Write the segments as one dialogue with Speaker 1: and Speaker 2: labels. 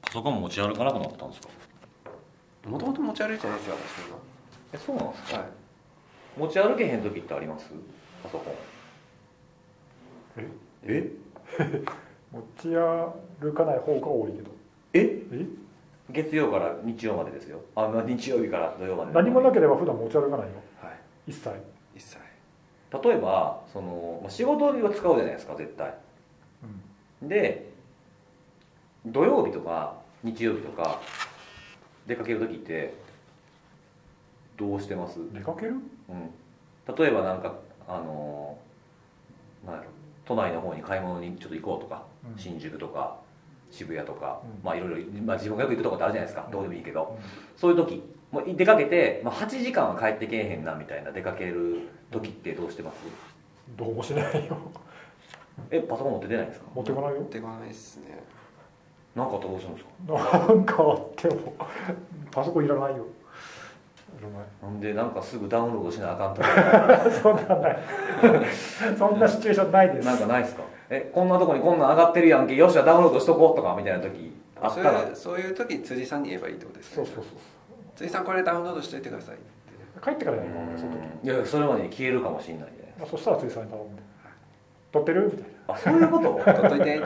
Speaker 1: パソコンも持ち歩かなくなったんですか
Speaker 2: もともと持ち歩いてないんですよ私今
Speaker 1: えそうなんです
Speaker 2: はい
Speaker 1: 持ち歩けへん時ってありますパソコン
Speaker 2: え
Speaker 3: 持ち歩かない方が多いけど
Speaker 1: え
Speaker 3: え
Speaker 1: 月曜から日曜までですよあまあ日曜日から土曜まで
Speaker 3: 何もなければ普段持ち歩かないよ
Speaker 2: は
Speaker 3: 一切
Speaker 2: い一切
Speaker 1: 例えばそのまあ仕事は使うじゃないですか絶対
Speaker 3: うん
Speaker 1: で土曜日とか日曜日とか出かける時ってどうしてます、うん、
Speaker 3: 出かける
Speaker 1: 例えばなんかあのなんやろ都内の方に買い物にちょっと行こうとか
Speaker 3: うん
Speaker 1: 新宿とか渋谷とか、
Speaker 3: うん
Speaker 1: まあいろいろ、まあ、自分がよく行くとこってあるじゃないですか、
Speaker 3: うん
Speaker 1: どうでもいいけど
Speaker 3: うん
Speaker 1: そういう時もう出かけて、まあ、8時間は帰ってけえへんなみたいな出かける時ってどうしてます
Speaker 3: どうもしないよ
Speaker 1: えパソコン持って出ないんですか
Speaker 3: 持ってこないよ
Speaker 2: 持ってこないっすね
Speaker 1: なんかどうするんですか
Speaker 3: なんかあってもパソコンいらないよいらない
Speaker 1: なんでなんかすぐダウンロードしなあかんとか
Speaker 3: そんなんない。そんなシチュエーションないです。
Speaker 1: なんかないですかえこんなとこにこんなん上がってるやんけよっしゃダウンロードしとこうとかみたいな時あっ
Speaker 2: そ
Speaker 1: た
Speaker 2: う
Speaker 1: ら
Speaker 2: いうそういう時に辻さんに言えばいいってことです
Speaker 3: そう
Speaker 2: ね
Speaker 3: そうそう
Speaker 2: 辻さんこれダウンロードしといてくださいって
Speaker 3: そう。帰ってから
Speaker 1: う
Speaker 3: やるの、その時。
Speaker 1: んいやいやそれまでに消えるかもしれないね
Speaker 3: まあ、そしたらついさんに頼んで。撮ってるみたいな。
Speaker 1: あそういうこと
Speaker 2: 取っといて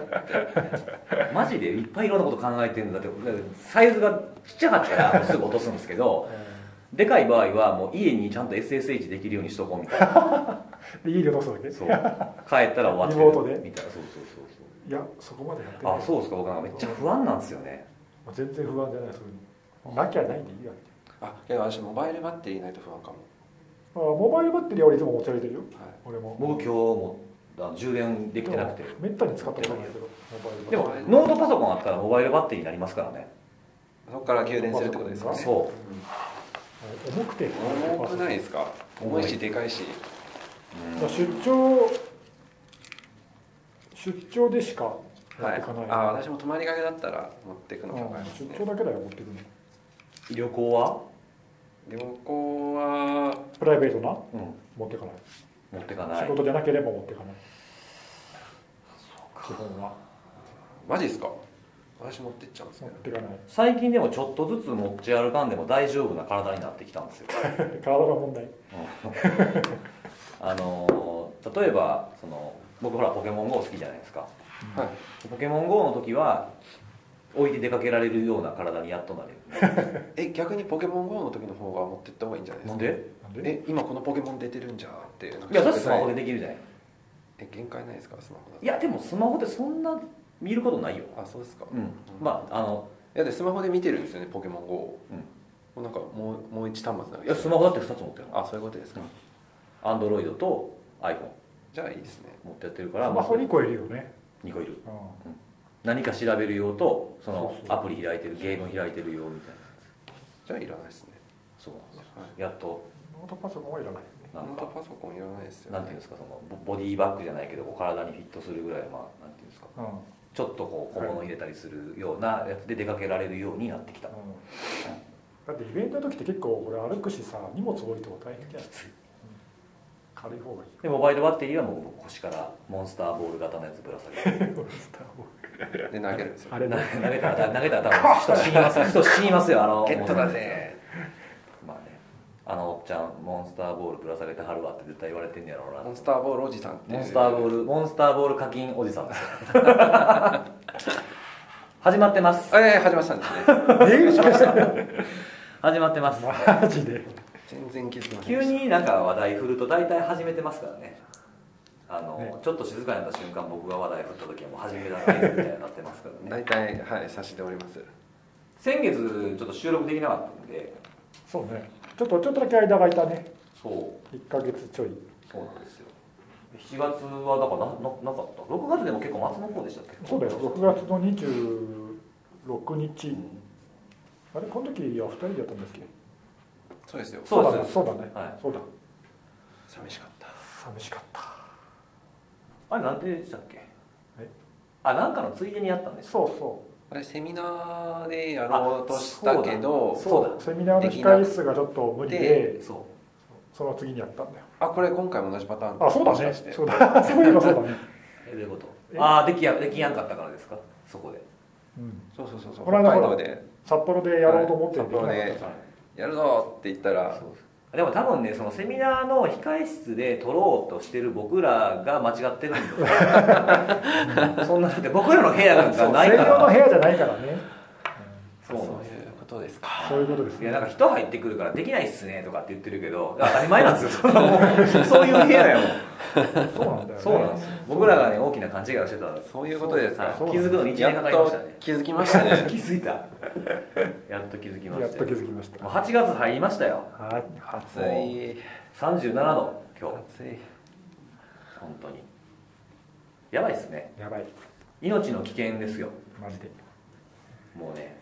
Speaker 1: マジでいっぱいいろんなこと考えてるんだってだってサイズがちっちゃかったらすぐ落とすんですけどでかい場合はもう家にちゃんと SSH できるようにしとこうみたいな
Speaker 3: で、家で落とすだけ。
Speaker 1: そう帰ったら終わってる
Speaker 3: リモートで
Speaker 1: みたいなそうそうそう
Speaker 3: いや、そこまでやって。
Speaker 1: そうあそううですか僕なんかめっちゃ不安なんですよね
Speaker 3: まあ全然不安じゃない、そういうの。なきゃないでいいや。
Speaker 2: あけど私モバイルバッテリーないと不安かも
Speaker 3: あモバイルバッテリーは俺いつも持ち歩いてるよ。
Speaker 2: はい
Speaker 3: 俺も。
Speaker 1: 僕今日もあの充電できてなくて
Speaker 3: めったに使ったことないけど、モバイルバッテリー。
Speaker 1: でもノートパソコンあったらモバイルバッテリーになりますからね
Speaker 2: そこから給電するってことですか、ね、
Speaker 1: そ
Speaker 3: 重くて。
Speaker 2: 重くないですか重いしでかいし
Speaker 1: うん
Speaker 3: まあ出張、出張でしか持っ
Speaker 2: は
Speaker 3: て
Speaker 2: い
Speaker 3: かない。
Speaker 2: あ私も泊まりがけだったら持ってくの考えます
Speaker 3: うん
Speaker 2: ね
Speaker 3: 出張だけだよ、持ってくるの。
Speaker 1: 旅行は、
Speaker 2: 旅行は
Speaker 3: プライベートな
Speaker 1: うん、
Speaker 3: 持ってかない、
Speaker 1: 持ってかない
Speaker 3: 仕事じゃなければ持ってかない基本は
Speaker 2: マジですか私持ってっちゃうんです
Speaker 3: 持っ
Speaker 2: ね
Speaker 3: てかない
Speaker 1: 最近でもちょっとずつ持ち歩かんでも大丈夫な体になってきたんですよ、
Speaker 3: 体が問題
Speaker 1: うんあのー例えばその僕ほらポケモン GO 好きじゃないですか
Speaker 2: はい
Speaker 1: ポケモン GO の時は置いて出かけられるような体にやっとなれる
Speaker 2: え逆にポケモン GO の時の方が持ってった方がいいんじゃないで
Speaker 1: なん
Speaker 2: すか
Speaker 1: で
Speaker 3: なんで
Speaker 2: え今このポケモン出てるんじゃってなんか
Speaker 1: いやだってスマホでできるじゃない
Speaker 2: え限界ないですかスマホだと
Speaker 1: いやでもスマホでそんな見ることないよ
Speaker 2: あそうですか、
Speaker 1: うんまああの
Speaker 2: いやでスマホで見てるんですよねポケモン GO を、
Speaker 1: うん
Speaker 2: もうなんかもうもう一端末なん
Speaker 1: いやスマホだって2つ持ってる
Speaker 2: あそういうことですか、
Speaker 1: うんアンドロイドと iPhone
Speaker 2: じゃあいいですね
Speaker 1: 持ってやってるか
Speaker 3: ス
Speaker 1: ら
Speaker 3: マホ2個いるよね、
Speaker 1: 2個いる
Speaker 3: うん
Speaker 1: 何か調べる用とその
Speaker 3: そうそう
Speaker 1: アプリ開いてるゲーム開いてる用みたいな
Speaker 2: じゃあいらないですね、
Speaker 1: そうなんですよ
Speaker 2: はい、
Speaker 1: やっと
Speaker 3: ノートパソコンはいらない
Speaker 1: な
Speaker 2: ノ
Speaker 1: ん
Speaker 2: ート
Speaker 1: か
Speaker 2: パソコンいらないですよ、ね、
Speaker 1: なんていうんですかそのボボディバッグじゃないけどこう体にフィットするぐらいまあなんていうんですか
Speaker 3: うん、うん
Speaker 1: ちょっとこう小物入れたりするようなやつで出かけられるようになってきた
Speaker 3: だってイベントの時って結構俺歩くしさ荷物置いても大変じゃない、うん軽い方がいい
Speaker 1: でモバイルバッテリーはもう腰からモンスターボール型のやつぶら下げて
Speaker 2: で投げるんですよ
Speaker 3: あれ
Speaker 1: 投げ
Speaker 3: だ
Speaker 1: 投げた ら投げたら多分人死にます よ人死にますよあの
Speaker 2: ゲットだぜ
Speaker 1: まあねあのおっちゃんモンスターボールぶら下げてはるわって絶対言われてんねやろうな
Speaker 2: モンスターボールおじさんっていう
Speaker 1: モンスターボールモンスターボール課金おじさんです 始まってます
Speaker 2: ええ始まってたんですね
Speaker 3: えしかした
Speaker 1: 始まってます
Speaker 3: マジで
Speaker 2: 全然気づきませ
Speaker 1: 急
Speaker 2: んでした
Speaker 1: になんか話題振ると大体始めてますからねあの
Speaker 3: ね
Speaker 1: ちょっと静かになった瞬間僕が話題振った時はもう始めだけみたいになってますからね
Speaker 2: 大体はい差しでおります
Speaker 1: 先月ちょっと収録できなかったんで
Speaker 3: そうねちょっとちょっとだけ間が空いたね
Speaker 1: そう
Speaker 3: 1ヶ月ちょい
Speaker 1: そうなんですよ7月はだからなななかった6月でも結構松の方でしたっけ
Speaker 3: そうだよ6月の26日、
Speaker 1: うん
Speaker 3: あれこの時は2人でやったんですっけ
Speaker 2: そうですよ
Speaker 1: そうです
Speaker 3: だねそうだね、
Speaker 1: はい
Speaker 3: そうだ
Speaker 2: 寂しかった
Speaker 3: 寂しかった
Speaker 1: あれなんででしたっけ
Speaker 3: え
Speaker 1: あなんかのついでにやったんです
Speaker 3: そうそ
Speaker 2: あれセミナーでやろうとしたけど
Speaker 1: そうだ
Speaker 3: うセミナーの控え室がちょっと無理で
Speaker 2: で
Speaker 1: そ
Speaker 3: その次にやったんだよ
Speaker 2: あこれ今回も同じパターン
Speaker 3: あそうだ
Speaker 2: もし
Speaker 3: ね
Speaker 2: かして
Speaker 3: そうだそういえばそうだね
Speaker 1: うえどういうこ
Speaker 3: え
Speaker 1: とああできやできやんかったからですかそこで
Speaker 3: うん、
Speaker 2: そうそうそうそう
Speaker 3: この間
Speaker 2: 北海道
Speaker 3: ほら
Speaker 2: で
Speaker 3: 札幌でやろうと思って
Speaker 2: はい札幌でやるぞって言ったら
Speaker 1: でも多分ねそのセミナーの控え室で撮ろうとしてる僕らが間違ってるんだ そんなだって僕らの部屋なん
Speaker 3: そ
Speaker 1: か
Speaker 3: う
Speaker 1: ない
Speaker 3: 専
Speaker 1: か
Speaker 3: 用の部
Speaker 1: ら
Speaker 3: 屋じゃないからね、
Speaker 1: そうなんです
Speaker 2: いうことですか
Speaker 3: そういうことです
Speaker 1: い
Speaker 3: ね
Speaker 1: やなんか人入ってくるからできないっすねとかって言ってるけど当たり前なんですよそんな もうそういう部屋やもん
Speaker 3: そうなんだよ、ね、
Speaker 1: そうなんですよ僕らがね大きな勘違いをしてたんです
Speaker 2: そういうことですか
Speaker 1: はい
Speaker 3: そう
Speaker 1: 気づくのに1年
Speaker 2: や
Speaker 1: か
Speaker 2: っ
Speaker 1: かりまし
Speaker 2: と
Speaker 1: たね
Speaker 2: 気づきましたね
Speaker 1: 気づいたやっと気づきま
Speaker 3: やっ
Speaker 1: した
Speaker 3: と
Speaker 1: よ
Speaker 3: 気づきました
Speaker 1: もう8月入りましたよ
Speaker 3: はい
Speaker 2: 暑い
Speaker 1: 37度今日
Speaker 2: 暑い
Speaker 1: 本当にやばいっすね
Speaker 3: やばい
Speaker 1: 命の危険ですよ
Speaker 3: マジで
Speaker 1: もうね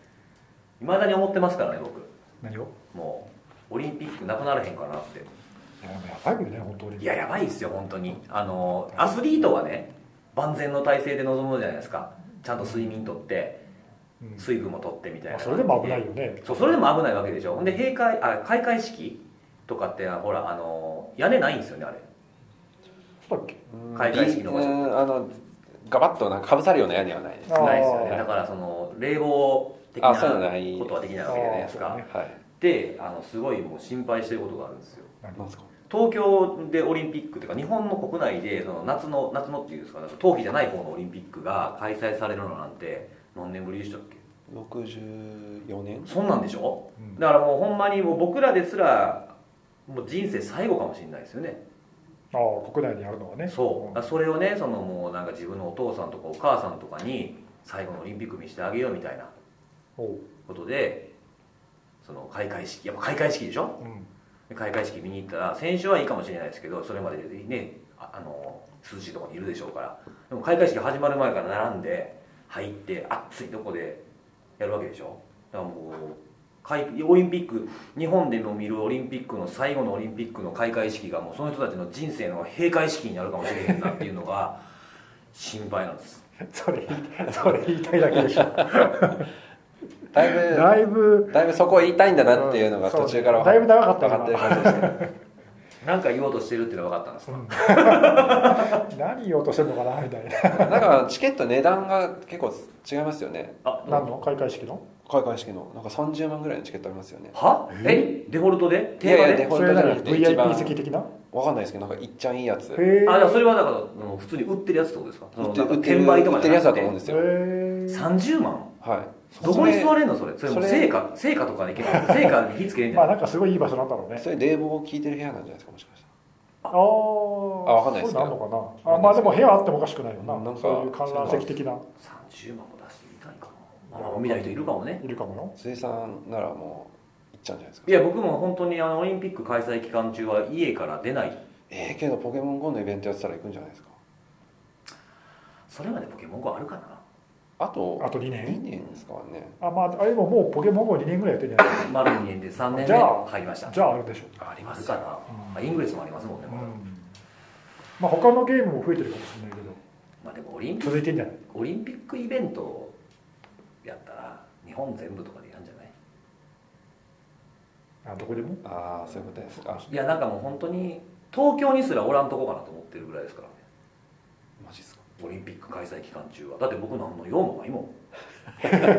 Speaker 1: いまだに思ってますからね僕
Speaker 3: 何を
Speaker 1: もうオリンピックなくならへんかなって
Speaker 3: いやでもやばいよね本当に
Speaker 1: いややばいですよ本当にあのアスリートはね万全の体制で臨むじゃないですかちゃんと睡眠とって
Speaker 3: うん
Speaker 1: 水分もとってみたい
Speaker 3: まあ
Speaker 1: な
Speaker 3: それでも危ないよね
Speaker 1: そうそれでも危ないわけでしょほんで閉会あ開会式とかってほらあの屋根ないんですよねあれ
Speaker 3: そうだっけ
Speaker 1: 開会式の場所
Speaker 2: うんあのガバッとなんかかぶさるような屋根はないです
Speaker 3: あー
Speaker 1: ないですよねだからその冷房的な
Speaker 2: あ
Speaker 1: こ
Speaker 2: そういうのない
Speaker 1: とはできないわけじゃないです
Speaker 3: あー
Speaker 1: か
Speaker 3: そうね
Speaker 2: はい
Speaker 1: であのすごいもう心配してることがあるんですよ
Speaker 3: 何
Speaker 2: なんですか
Speaker 1: 東京でオリンピックというか日本の国内でその夏の夏のっていうんですかなんか冬季じゃない方のオリンピックが開催されるのなんて何年ぶりでしたっけ
Speaker 2: 64年
Speaker 1: そんなんでしょ
Speaker 3: うん
Speaker 1: だからもうほんまにもう僕らですらもう人生最後かもしれないですよね
Speaker 3: ああ国内でやるのはね
Speaker 1: そううんだからそれをねそのもうなんか自分のお父さんとかお母さんとかに最後のオリンピック見せてあげようみたいな
Speaker 3: おう
Speaker 1: ことでその開会式やっぱ開会式でしょ
Speaker 3: うん
Speaker 1: で開会式見に行ったら選手はいいかもしれないですけどそれまでねああの涼しいところにいるでしょうからでも開会式始まる前から並んで入って暑いとこでやるわけでしょだからもう開オリンピック日本でも見るオリンピックの最後のオリンピックの開会式がもうその人たちの人生の閉会式になるかもしれへんなっていうのが心配なんです
Speaker 3: それそれ言い たいだけでしょ
Speaker 2: だいぶ
Speaker 3: だいぶ
Speaker 2: だいぶそこ言いたいんだなっていうのが途中から
Speaker 3: うんそうだいぶ長かった
Speaker 2: 分
Speaker 3: な
Speaker 2: かってる感じでしたね
Speaker 1: なんか言おうとしてるっていうのは分かったんですか、
Speaker 3: 何言おうとしてるのかなみたいな
Speaker 2: なんかチケット値段が結構違いますよね
Speaker 1: あ
Speaker 3: 何の開会式の
Speaker 2: 開会式のなんか30万ぐらいのチケットありますよね
Speaker 1: はえデフォルトで
Speaker 2: いやい
Speaker 1: 定
Speaker 2: やデフ
Speaker 1: 価
Speaker 2: ォ
Speaker 3: そ
Speaker 2: ルト
Speaker 3: れ
Speaker 2: じゃ
Speaker 3: 何
Speaker 2: なくて一番
Speaker 3: VIP 席的な
Speaker 2: わかんないですけどなんかいっちゃんいいやつ
Speaker 1: で
Speaker 3: へ
Speaker 1: あ
Speaker 3: あ
Speaker 1: じゃあそれはだからあの普通に売ってるやつってことですかその
Speaker 2: 売って
Speaker 1: なんか
Speaker 2: 売ってる
Speaker 1: 転売とかじゃなく
Speaker 2: 売ってるやつだと思うんですよ
Speaker 1: 30万
Speaker 2: はい
Speaker 1: どこに座
Speaker 2: る
Speaker 1: れんのそれそれも
Speaker 2: それ
Speaker 1: 成果成果とかでいけない 成果に火つけれんじ
Speaker 3: ま
Speaker 1: ゃ
Speaker 3: あ
Speaker 1: な
Speaker 3: なんかすごいいい場所なんだろうね
Speaker 2: それ冷房を効いてる部屋なんじゃないですかもしかし
Speaker 3: ああわ
Speaker 2: わかんないですけ
Speaker 3: そう
Speaker 2: ど
Speaker 3: いうのあんのかなあまあでも部屋あってもおかしくないよな
Speaker 2: なんか
Speaker 3: そういう観覧席的な
Speaker 1: 30万
Speaker 3: い
Speaker 1: も出してみたいかな、まあ、見ない人いるかもね
Speaker 3: いるかもよ
Speaker 2: たら辻さんならもういっちゃうんじゃないですか
Speaker 1: いや僕も本当にあのオリンピック開催期間中は家から出ない
Speaker 2: ええけどポケモン GO のイベントやってたら行くんじゃないですか
Speaker 1: それまでポケモン GO あるかな
Speaker 2: あと
Speaker 3: あと2
Speaker 2: 2
Speaker 3: 年
Speaker 2: 年ですかね
Speaker 3: あまああれももうポケモン GO2 年ぐらいやってるんじゃない
Speaker 1: 丸2年で3年
Speaker 3: じ
Speaker 1: で
Speaker 3: ゃあ
Speaker 1: 入りました
Speaker 3: じゃああるでしょ
Speaker 1: ありますかな、
Speaker 3: うん
Speaker 1: まあ、イングレスもありますもんね、
Speaker 3: う、
Speaker 1: まだ
Speaker 3: ん、まあ他のゲームも増えてるかもしれないけど
Speaker 1: まあでもオリンピック
Speaker 3: 続いてんじゃない
Speaker 1: オリンピックイベントやったら日本全部とかでやるんじゃない
Speaker 3: あどこでも
Speaker 2: ああそういうことですか
Speaker 1: いやなんかもう本当に東京にすらおらんとこかなと思ってるぐらいですからね
Speaker 2: マジですか
Speaker 1: オリンピック開催期間中はだって僕何の用もないもん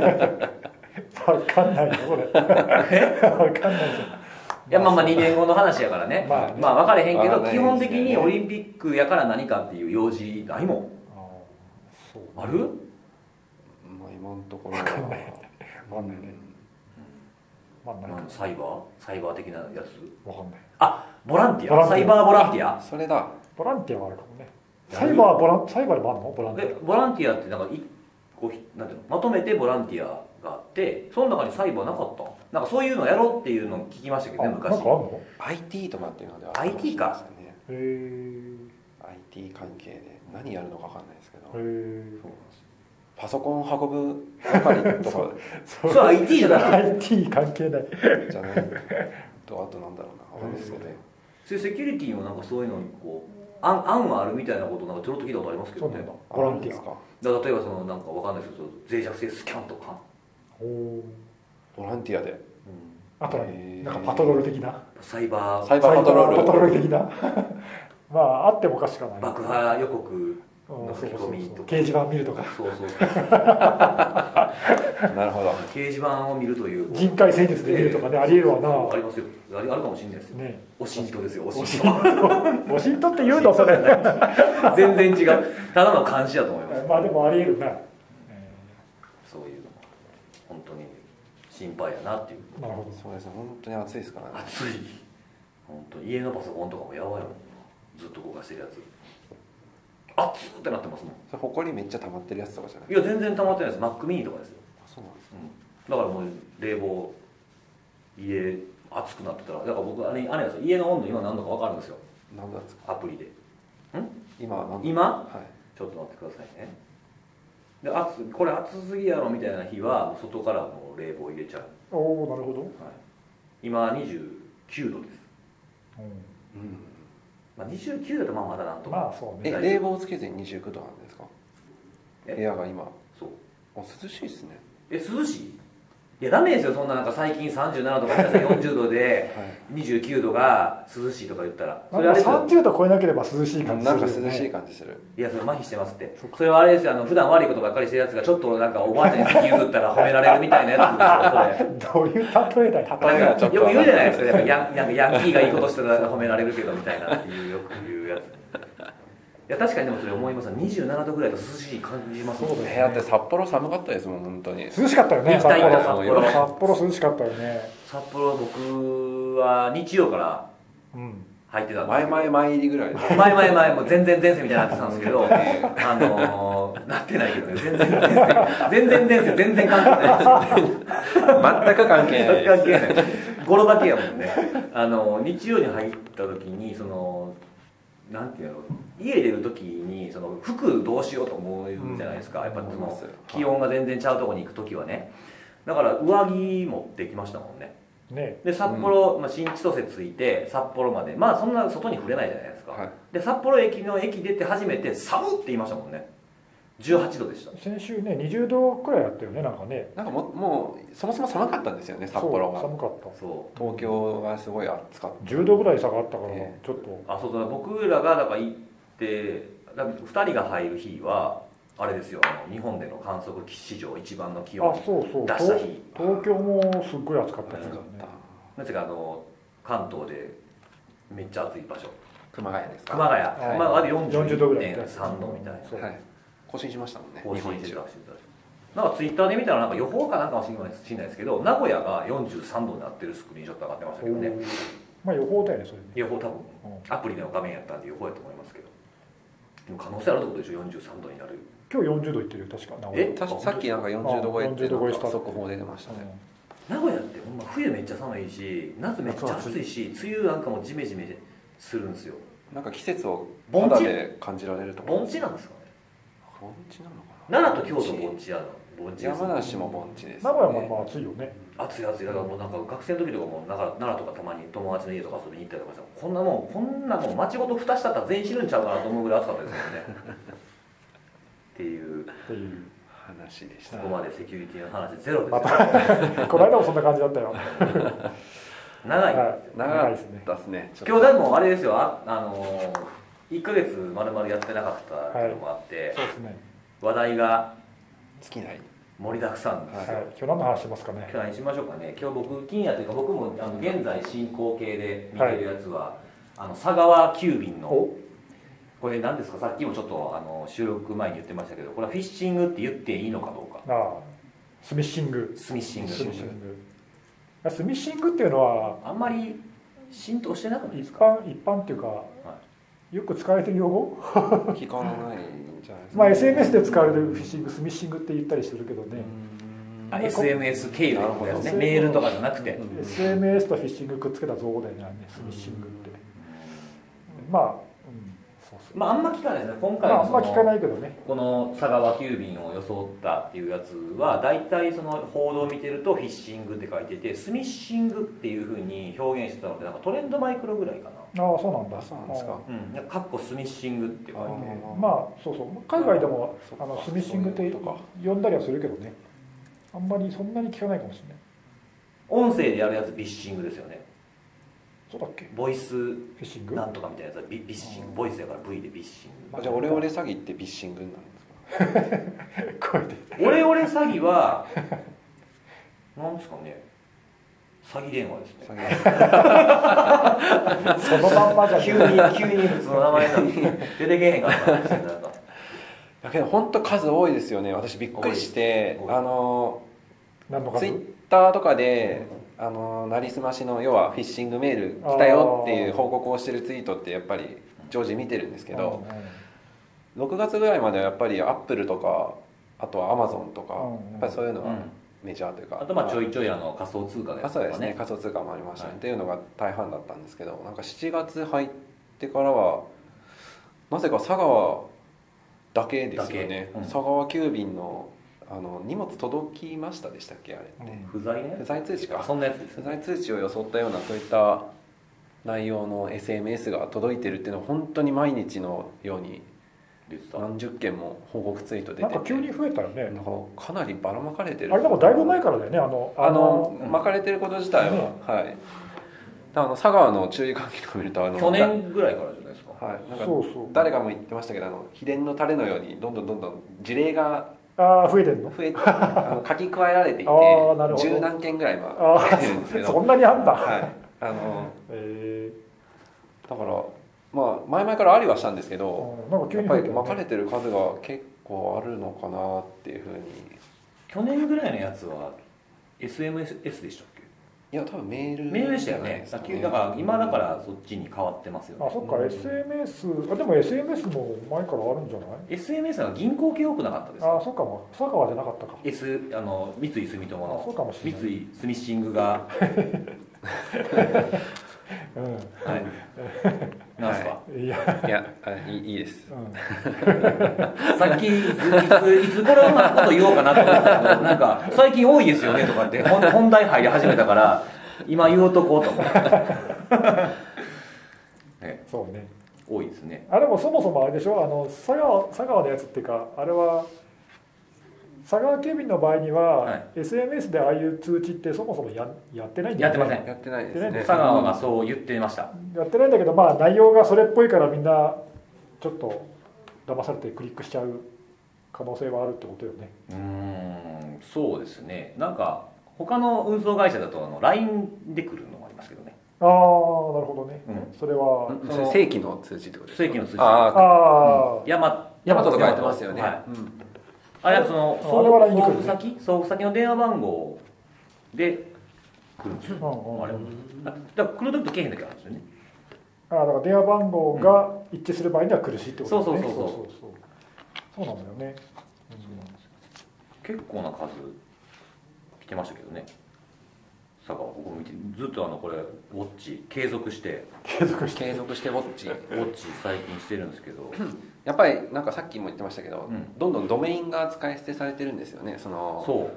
Speaker 3: わかんないよこれ わかんないじゃ
Speaker 1: いやまあまあ2年後の話やからね
Speaker 3: まあね
Speaker 1: まあ分かれへんけ
Speaker 2: わか
Speaker 1: ど
Speaker 2: んない
Speaker 1: 基本的
Speaker 2: です
Speaker 1: に
Speaker 2: よね
Speaker 1: オリンピックやから何かっていう用事ないもん
Speaker 3: ああそう
Speaker 1: ある
Speaker 2: まあ今のところわかんない
Speaker 3: わかんないねまあ
Speaker 1: あ
Speaker 3: なんか
Speaker 1: のサイバーサイバー的なやつ
Speaker 3: わかんない
Speaker 1: あボランティ
Speaker 3: ボラン
Speaker 1: ア
Speaker 3: ティア
Speaker 1: サイバーボランティア
Speaker 2: それだ
Speaker 3: ボランティアはあるかもね
Speaker 1: や
Speaker 3: サ
Speaker 1: る
Speaker 3: イバーはボランサイバーでもあるのボランティ
Speaker 1: でボランティアってなんかいこうひなんていうのまとめてボランティアがあってその中にサイバーなかったなんかそういうのやろうっていうのを聞きましたけ
Speaker 3: ア
Speaker 1: どね
Speaker 3: あなんかある
Speaker 1: 昔
Speaker 3: の
Speaker 2: IT とかっていうのでは
Speaker 1: IT か
Speaker 2: ね
Speaker 3: へえ
Speaker 2: IT 関係で何やるのかわかんないですけど
Speaker 3: へえ
Speaker 1: そうなんですよ
Speaker 2: パソコンを運ぶ係とか
Speaker 1: それは IT じゃなくて
Speaker 3: IT 関係ない
Speaker 2: じゃないとあとなんだろうなわかんないですけどね
Speaker 1: そういうセキュリティもなんかそういうのにこう案案はあるみたいなことなんかちょろっと聞いたことありますけ
Speaker 3: そ
Speaker 1: ど
Speaker 3: うな
Speaker 1: ね
Speaker 3: んだ
Speaker 1: だか
Speaker 3: ボランティ
Speaker 2: あるんです
Speaker 3: ア
Speaker 2: から
Speaker 1: 例えばそのなんかわかんないですけど脆弱性スキャンとか、
Speaker 3: おお
Speaker 2: ボランティアで
Speaker 1: うん
Speaker 3: あと
Speaker 2: へ
Speaker 3: 何
Speaker 2: ー
Speaker 3: なんかパトロール的な
Speaker 1: サイバ
Speaker 2: サ
Speaker 1: ー
Speaker 2: イバーパトロール
Speaker 3: サイバーパトロール的なまああってもおかしくはない
Speaker 1: 爆破予告
Speaker 3: うんそうそう
Speaker 1: 書き込み
Speaker 3: そ
Speaker 1: と
Speaker 3: う掲
Speaker 1: か
Speaker 3: 示板見るとか
Speaker 1: そうそうそう
Speaker 2: なるほど
Speaker 1: 掲示板を見るという
Speaker 3: 人海戦術で見るとかねありえるわな
Speaker 1: ありますよありあるかもしれないですよ
Speaker 3: ね
Speaker 1: お信教ですよお信教
Speaker 3: お信おしんとって言うのそれ
Speaker 1: 全然違うただの監視だと思います
Speaker 3: まあでもありえるな、え
Speaker 1: そういうのも本当に心配やなっていう
Speaker 3: ーなるほど
Speaker 2: そうですね本当に暑いですからね
Speaker 1: 暑い本当家のパソコンとかもやばいもんなずっと動かしてるやつ熱っってなってますもん
Speaker 2: それ埃めっちゃ溜まってるやつとかじゃない
Speaker 1: いや全然溜まってないです Mac mini とかですよ、
Speaker 2: あそうなんです
Speaker 1: うん、だからもう冷房家暑くなってたらだから僕あれあれなんですよ家の温度今何度か分かるんですよ
Speaker 2: 何度ですか
Speaker 1: アプリで
Speaker 2: 今は何度
Speaker 1: 今
Speaker 2: はい
Speaker 1: ちょっと待ってくださいねで暑これ暑すぎやろみたいな日はもう外からもう冷房入れちゃう、
Speaker 3: おおなるほど、
Speaker 1: はい、今29度です、
Speaker 3: う
Speaker 2: うん
Speaker 1: まあ、29度だとまあまだなんと
Speaker 3: ん、
Speaker 1: か、
Speaker 3: まあそう
Speaker 2: え
Speaker 3: ね
Speaker 2: 冷房つけずに29度なんですか
Speaker 1: え
Speaker 2: 部屋が今あ
Speaker 1: そう
Speaker 2: 涼しいですね
Speaker 1: え涼しいいやダメですよそんななんか最近37度とか40度で
Speaker 2: はい
Speaker 1: 29度が涼しいとか言ったらそ
Speaker 3: なん
Speaker 1: れあ
Speaker 3: か
Speaker 1: れですよ
Speaker 3: 30度超えなければ涼しい感じ
Speaker 2: なんか涼しい
Speaker 3: い
Speaker 2: 感じする
Speaker 1: いやそれ麻痺してますってそれはあれですよあの普段悪いことばっかりしてるやつがちょっとなんかおばあちゃんに先譲ったら褒められるみたいなやつですよそれ
Speaker 3: どういう例えだよ
Speaker 2: こ れ
Speaker 1: な
Speaker 2: が
Speaker 1: ん
Speaker 2: ち
Speaker 1: か
Speaker 2: ょ
Speaker 1: よ
Speaker 2: っ
Speaker 1: く
Speaker 2: と
Speaker 1: 言うじゃないですかやっぱヤンなんかヤンキーがいいことしてたら褒められるけどみたいなっていうよく言うやついや確かにでもそれ思います27度ぐらいだと涼しい感じますもん
Speaker 3: そう
Speaker 2: 部
Speaker 3: だ
Speaker 1: ね
Speaker 3: よ
Speaker 2: 屋って札幌寒かったですもん本当に
Speaker 3: 涼しかったよね
Speaker 1: 行きたいな
Speaker 3: 札幌札幌涼しかったよね
Speaker 1: 札幌僕は日曜から
Speaker 3: うん
Speaker 1: 入ってたんですけ
Speaker 2: 前
Speaker 1: ど
Speaker 2: 前前入りぐらいで
Speaker 1: 前前前もう全然前世みたいになってたんですけど、あのー、なってないけどね、全然前世、全然前世、全然関係ない。
Speaker 2: 全く関係ないです
Speaker 1: 関係ない。語呂だけやもんね。あのー、日曜に入った時に、その、なんていうの、家出る時に、その、服どうしようと思うじゃないですか。やっぱそ
Speaker 2: 思いま
Speaker 1: の
Speaker 2: す、
Speaker 1: 気温が全然ちゃうとこに行く時はね。だから、上着持ってきましたもんね。
Speaker 3: ね
Speaker 1: で、札幌、まあ、新千歳着いて、札幌まで、まあ、そんな外に触れないじゃないですか。
Speaker 2: はい
Speaker 1: で札幌駅の駅出て初めて「寒っ!」って言いましたもんね18度でした
Speaker 3: 先週ね20度くらいやったよねなんかね
Speaker 2: なんかももうそもそも寒かったんですよね札幌
Speaker 3: そう
Speaker 2: が
Speaker 3: 寒かった
Speaker 1: そ
Speaker 2: 東京がすごい暑かっ
Speaker 3: 10度ぐらい差があったから、
Speaker 2: え
Speaker 3: ちょっと
Speaker 1: うあそうそう僕らがだから行ってだから2人が入る日はあれですよあの日本での観測史上一番の気
Speaker 3: あ
Speaker 1: 温
Speaker 3: そうそう
Speaker 1: 出
Speaker 3: 東
Speaker 1: した日
Speaker 3: 東京もすっごい暑かった
Speaker 2: た
Speaker 3: よ
Speaker 2: 暑
Speaker 3: ね
Speaker 2: かった
Speaker 1: なぜかあの関東でめっちゃ暑い場所
Speaker 2: 熊谷ですか
Speaker 1: 熊谷
Speaker 3: い
Speaker 1: 熊谷で
Speaker 3: 40度ぐらい
Speaker 1: 41.3度みたいな
Speaker 3: そう
Speaker 2: はい更新しましたもんね
Speaker 1: 更新して
Speaker 2: 日
Speaker 1: た
Speaker 2: 本
Speaker 1: らしいですなんかツイッターで見たらなんか予報かなんかもしれないですしんないですけど名古屋が43度になってるスクリーンショット上がってましたけどね
Speaker 3: おーまあ予報だよねそれね
Speaker 1: 予報多分
Speaker 3: うん
Speaker 1: アプリの画面やったんで予報やと思いますけどでも可能性あるってことでしょ43度になる
Speaker 3: 今日40度いってるよ確か名古屋
Speaker 1: え
Speaker 2: 一さっきなんか40度超えって
Speaker 3: あ40度超えした
Speaker 2: なんか速報出てましたね
Speaker 1: 名古屋ってほんま冬めっちゃ寒いし夏めっちゃ暑いし梅雨なんかもジメジメするんですよ
Speaker 2: なんか季節を
Speaker 1: 盆地
Speaker 2: 肌で感じられるとか
Speaker 1: 盆地なんですかね
Speaker 2: 盆地なのかな
Speaker 1: 奈良と京都盆地やの盆地です
Speaker 2: 山梨も盆地です
Speaker 3: 名古屋もまあ暑いよね
Speaker 1: 暑い暑いだからもうなんか学生の時とかもなんか奈良とかたまに友達の家とか遊びに行ったりとかしたらこんなもんこんなもん街ごと蓋したったら全員死ぬんちゃうかなと思うぐらい暑かったですよねっていう
Speaker 3: っていう
Speaker 2: 話でし
Speaker 1: こ
Speaker 2: た
Speaker 1: こまでセキュリティの話ゼロです
Speaker 3: ま
Speaker 1: よ
Speaker 3: たこの間もそんな感じだったよ
Speaker 1: 長い
Speaker 3: はい
Speaker 2: 長
Speaker 3: 長
Speaker 2: い
Speaker 3: い
Speaker 2: で
Speaker 3: ですす
Speaker 2: ね
Speaker 3: ね
Speaker 2: ちょっと
Speaker 1: 今日でもあれですよあ、あのー、1ヶ月まるまるやってなかったっていうのもあって、
Speaker 3: そうですね
Speaker 1: 話題が
Speaker 2: 尽きない
Speaker 1: 盛りだくさんです、
Speaker 3: は
Speaker 2: はい
Speaker 3: い今日何の話しますかね
Speaker 1: 今日何しましょうかね今日僕金也というか僕もあの現在進行形で見てるやつは、あの佐川急便の
Speaker 3: お
Speaker 1: これ何ですかさっきもちょっとあの収録前に言ってましたけどこれはフィッシングって言っていいのかどうか
Speaker 3: なあスミッシング
Speaker 1: スミッシング
Speaker 3: スミッシングあスミッシングっていうのは
Speaker 1: あんまり浸透してなくないで
Speaker 3: 一
Speaker 1: すか
Speaker 3: 般一般っていうかよく使われてる用語
Speaker 2: 聞かないんじゃないですか
Speaker 3: まあ SNS で使われるフィッシングスミッシングって言ったりするけどね、
Speaker 1: あ SMS 経由のやつ
Speaker 3: なる
Speaker 1: ね
Speaker 3: ほど
Speaker 1: メールとかじゃなくて
Speaker 3: SMS とフィッシングくっつけた造語だよねスミッシングってまあ、うん、そうそう
Speaker 1: まああんま聞かないですね今
Speaker 3: ま
Speaker 1: 回
Speaker 3: あ
Speaker 1: は
Speaker 3: あん
Speaker 1: そ
Speaker 3: ま
Speaker 1: の
Speaker 3: 聞かないけどね
Speaker 1: この佐川急便を装ったっていうやつは大体その報道を見てるとフィッシングって書いててスミッシングっていうふうに表現してたのでなんかトレンドマイクロぐらいか
Speaker 3: ああそうなんだ
Speaker 2: あそうなんですか
Speaker 1: なうんなんかかっこスミッシングって書いて
Speaker 2: あ
Speaker 3: うんまあそうそう海外でも
Speaker 2: そっか
Speaker 3: あのスミッシングって
Speaker 2: そういうことか
Speaker 3: 呼んだりはするけどねあんまりそんなに聞かないかもしれない
Speaker 1: 音声でやるやつビッシングですよね
Speaker 3: そうだっけフ
Speaker 1: ボイス
Speaker 3: ィッシング
Speaker 1: なんとかみたいなやつはビビッシングボイスやから V でビッシング
Speaker 2: あじゃあオレオレ詐欺ってビッシングになるんですか
Speaker 3: 声 で
Speaker 1: オレオレ詐欺は なんですかね詐欺電話です ね
Speaker 2: 詐欺
Speaker 3: そのまんまじゃ
Speaker 1: 急
Speaker 3: ね
Speaker 1: に急に普通の名前なのに出てけへんかったんですよなんか
Speaker 2: だけど本当数多いですよね私びっくりして
Speaker 1: 多い
Speaker 2: あの
Speaker 3: 何の数
Speaker 2: ツイッターとかであのなりすましの要はフィッシングメール来たよっていう報告をしてるツイートってやっぱり常時見てるんですけど6月ぐらいまではやっぱりアップルとかあとはアマゾンとか
Speaker 3: うんうん
Speaker 2: やっぱりそういうの
Speaker 1: う
Speaker 2: は
Speaker 1: ん
Speaker 2: メジャーというか
Speaker 1: あとまあちょいちょいあの仮想通貨のや
Speaker 2: あ
Speaker 1: つ
Speaker 2: そう
Speaker 1: と
Speaker 2: です
Speaker 1: か
Speaker 2: ね
Speaker 1: ね
Speaker 2: 仮想通貨もありましたね、
Speaker 1: はい
Speaker 2: っていうのが大半だったんですけどなんか7月入ってからはなぜか佐川だけですよ
Speaker 1: だ
Speaker 2: ね、
Speaker 1: けうん
Speaker 2: 佐川急便のあの荷物届きましたでしたっけあれって、
Speaker 1: 不在ね
Speaker 2: 不在通知
Speaker 1: あ
Speaker 2: か
Speaker 1: そんなやつです
Speaker 2: 不
Speaker 1: ね
Speaker 2: 在通知を装ったようなそういった内容の SMS が届いてるっていうのは本当に毎日のように
Speaker 1: 言ってた
Speaker 2: 何十件も報告ツイート出
Speaker 3: な
Speaker 2: て
Speaker 3: ん
Speaker 2: て
Speaker 3: か急に増えたよね
Speaker 2: なんかかなりばらまかれてる
Speaker 3: あれでもだいぶ前からだよねあの
Speaker 2: あの、
Speaker 1: うん
Speaker 2: 巻かれてること自体は、
Speaker 3: ね
Speaker 2: はい。あの佐川の注意喚起とか見ると、あの、
Speaker 1: 去年ぐらいからじゃないですか
Speaker 2: だはい、なんか
Speaker 3: そうそう
Speaker 2: 誰かも言ってましたけど、あの秘伝のタレのように、どんどんどんどん事例が
Speaker 3: ああ増えてんの
Speaker 2: 増 えて、あの書き加えられていて
Speaker 3: あーなる、ほど
Speaker 2: 十何件ぐらいは
Speaker 3: あ
Speaker 2: 入ってるんですけ
Speaker 3: あ
Speaker 2: ど、
Speaker 3: そんなにあんだ、
Speaker 2: はい、あの、
Speaker 3: え
Speaker 2: だから、まあ前々からありはしたんですけ
Speaker 3: ー
Speaker 2: ど、
Speaker 3: うんなんか急
Speaker 2: やっぱり
Speaker 3: に増えてる、
Speaker 2: 巻かれ
Speaker 3: ね、
Speaker 2: てる数が結構あるのかなっていうふうに、
Speaker 1: 去年ぐらいのやつは SMS でしたっけ
Speaker 2: いや多分メール
Speaker 1: メールでしたよ
Speaker 2: じゃない
Speaker 1: ね
Speaker 2: です
Speaker 1: さっきだから今だからそっちに変わってますよ
Speaker 3: あ
Speaker 1: ね
Speaker 3: そっか SMS あでも SMS も前からあるんじゃない
Speaker 1: SMS は銀行系多くなかったです
Speaker 3: あ
Speaker 1: か
Speaker 3: そっかも佐川じゃなかったか
Speaker 1: S あの三井住友
Speaker 3: あそ
Speaker 1: の
Speaker 3: うかもし
Speaker 1: 三
Speaker 3: れない、
Speaker 1: 井スミッシングが
Speaker 3: う
Speaker 1: はいなんすか
Speaker 3: ん、いや、
Speaker 2: いやあいいいいです
Speaker 3: うん、
Speaker 1: さっきいついついつ頃のこと言おうかなと思ったけどなんか最近多いですよねとかって本本題入り始めたから今言おうとこうと思 って、ね、
Speaker 3: そうね
Speaker 1: 多いですね
Speaker 3: あれもそもそもあれでしょあの佐川佐川のやつっていうかあれは佐川警備の場合には、
Speaker 1: はい
Speaker 3: SMS でああいう通知ってそもそもややってないんだ
Speaker 1: やって
Speaker 3: よね
Speaker 1: ません
Speaker 2: やってないです
Speaker 3: やってない
Speaker 2: ね
Speaker 1: 佐川がそう言ってました
Speaker 3: やってないんだけどまあ内容がそれっぽいからみんなちょっと騙されてクリックしちゃう可能性はあるってことよね
Speaker 1: うーんそうですねなんか他の運送会社だとあの LINE で来るのもありますけどね、
Speaker 3: ああなるほどね
Speaker 1: うん、
Speaker 3: それは
Speaker 1: その
Speaker 2: 正規の通知ってことですか
Speaker 1: 正規の通知
Speaker 2: ああ
Speaker 3: ああ
Speaker 1: ヤマ
Speaker 2: ヤマトとかやってますよね、
Speaker 1: はい
Speaker 2: うん
Speaker 1: あれはその
Speaker 3: あれは LINE で来
Speaker 1: 送
Speaker 3: るね
Speaker 1: 送付先送付先の電話番号で来るんですよ
Speaker 3: うんうん
Speaker 1: あれあだから来る時と来へん時あるんですよね
Speaker 3: あーだから電話番号が一致する場合には苦しいってことだよね
Speaker 1: そうそうそう
Speaker 3: そうそうそうそうなんだよね、
Speaker 1: 結構な数来てましたけどね佐川ここ見てずっとあのこれウォッチ継続して
Speaker 3: 継続して
Speaker 2: 継続してウォッチ
Speaker 1: ウォッチ最近してるんですけど、
Speaker 2: やっぱりなんかさっきも言ってましたけど、
Speaker 1: うん
Speaker 2: どんどんドメインが使い捨てされてるんですよねその
Speaker 1: そ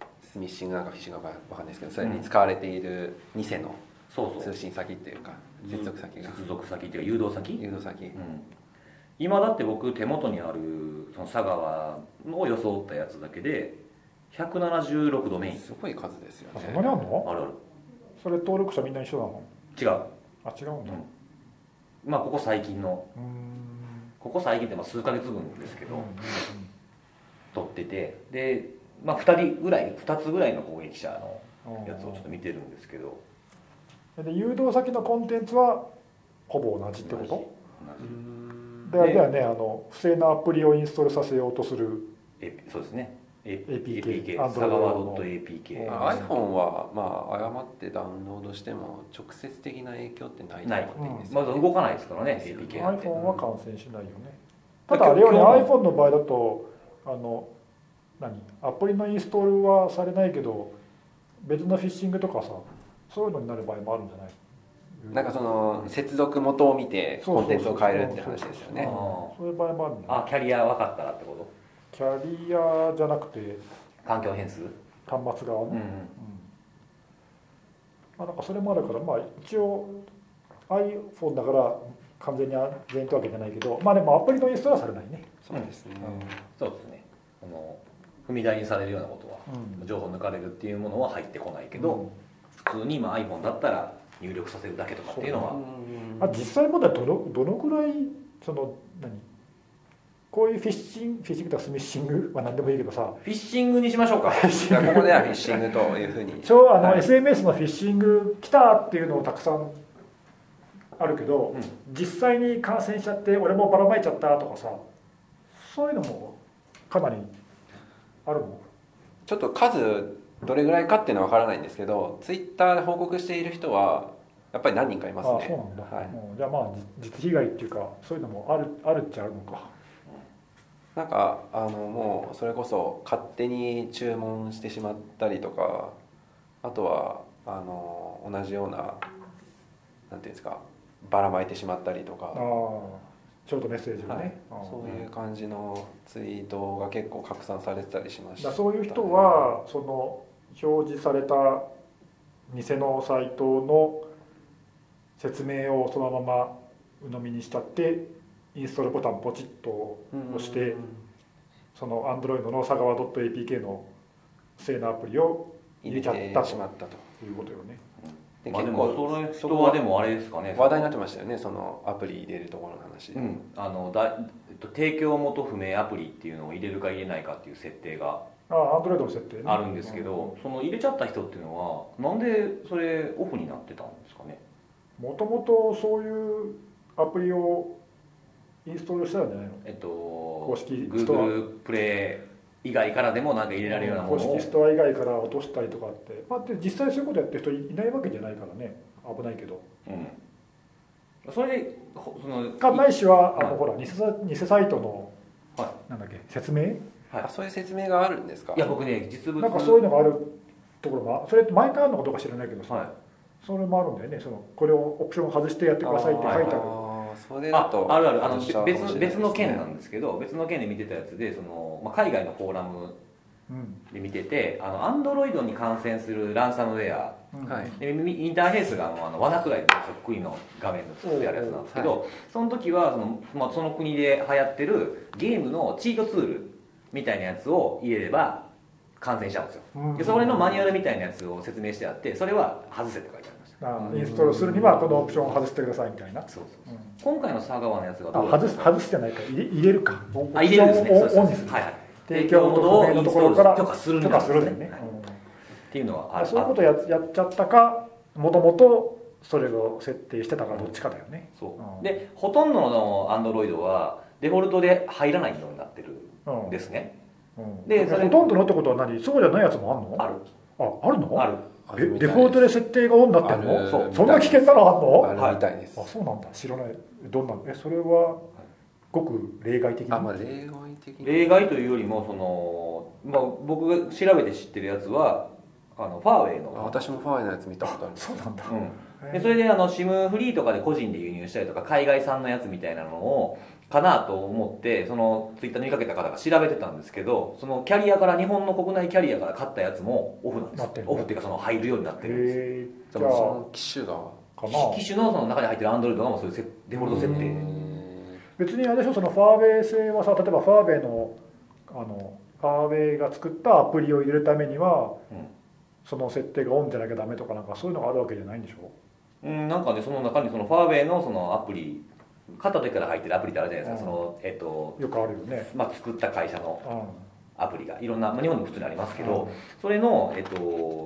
Speaker 1: う
Speaker 2: スミッシングなんかフィッシングなんかわかんないですけどそれに使われている偽の
Speaker 1: そうそう
Speaker 2: 通信先っていうか接続先が
Speaker 1: 接続先っていうか誘導先、
Speaker 2: 誘導先
Speaker 1: うん今だって僕手元にあるその佐川を装ったやつだけで176ドメイン
Speaker 2: すごい数ですよ
Speaker 3: あ
Speaker 2: ね
Speaker 3: そんなにあんの
Speaker 1: あるある
Speaker 3: それ登録者みんな一緒なの
Speaker 1: 違う、
Speaker 3: あ違うんだ
Speaker 1: うん、まあここ最近の
Speaker 3: うーん
Speaker 1: ここ最近ってまあ数ヶ月分ですけど、
Speaker 3: うんうん
Speaker 1: 撮っててで、まあ、2人ぐらい2つぐらいの攻撃者の
Speaker 3: うん
Speaker 1: やつをちょっと見てるんですけど
Speaker 3: で誘導先のコンテンツはほぼ同じってこと
Speaker 1: 同
Speaker 2: う
Speaker 1: じ
Speaker 2: ん
Speaker 3: であれだよねあの不正なアプリをインストールさせようとする
Speaker 1: A- そうですね A-
Speaker 3: APK
Speaker 1: APK
Speaker 3: アン
Speaker 1: 佐
Speaker 3: ドロイド
Speaker 1: 川
Speaker 3: の
Speaker 1: .apk
Speaker 2: あ iPhone はまあ誤ってダウンロードしても直接的な影響ってないと思っていいんですよ
Speaker 1: まだ
Speaker 2: ね
Speaker 1: 動かないですからね
Speaker 2: ですよね
Speaker 1: apk なんて
Speaker 3: iPhone は感染しないよねただあれよね
Speaker 1: 今日
Speaker 3: iPhone の場合だとあの何アプリのインストールはされないけど別のフィッシングとかさそういうのになる場合もあるんじゃない
Speaker 2: なんかその接続元を見て
Speaker 3: そう
Speaker 2: コ
Speaker 3: そうそう
Speaker 2: ンテンツを変えるって話ですよね
Speaker 1: あ
Speaker 3: そういう場合もあるんだよ
Speaker 1: あキャリア分かったらってこと
Speaker 3: キャリアじゃなくて
Speaker 1: 環境変数
Speaker 3: 端末側
Speaker 1: う
Speaker 3: ね、
Speaker 1: ん
Speaker 3: まあ、なんかそれもあるから、まあ、一応 iPhone だから完全に全員ってわけじゃないけど、まあ、でもアプリのインストールはされないね、
Speaker 2: そうですね
Speaker 1: そうですねあの踏み台にされるようなことは
Speaker 3: うん
Speaker 1: 情報抜かれるっていうものは入ってこないけど、普通にまあ iPhone だったら入力させるだけとかっていうのは
Speaker 3: あ実際まだどのどのくらいその何こういうフィッシングフィッシングとかスミッシング は何でもいいけどさ
Speaker 1: フィッシングにしましょうか
Speaker 2: じゃあここではフィッシングというふうに
Speaker 3: 超あの、
Speaker 2: はい
Speaker 3: SMS のフィッシング来たっていうのをたくさんあるけど、
Speaker 1: うん
Speaker 3: 実際に感染しちゃって俺もばらまいちゃったとかさそういうのもかなりあるもん
Speaker 2: ちょっと数どれぐらいかっていうのは分からないんですけどツイッターで報告している人はやっぱり何人かいま
Speaker 3: ああ
Speaker 2: す
Speaker 3: そう
Speaker 2: ね
Speaker 3: なんだ、
Speaker 2: はい
Speaker 3: うんじゃあまあじ実被害っていうかそういうのもあるあるっちゃあるのか
Speaker 2: なんかあのもうそれこそ勝手に注文してしまったりとかあとはあの同じようななんていうんですかばらまいてしまったりと
Speaker 3: ああ
Speaker 2: か、
Speaker 3: ショートメッセージをね、
Speaker 2: はい
Speaker 3: ああ
Speaker 2: そういう感じのツイートが結構拡散されてたりしました
Speaker 3: だそういう人はその表示された偽のサイトの説明をそのまま鵜呑みにしちゃってインストールボタンポチッと押してその Android の佐川 .apk の正なアプリを
Speaker 2: 入
Speaker 3: 入れ
Speaker 2: れ
Speaker 3: ちゃった
Speaker 2: てしまったと
Speaker 3: いうことよね
Speaker 2: で
Speaker 1: まあで
Speaker 2: 結
Speaker 1: も
Speaker 2: 構
Speaker 1: それ
Speaker 2: そ
Speaker 1: 人
Speaker 2: こ
Speaker 1: は
Speaker 2: は
Speaker 1: でもあれですかね
Speaker 2: 話題になってましたよねそのアプリ入れるところの話
Speaker 1: う、ん、あのだえっと提供元不明アプリっていうのを入れるか入れないかっていう設定が
Speaker 3: ああ Android の設定ね
Speaker 1: あるんですけど、その入れちゃった人っていうのはなんでそれオフになってたんですかね
Speaker 3: もともとそういうアプリをインストールしてたんじゃないの
Speaker 1: えっと
Speaker 3: 式ストア
Speaker 1: Google プレイ以外からでもなんか入れられるようなも
Speaker 3: 公
Speaker 1: のを
Speaker 3: 式ストア以外から落としたりとかって、まあ、で実際そういうことやってる人いないわけじゃないからね危ないけど
Speaker 1: うん、それでほその
Speaker 3: かないしはあ
Speaker 1: は
Speaker 3: の
Speaker 1: い
Speaker 3: ほら偽サ偽サイトの、
Speaker 1: は
Speaker 3: なんだっけ説明
Speaker 1: はい
Speaker 2: あそういう説明があるんですか
Speaker 1: いや僕ね実物
Speaker 3: なんかそういうのがあるところもあそれって毎回あるのかどうか知らないけどさ、
Speaker 1: はい、
Speaker 3: それもあるんだよねそのこれをオプション外してやってくださいって書いてある
Speaker 2: あーそれだ
Speaker 1: あ
Speaker 2: と
Speaker 1: あるあるあの
Speaker 2: 話したかもし
Speaker 1: 別
Speaker 2: れない
Speaker 1: の
Speaker 2: ですね
Speaker 1: 別の件なんですけど別の件で見てたやつでその、まあ、海外のフォーラム
Speaker 3: うん
Speaker 1: で見ててあのアンドロイドに感染するランサムウェア
Speaker 3: うん
Speaker 2: はい
Speaker 1: でイインターフェースがあのあのワナクライとそっくりの画面の作ってあるやつなんですけど、その時はその,、まあ、その国で流行ってるゲームのチートツールみたいなやつを入れれば感染しちゃうんですよ
Speaker 3: うん
Speaker 1: でそれのマニュアルみたいなやつを説明してあってそれは外せって書いてありまし
Speaker 3: あインストールするにはこのオプションを外してくださいみたいな、
Speaker 1: たそうそう
Speaker 3: うん
Speaker 1: 今回の佐川のやつが
Speaker 3: あ
Speaker 1: どうだったん
Speaker 3: 外
Speaker 1: ですすか
Speaker 3: 外すじゃないか入れ入れるかオプ
Speaker 1: あ入れるんですね
Speaker 3: ション
Speaker 1: そう
Speaker 3: を
Speaker 1: です
Speaker 3: オンにする
Speaker 1: はいはい
Speaker 3: 提供元不明のところから
Speaker 1: 提供元不明のインストール許可
Speaker 3: 許可
Speaker 1: す
Speaker 3: す
Speaker 1: る
Speaker 3: る
Speaker 1: ん
Speaker 3: ん
Speaker 1: だ
Speaker 3: だ
Speaker 1: よ
Speaker 3: よ
Speaker 1: ね
Speaker 3: ね、
Speaker 1: はい
Speaker 3: うん
Speaker 1: っていうのは
Speaker 3: あ
Speaker 1: あ
Speaker 3: そういうことややっちゃったかもともとそれを設定してたかどっちかだよね、
Speaker 1: そう
Speaker 3: うん
Speaker 1: でほとんどのアンドロイドはデフォルトで入らないようになってる
Speaker 3: うん
Speaker 1: んですね
Speaker 3: うん
Speaker 1: で
Speaker 3: え
Speaker 1: それ
Speaker 3: ほとんどのってことは何そうじゃないやつもあんの
Speaker 1: ある
Speaker 3: ああるの
Speaker 1: ある
Speaker 2: あ
Speaker 3: え
Speaker 2: るみた
Speaker 3: デ
Speaker 2: いです
Speaker 3: フォルトで設定がオンになってる
Speaker 2: ある
Speaker 3: の
Speaker 1: そう
Speaker 3: そんな危険なのあん
Speaker 2: あ
Speaker 3: の
Speaker 2: るみたいです
Speaker 3: あそうなんだ知らないどんなのえそれはごく例外的な
Speaker 2: あまあ例外的に
Speaker 1: 例外というよりもその、まあ、僕が調べて知ってるやつはあのファーウェイ
Speaker 2: あ
Speaker 1: の、
Speaker 2: 私もファーウェイのやつ見たことある
Speaker 3: そうなんだ、
Speaker 1: うん、
Speaker 3: へ
Speaker 1: で
Speaker 3: え
Speaker 1: それであの SIM フリーとかで個人で輸入したりとか海外産のやつみたいなのをかなと思ってそのツイッターに見かけた方が調べてたんですけどそのキャリアから日本の国内キャリアから買ったやつもオフなんです
Speaker 3: なってる
Speaker 1: オフっていうかその入るようになってるんです
Speaker 3: へえ
Speaker 2: で
Speaker 3: じゃ
Speaker 2: もそ
Speaker 3: あ
Speaker 2: の機種が
Speaker 3: かな
Speaker 1: 機種のその中に入ってるアンドロイドがもうそういうせデフォルト設定
Speaker 3: 別にあれでしょそのファーウェイ製はさ例えばファーウェイのあのファーウェイが作ったアプリを入れるためには、
Speaker 1: うん
Speaker 3: その設定がオンじゃなきゃダメとかなんかそういうのがあるわけじゃないんでしょ
Speaker 1: うん、なんかねその中にそのファーウェイのそのアプリ片手から入ってるアプリってあるじゃないですか、
Speaker 3: うん
Speaker 1: そのえっと、
Speaker 3: よくあるよね、
Speaker 1: まあ、作った会社の
Speaker 3: う
Speaker 1: アプリがいろんな、まあ、日本にも普通にありますけ
Speaker 3: ん、
Speaker 1: ど、それの、えっと、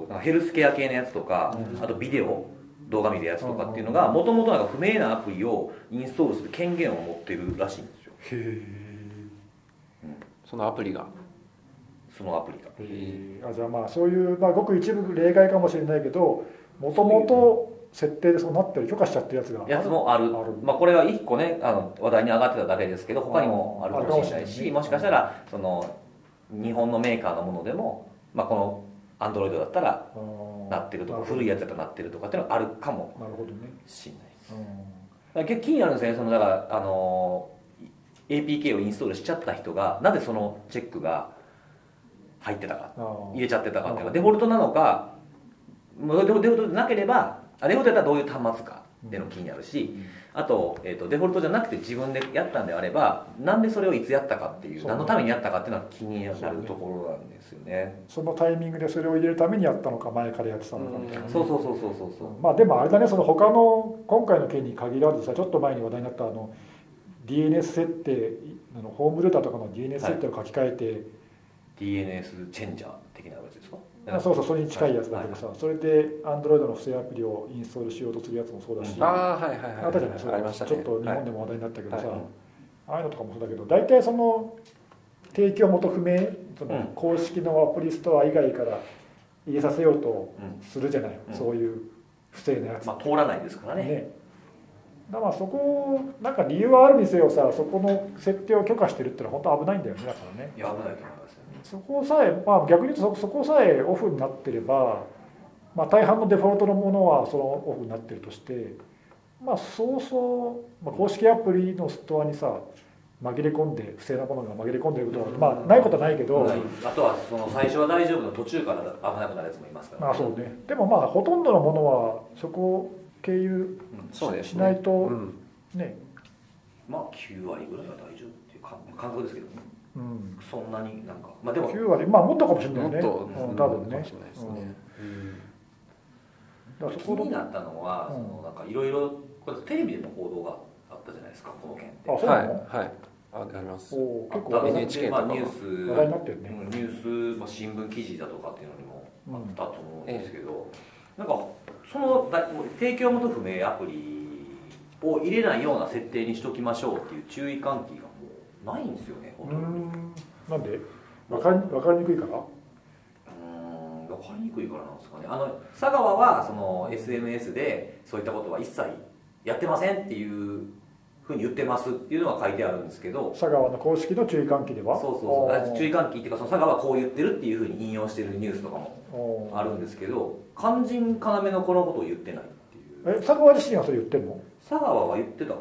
Speaker 1: なんかヘルスケア系のやつとか、
Speaker 3: うん
Speaker 1: あとビデオ動画見るやつとかっていうのが
Speaker 3: うん
Speaker 1: もともと不明なアプリをインストールする権限を持ってるらしいんですよ
Speaker 3: へ
Speaker 2: そのアプリが
Speaker 1: そのアプリが
Speaker 3: えあじゃあまあそういう、まあ、ごく一部例外かもしれないけどもともと設定でそうなってる許可しちゃってるやつが
Speaker 1: やつもある
Speaker 3: ある
Speaker 1: まあ、これは1個ねあの話題に上がってただけですけど他にもあ
Speaker 3: あー
Speaker 1: るかもしれない
Speaker 3: あるかもし
Speaker 1: し
Speaker 3: れないね
Speaker 1: もしかしたらその日本のメーカーのものでも、まあ、このアンドロイドだったら
Speaker 3: うん
Speaker 1: なってるとか
Speaker 3: なほど
Speaker 1: 古いやつだったらなってるとかっていうのがあるかも
Speaker 3: なるほどね、
Speaker 1: しれない
Speaker 3: うん
Speaker 1: だから結構気になるんですよねそのだからあの APK をインストールしちゃった人がなぜそのチェックが入ってたか
Speaker 3: あー
Speaker 1: 入れちゃってたかっていうの
Speaker 3: う
Speaker 1: が
Speaker 3: ん
Speaker 1: デフォルトなのかまあデフォルトでなければあデフォルトやったらどういう端末かっていうの気になるし、あと,、えー、とデフォルトじゃなくて自分でやったんであればなんでそれをいつやったかっていう
Speaker 3: そう
Speaker 1: 何のためにやったかっていうのは気になるところなんですよね。
Speaker 3: そのタイミングでそれを入れるためにやったのか前からやってたのかみたいな、
Speaker 2: ん
Speaker 1: そうそうそうそうそうそう
Speaker 3: まあでもあれだねその他の今回の件に限らずさちょっと前に話題になったあの DNS 設定あのホームルーターとかの DNS 設定を書き換えて、
Speaker 1: DNS チェンジャー的なやつですか
Speaker 3: あそうそうそれに近いやつだけどさ、それで Android の不正アプリをインストールしようとするやつもそうだし、
Speaker 1: うん
Speaker 2: あ
Speaker 3: あ
Speaker 2: あはいはいはい
Speaker 3: ったじゃないですか、
Speaker 2: ありましたね
Speaker 3: ちょっと日
Speaker 2: は
Speaker 3: 本
Speaker 2: い
Speaker 3: でも話題になったけどさ、
Speaker 2: はい
Speaker 3: ああいうのとかもそうだけど大体その提供元不明そ
Speaker 1: うん
Speaker 3: の公式のアプリストア以外から入れさせようと
Speaker 1: うん
Speaker 3: するじゃない、
Speaker 1: うん
Speaker 3: そういう不正なやつ、
Speaker 1: まあ、通らないですからね
Speaker 3: ねだからまあそこをなんか理由はあるにせよさそこの設定を許可してるってのは本当危ないんだよねだからね
Speaker 1: いや危ないと思いますよね
Speaker 3: そこさえ、まあ、逆に言うとそそこさえオフになってれば、まあ、大半のデフォルトのものはそのオフになってるとして、まあ、そうそう、まあ、公式アプリのストアにさ紛れ込んで不正なものが紛れ込んでることは、まあ、ないことはないけど、
Speaker 1: はいあとはその最初は大丈夫の途中から危なくなるやつもいますから、
Speaker 3: まあそうね、でもまあほとんどのものはそこを経由
Speaker 2: そうですね
Speaker 3: しないと
Speaker 2: うん
Speaker 3: ね、
Speaker 1: まあ9割ぐらいは大丈夫っていうか感覚ですけどね
Speaker 3: うん、
Speaker 1: そんなになんかまあでも
Speaker 3: 9割まあもっとかもしれな
Speaker 2: も
Speaker 3: いよ
Speaker 2: っ
Speaker 3: ね
Speaker 2: と
Speaker 3: うん多分
Speaker 2: かも
Speaker 3: ね
Speaker 2: しれないですね、
Speaker 3: うんだからそ
Speaker 1: 気
Speaker 3: この
Speaker 1: になったのは、
Speaker 3: うん
Speaker 1: そのなんかいろいろこれテレビでも報道があったじゃないですかこの件って
Speaker 3: あそう
Speaker 2: は
Speaker 3: ないの
Speaker 2: はいああります
Speaker 3: おー結
Speaker 1: あ
Speaker 3: 構
Speaker 1: った
Speaker 3: 話題
Speaker 2: NHK
Speaker 1: まあ
Speaker 2: とか
Speaker 1: ニュース
Speaker 3: 話題になってるね、
Speaker 1: うんニュース、まあ、新聞記事だとかっていうのにも
Speaker 3: うん
Speaker 1: あったと思うんですけど、なんかそのだもう提供元不明アプリを入れないような設定にしときましょうっていう注意喚起がもうないんですよねほ
Speaker 3: う
Speaker 1: と
Speaker 3: ー
Speaker 1: んどうん
Speaker 3: んなんでわかりわかりにくいから
Speaker 1: ーん分かりにくいからなんですかねあの佐川はその SNS でそういったことは一切やってませんっていうふうに言ってますっていうのは書いてあるんですけど
Speaker 3: 佐川の公式の注意喚起で
Speaker 1: そう
Speaker 3: は
Speaker 1: そうそうあ注意
Speaker 3: 意
Speaker 1: 喚起っていうかその佐川はこう言ってるっていうふうに引用してるニュースとかもあるんですけど肝心要のこのことを言ってないっていう
Speaker 3: え佐川自身はそれ言ってんの
Speaker 1: 佐川は言ってたかな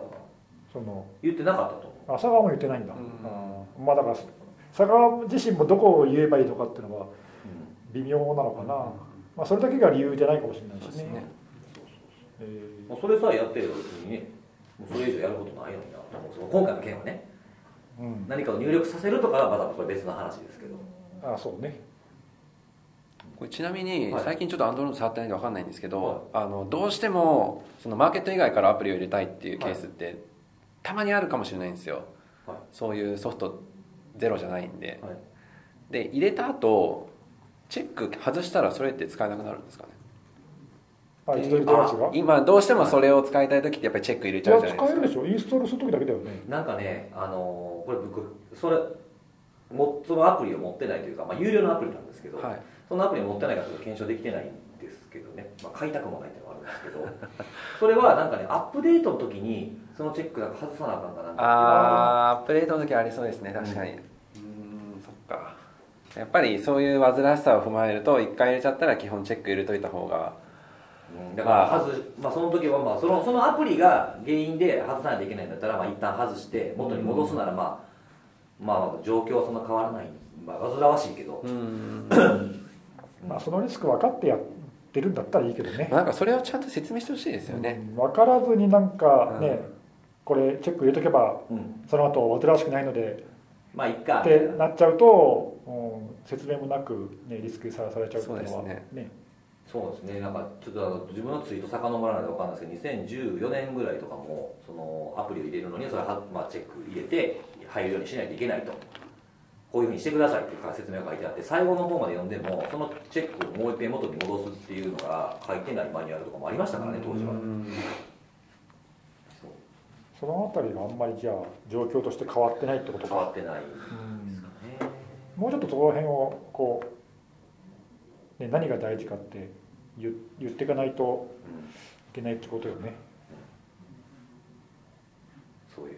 Speaker 3: その
Speaker 1: 言ってなかったと思
Speaker 3: あ佐川も言ってないんだ、
Speaker 2: うん
Speaker 3: あーまあだから佐川自身もどこを言えばいいのかっていうのは
Speaker 1: う、
Speaker 3: 微妙なのかな、まあ、それだけが理由じゃないかもしれないし
Speaker 2: そうです
Speaker 3: ね
Speaker 2: ね
Speaker 3: え
Speaker 1: うん
Speaker 3: ー
Speaker 1: もうそれさえやってれば別にねもうそれ以上やることないのになと思うんですけど今回の件はね
Speaker 3: うん、
Speaker 1: 何かを入力させるとかはまたこれ別の話ですけど
Speaker 3: あそうね
Speaker 2: これちなみに
Speaker 1: はい
Speaker 2: 最近ちょっとアンドロイド触ってないんで分かんないんですけど、
Speaker 1: はい
Speaker 2: あのどうしてもそのマーケット以外からアプリを入れたいっていうケースってたまにあるかもしれないんですよ、
Speaker 1: はい
Speaker 2: そういうソフトゼロじゃないんで、
Speaker 1: はい
Speaker 2: で入れた後チェック外したらそれって使えなくなるんですかね
Speaker 3: あ一度言ってるやつが
Speaker 2: 今どうしてもそれを使いたい時ってやっぱりチェック入れ
Speaker 3: い
Speaker 2: ちゃうじゃ
Speaker 3: や
Speaker 2: ないで
Speaker 3: 使え
Speaker 2: す
Speaker 3: る
Speaker 2: か
Speaker 3: でしょインストールする時だけだよね
Speaker 1: なんかねあのーこれ僕それもそのアプリを持ってないというか、まあ、有料のアプリなんですけど、
Speaker 2: はい、
Speaker 1: そのアプリを持ってないかちょっと検証できてないんですけどね、まあ、買いたくもないっていうのもあるんですけど それはなんかねアップデートの時にそのチェックなんか外さなあかんかなんかっていうのが
Speaker 2: あーアップデートの時ありそうですね確かにうんんそっかやっぱりそういう煩わしさを踏まえると一回入れちゃったら基本チェック入れといた方が
Speaker 1: うんだから外し、まあ、その時はまあそのそのアプリが原因で外さないといけないんだったらまあ一旦外して元に戻すならまあ、まあ状況はそんな変わらないまあ煩わしいけど、
Speaker 2: うん
Speaker 3: まあそのリスク分かってやってるんだったらいいけどね
Speaker 2: なんかそれをちゃんと説明してほしいですよね、
Speaker 3: うん分からずになんかね、
Speaker 2: うん
Speaker 3: これチェック入れとけば
Speaker 1: うん
Speaker 3: その後煩わしくないので
Speaker 1: まあいっか
Speaker 3: っ
Speaker 1: みたい
Speaker 3: て
Speaker 1: な
Speaker 3: なっちゃうと、うん、説明もなく、ね、リスクにさらされちゃうっていうの
Speaker 2: そ
Speaker 3: は
Speaker 2: うです
Speaker 3: ね
Speaker 1: そうですねなんかちょっとあの自分のツイート遡らないと分かんないですけど2014年ぐらいとかもそのアプリを入れるのにそれは、まあ、チェック入れて入るようにしないといけないとこういうふうにしてくださいっていう説明が書いてあって最後の方まで読んでもそのチェックをもう一遍元に戻すっていうのが書いてないマニュアルとかもありましたからね当時は、そう
Speaker 3: そのあたりがあんまりじゃあ状況として変わってないってこと
Speaker 1: 変わ
Speaker 3: か、
Speaker 1: ってないですかね
Speaker 3: もうちょっとそこら辺をこう、ね、何が大事かって言言っていかないといけないってことよね
Speaker 1: そういう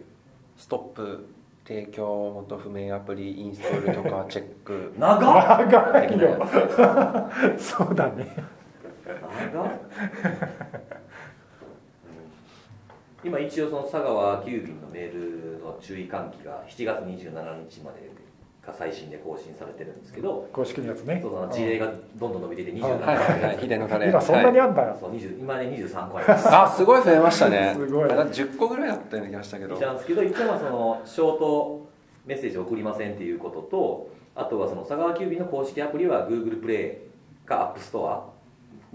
Speaker 2: ストップ提供元不明アプリインストールとかチェック
Speaker 1: 長っ
Speaker 3: 長
Speaker 2: でき
Speaker 3: い
Speaker 2: ない
Speaker 3: よ
Speaker 2: やつ
Speaker 3: そうだね
Speaker 1: 長っうん 今一応その佐川急便のメールの注意喚起が7月27日までが最新で更新されてるんですけど、
Speaker 3: 公式のやつね
Speaker 1: そうその事例がどんどん伸びてて27
Speaker 2: はいはいはい秀のカレー
Speaker 3: 今そんなに
Speaker 2: はい
Speaker 3: あんだよ、
Speaker 1: そう20今ね23個あります
Speaker 2: あすごい増えましたね
Speaker 3: すごい
Speaker 2: あだって10個ぐらいあったような気がしたけど
Speaker 1: 来たんですけど一回はそのショートメッセージ送りませんっていうこととあとはその佐川急便の公式アプリは Google プレイか App ストア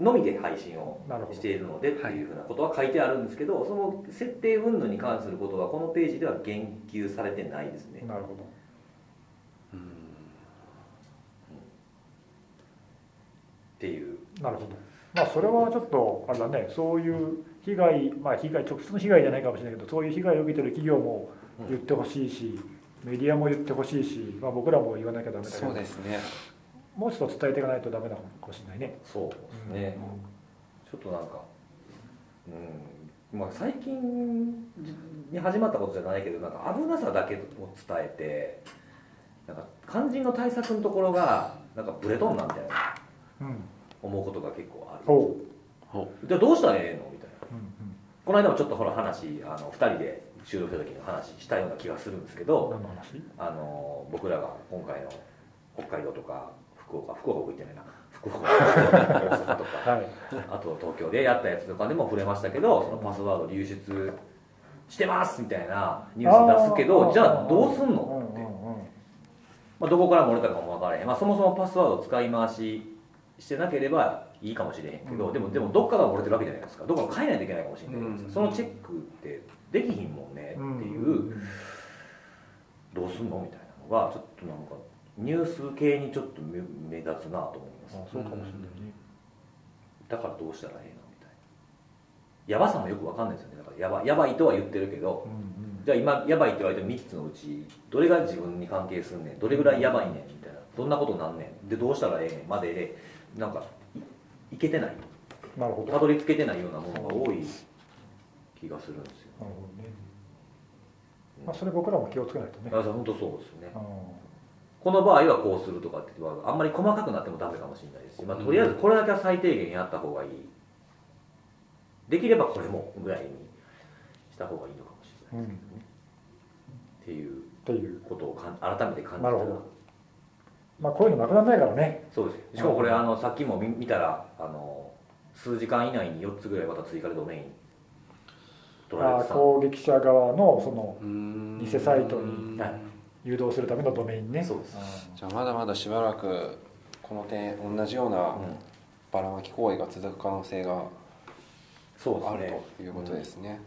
Speaker 1: のみで配信を
Speaker 3: なるほど
Speaker 1: しているのでっていうふうなことは書いてあるんですけど、その設定云々に関することはこのページでは言及されてないですね、
Speaker 3: なるほど
Speaker 1: っていう
Speaker 3: なるほど。まあそれはちょっとあれだね。そういう被害、まあ被害直接の被害じゃないかもしれないけど、そういう被害を受けてる企業も
Speaker 1: うん
Speaker 3: 言ってほしいし、メディアも言ってほしいし、まあ僕らも言わなきゃダメだけ
Speaker 2: そ
Speaker 3: ど
Speaker 2: う、ですね
Speaker 3: もうちょっと伝えていかないとダメなのかもしれないね。
Speaker 1: そうですね、ちょっとなんか、うんまあ、最近に始まったことじゃないけどなんか危なさだけを伝えてなんか肝心の対策のところがなんかブレとんなみたいな
Speaker 3: うん。うん。
Speaker 1: 思うことが結構あ
Speaker 3: お
Speaker 1: る
Speaker 3: う。
Speaker 1: じゃあどうしたらええのみたいな
Speaker 3: うん
Speaker 1: この間もちょっとほら話あの2人で収録した時の話したような気がするんですけど、
Speaker 3: うん。何の話？
Speaker 1: あの僕らが今回の北海道とか福岡福岡僕行ってないな福岡大阪とか
Speaker 3: はい。
Speaker 1: あと東京でやったやつとかでも触れましたけどそのパスワード流出してますみたいなニュース出すけ
Speaker 3: あ
Speaker 1: ど
Speaker 3: ー
Speaker 1: じゃあどうすん
Speaker 3: うん
Speaker 1: のっ
Speaker 3: う
Speaker 1: て、
Speaker 3: んうん。
Speaker 1: まあ、どこから漏れたかも分からへん、まあ、そもそもパスワードを使い回ししてなければいいかもしれへんけど、
Speaker 3: うん
Speaker 1: でもでもどっかが漏れてるわけじゃないですかどっか変えないといけないかもしれないじゃないですか、
Speaker 2: うん
Speaker 1: そのチェックってできひんもんねっていう、
Speaker 3: ん
Speaker 1: どうすんのみたいなのがちょっとなんかニュース系にちょっと目目立つなと思います、
Speaker 3: あそうかもしれないね。
Speaker 1: だからどうしたらええのみたいなやばさもよくわかんないですよねだからやばやばいとは言ってるけど
Speaker 3: うんうん。
Speaker 1: じゃあ今やばいって言われてる3つのうちどれが自分に関係すんねんどれぐらいやばいねんみたいなどんなことなんねんでどうしたらええねんまででなんかいいけてない
Speaker 3: なるほど。
Speaker 1: た
Speaker 3: なる
Speaker 1: どり着けてないようなものが多い気がするんですよ
Speaker 3: ほどね。まあそれ僕らも気をつけないとね。
Speaker 1: あ本当そうですね
Speaker 3: うん
Speaker 1: この場合はこうするとかっていうのはあんまり細かくなってもダメかもしれないですし、まあ、とりあえずこれだけは最低限やった方がいいできればこれもぐらいにした方がいいのかもしれ
Speaker 3: う
Speaker 1: ない
Speaker 3: ん。っ
Speaker 1: っていう
Speaker 3: ていう。
Speaker 1: ことをかん改めて感じた
Speaker 3: なるほどまあこういうのなくならないからね。
Speaker 1: そうですしかもこれあのさっきも見見たらあの数時間以内に4つぐらいまた追加でドメイン取られ
Speaker 3: あ
Speaker 1: て
Speaker 3: ー
Speaker 1: た
Speaker 3: 攻撃者側のその
Speaker 2: 偽
Speaker 3: 偽サイトに
Speaker 1: はい
Speaker 3: 誘導するためのドメインね。
Speaker 1: そうです
Speaker 2: じゃあまだまだしばらくこの点同じよう
Speaker 1: う
Speaker 2: なんばらまき行為が続く可能性が
Speaker 1: そうです
Speaker 2: ある
Speaker 1: ね
Speaker 2: ということですね。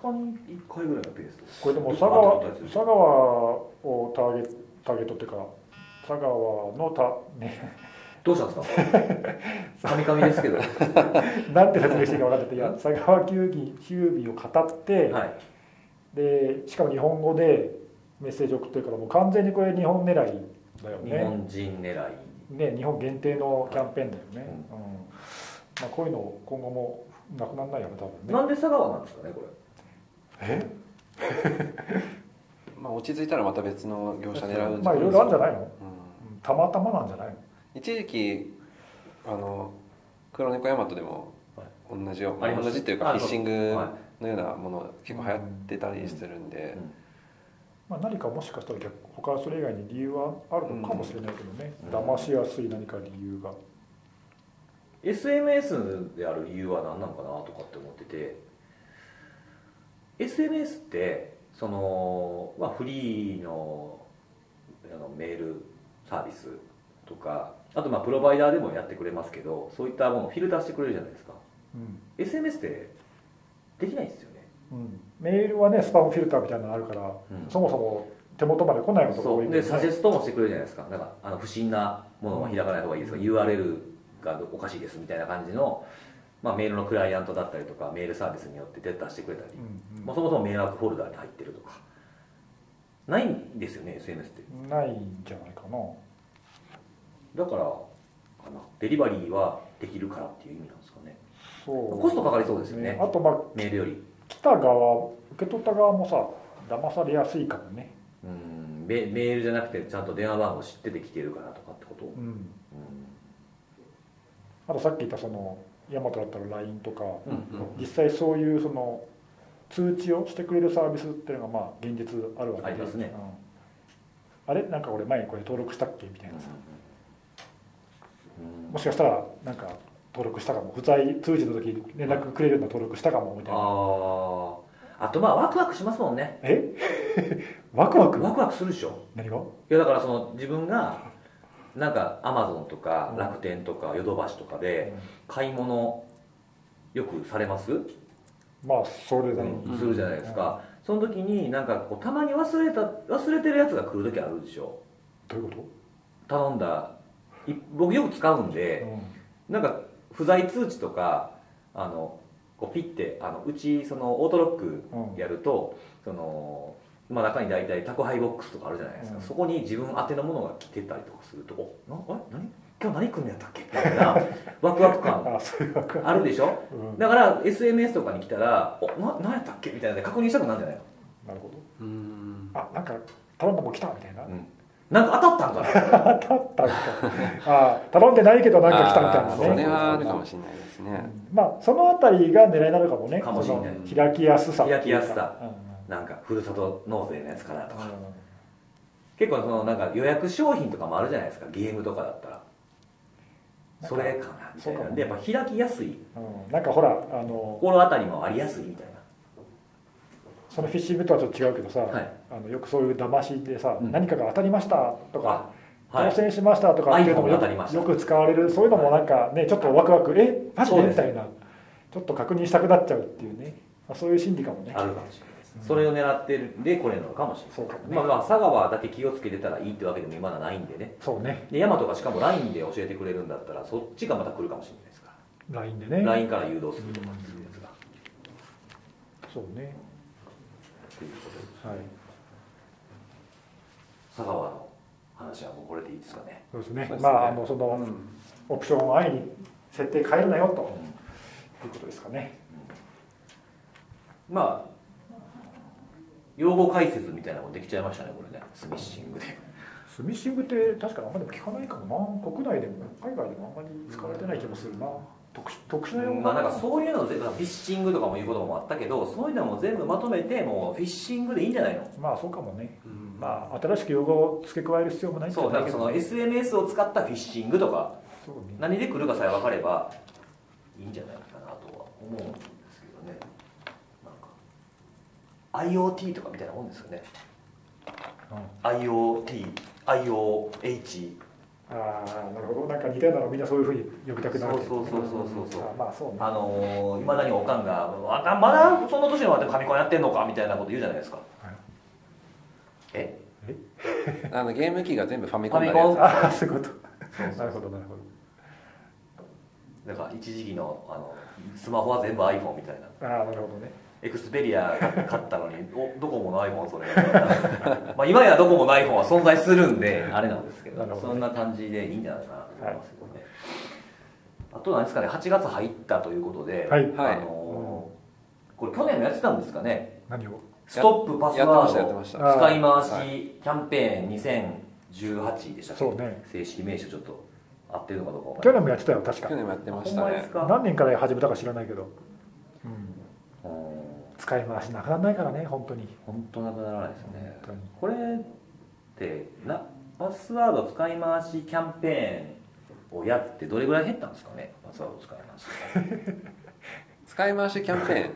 Speaker 1: 2日に1回ぐらいのペースです
Speaker 3: これでも佐
Speaker 1: あ
Speaker 3: 川
Speaker 1: ってことです
Speaker 3: 佐川をターゲターゲットっていうか佐川のたね
Speaker 1: どうしたんです か神々ですけど
Speaker 3: なんて説明していいか分かんないけどいや佐川急便急便を語って、
Speaker 1: はい
Speaker 3: でしかも日本語でメッセージ送ってるからもう完全にこれ日本狙いだよ
Speaker 1: 日
Speaker 3: ね。
Speaker 1: 本人狙い、
Speaker 3: ね日本限定のキャンペーンだよね。
Speaker 1: う
Speaker 3: うんまあこういうの今後もなくならないよね多分
Speaker 1: な
Speaker 3: ね。
Speaker 1: んで佐川なんですかねこ
Speaker 2: まあ落ち着いたらまた別の業者狙うんじ
Speaker 3: ま
Speaker 2: ゃ
Speaker 3: あ
Speaker 2: ない
Speaker 3: いろ
Speaker 2: で
Speaker 3: い
Speaker 2: す
Speaker 3: ろあるんじゃ
Speaker 2: か。
Speaker 3: ないの？うんたまたまなんじゃないの？
Speaker 2: うん一時期あの黒猫ヤマトでも
Speaker 1: はい
Speaker 2: 同じよ、
Speaker 1: ありました
Speaker 2: 同じっていうか
Speaker 1: あ
Speaker 2: フィッシング
Speaker 1: れ、
Speaker 2: のようなもの結構流行ってたりするんで、
Speaker 3: まあ、何かもしかしたら逆他それ以外に理由はあるのかもしれないけどね、
Speaker 1: うん
Speaker 3: 騙しやすい何か理由が、
Speaker 1: SMS である理由は何なのかなとかって思ってて SNS ってその、まあ、フリーのあのメールサービスとかあとまあプロバイダーでもやってくれますけどそういったものをフィルターしてくれるじゃないですか
Speaker 3: うん
Speaker 1: SNS ってできないですよね、
Speaker 3: うん、メールはねスパムフィルターみたいなのあるから、そもそも手元まで来ないことが
Speaker 1: そ
Speaker 3: 多いも
Speaker 1: うん
Speaker 3: ね
Speaker 1: でサジェストもしてくれるじゃないですかなんかあの不審なものは開かない方がいいですよ URL がおかしいですみたいな感じの、まあ、メールのクライアントだったりとかメールサービスによって出してくれたり、
Speaker 3: うんうん
Speaker 1: まあ、そもそも迷惑フォルダに入ってるとかないんですよね SNS って
Speaker 3: ないんじゃないかな
Speaker 1: だからかなデリバリーはできるからっていう意味なんですかね
Speaker 3: そう
Speaker 1: コストかかりそうですよね
Speaker 3: あとまあ
Speaker 1: メールより
Speaker 3: 来た側受け取った側もさ騙されやすいかもね、
Speaker 1: うんメメールじゃなくてちゃんと電話番号知ってて来てるからとかってこと、うん
Speaker 3: うん、あとさっき言ったそのヤマトだったら LINE とか
Speaker 1: うん
Speaker 3: 実際そういうその通知をしてくれるサービスっていうのがまあ現実あるわけで
Speaker 1: ありますね
Speaker 3: うんあれなんか俺前にこれ登録したっけみたいなさ
Speaker 1: うん
Speaker 3: もしかしたらなんか登録したかも不在通知の時に連絡くれるような登録したかもみたいな
Speaker 1: あああとまあワクワクしますもんね
Speaker 3: え ワクワク
Speaker 1: ワクワクするでしょ
Speaker 3: 何が
Speaker 1: いやだからその自分がなんかアマゾンとか
Speaker 3: うん
Speaker 1: 楽天とかヨドバシとかで買い物よくされます、
Speaker 3: まあそれなりに
Speaker 1: するじゃないですか、その時になんかこうたまに忘れた忘れてるやつが来る時あるでしょ
Speaker 3: どういうこ
Speaker 1: 頼んだい僕よく使うん
Speaker 3: と、
Speaker 1: でなんか不在通知とかあのこうピッてあのうちそのオートロック
Speaker 3: うん
Speaker 1: やるとその、まあ、中に大体宅配ボックスとかあるじゃないですか、
Speaker 3: うん
Speaker 1: そこに自分宛てのものが来てたりとかすると「おなあれ何今日何来んのやったっけ?」みたいな ワクワク感
Speaker 3: あそういうワクワ
Speaker 1: あるでしょ
Speaker 3: ク、うん
Speaker 1: だ
Speaker 3: な
Speaker 1: から SNS とかに来たら「おな何やったっけ?」みたいなので確認したくなるんじゃないの
Speaker 3: るほど
Speaker 2: うん
Speaker 3: あなんか頼んだもん来たみたいな、
Speaker 1: なんか当たったんかな
Speaker 3: 当たったみたいなあ頼んでないけどなんか来たみたい
Speaker 2: あ
Speaker 3: な
Speaker 2: ー
Speaker 3: ね
Speaker 2: それはあるかもしれないです
Speaker 3: う
Speaker 2: ね
Speaker 3: んまあそのあたりが狙いなのかもね
Speaker 1: かもしれない
Speaker 3: その開きやすさっていうか
Speaker 1: 開きやすさ
Speaker 3: うんうん
Speaker 1: なんかふるさと納税のやつかなとか
Speaker 3: うん
Speaker 1: 結構そのなんか予約商品とかもあるじゃないですかゲームとかだったらそれかなみたい
Speaker 3: そうか
Speaker 1: な
Speaker 3: も
Speaker 1: でやっぱ開きやすい
Speaker 3: うんなんかほらあの
Speaker 1: 心当たりもありやすいみたい
Speaker 3: そのフィッシングとはちょっと違うけどさ、
Speaker 1: なはい
Speaker 3: あのよくそういう騙しでさ、
Speaker 1: うん
Speaker 3: 何かが当たりましたとか
Speaker 1: あは
Speaker 3: 当
Speaker 1: い
Speaker 3: 選しましたとかっていうのも
Speaker 1: iPhone
Speaker 3: よ
Speaker 1: 当たりまし
Speaker 3: く
Speaker 1: た
Speaker 3: よく使われるそういうのもなんかねちょっとワクワクえマジ
Speaker 1: そ
Speaker 3: で
Speaker 1: うで
Speaker 3: み
Speaker 1: す
Speaker 3: たいなちょっと確認したくなっちゃうっていうね、まあ、そういう心理かもね
Speaker 1: あるかもしれないですそれを狙ってるんでこれなのかもしれ
Speaker 3: そうかもね、
Speaker 1: ないまあまあ佐川だけ気をつけてたらいいってわけでも今のはないんでね
Speaker 3: そうね
Speaker 1: で山とかしかも LINE で教えてくれるんだったらそっちがまた来るかもしれないですか
Speaker 3: LINE でね
Speaker 1: ら LINE から誘導するとかっていうやつが
Speaker 3: そうね
Speaker 1: ということで
Speaker 3: はい
Speaker 1: 佐川の話はもうこれでいいですかね
Speaker 3: そうですね
Speaker 2: そうですね
Speaker 3: まああのその、
Speaker 2: うん
Speaker 3: オプションを安易に設定変えるなよということですかね
Speaker 1: まあ用語解説みたいなのもできちゃいましたねこれねスミッシングで
Speaker 3: スミッシングって確かにあんまりでも聞かないかもな国内でも海外でもあんまり使われてない気もするな、特殊特殊な用語
Speaker 1: まあなんかそういうのを全部フィッシングとかもいうこともあったけどそういうのも全部まとめてもうフィッシングでいいんじゃないの
Speaker 3: まあそうかもね、
Speaker 2: うん
Speaker 3: まあ、新しく用語を付け加える必要もないんじゃ
Speaker 1: そう
Speaker 3: な
Speaker 1: ないんか
Speaker 3: け
Speaker 1: その
Speaker 3: ど
Speaker 1: SNS を使ったフィッシングとか
Speaker 3: そうね
Speaker 1: 何で来るかさえ分かればいいんじゃないかなとは思うんですけどねなんか IoT とかみたいなもんですよね
Speaker 3: うん
Speaker 1: IoTIOH
Speaker 3: ああなるほどなんか似たようなのみんなそういうふうに呼びたくなるけど
Speaker 1: そうそうそうそうそう
Speaker 3: あまあそうね
Speaker 1: あのい、まだにおかんが「あまだその年のまでファミコンやってんのか」みたいなこと言うじゃないですかえ
Speaker 2: あのゲーム機が全部ファミ
Speaker 1: フ
Speaker 2: コ
Speaker 1: ァ
Speaker 2: ン
Speaker 1: ミ
Speaker 2: になる
Speaker 1: コ
Speaker 2: や
Speaker 1: ンだ
Speaker 2: つ
Speaker 3: ああそういうことなるほどなるほ
Speaker 1: から一時期のあのスマホは全部 iPhone みたいな
Speaker 3: どああなるほどね
Speaker 1: エクスペリア買ったのに「おドコモの iPhone それ」まあ今やドコモの iPhone は存在するんであれなんですけど
Speaker 3: なるほど
Speaker 1: そんな感じでいいんじゃないかなと思いますけどね、あとなんですかね8月入ったということで、
Speaker 3: はい
Speaker 2: はい
Speaker 1: あのこれ去年もやってたんですかね
Speaker 3: 何を
Speaker 1: ストップパス
Speaker 2: やって
Speaker 1: ワ
Speaker 2: ましたや
Speaker 1: ー
Speaker 2: って
Speaker 1: ド
Speaker 2: まし
Speaker 3: あ
Speaker 2: た
Speaker 1: 使い回し
Speaker 2: は
Speaker 1: キャンペーン2018でしたっけ
Speaker 3: そうね
Speaker 1: 正式名称ちょっと合ってるのかどうかわか
Speaker 3: 去
Speaker 1: んない
Speaker 3: 年もやってたよ確か
Speaker 2: 去年もやってまし
Speaker 1: ほ
Speaker 2: た
Speaker 1: んまです
Speaker 2: ね
Speaker 1: か
Speaker 3: 何年から始めたか知らないけど、
Speaker 1: う
Speaker 3: うん、
Speaker 1: ん
Speaker 3: 使い回しなくならないからね本当に
Speaker 1: 本当なくならないですよね
Speaker 3: 本当に
Speaker 1: これってなパスワード使い回しキャンペーンをやってどれぐらい減ったんですかねパスワード使い
Speaker 2: 使い回しキャンペ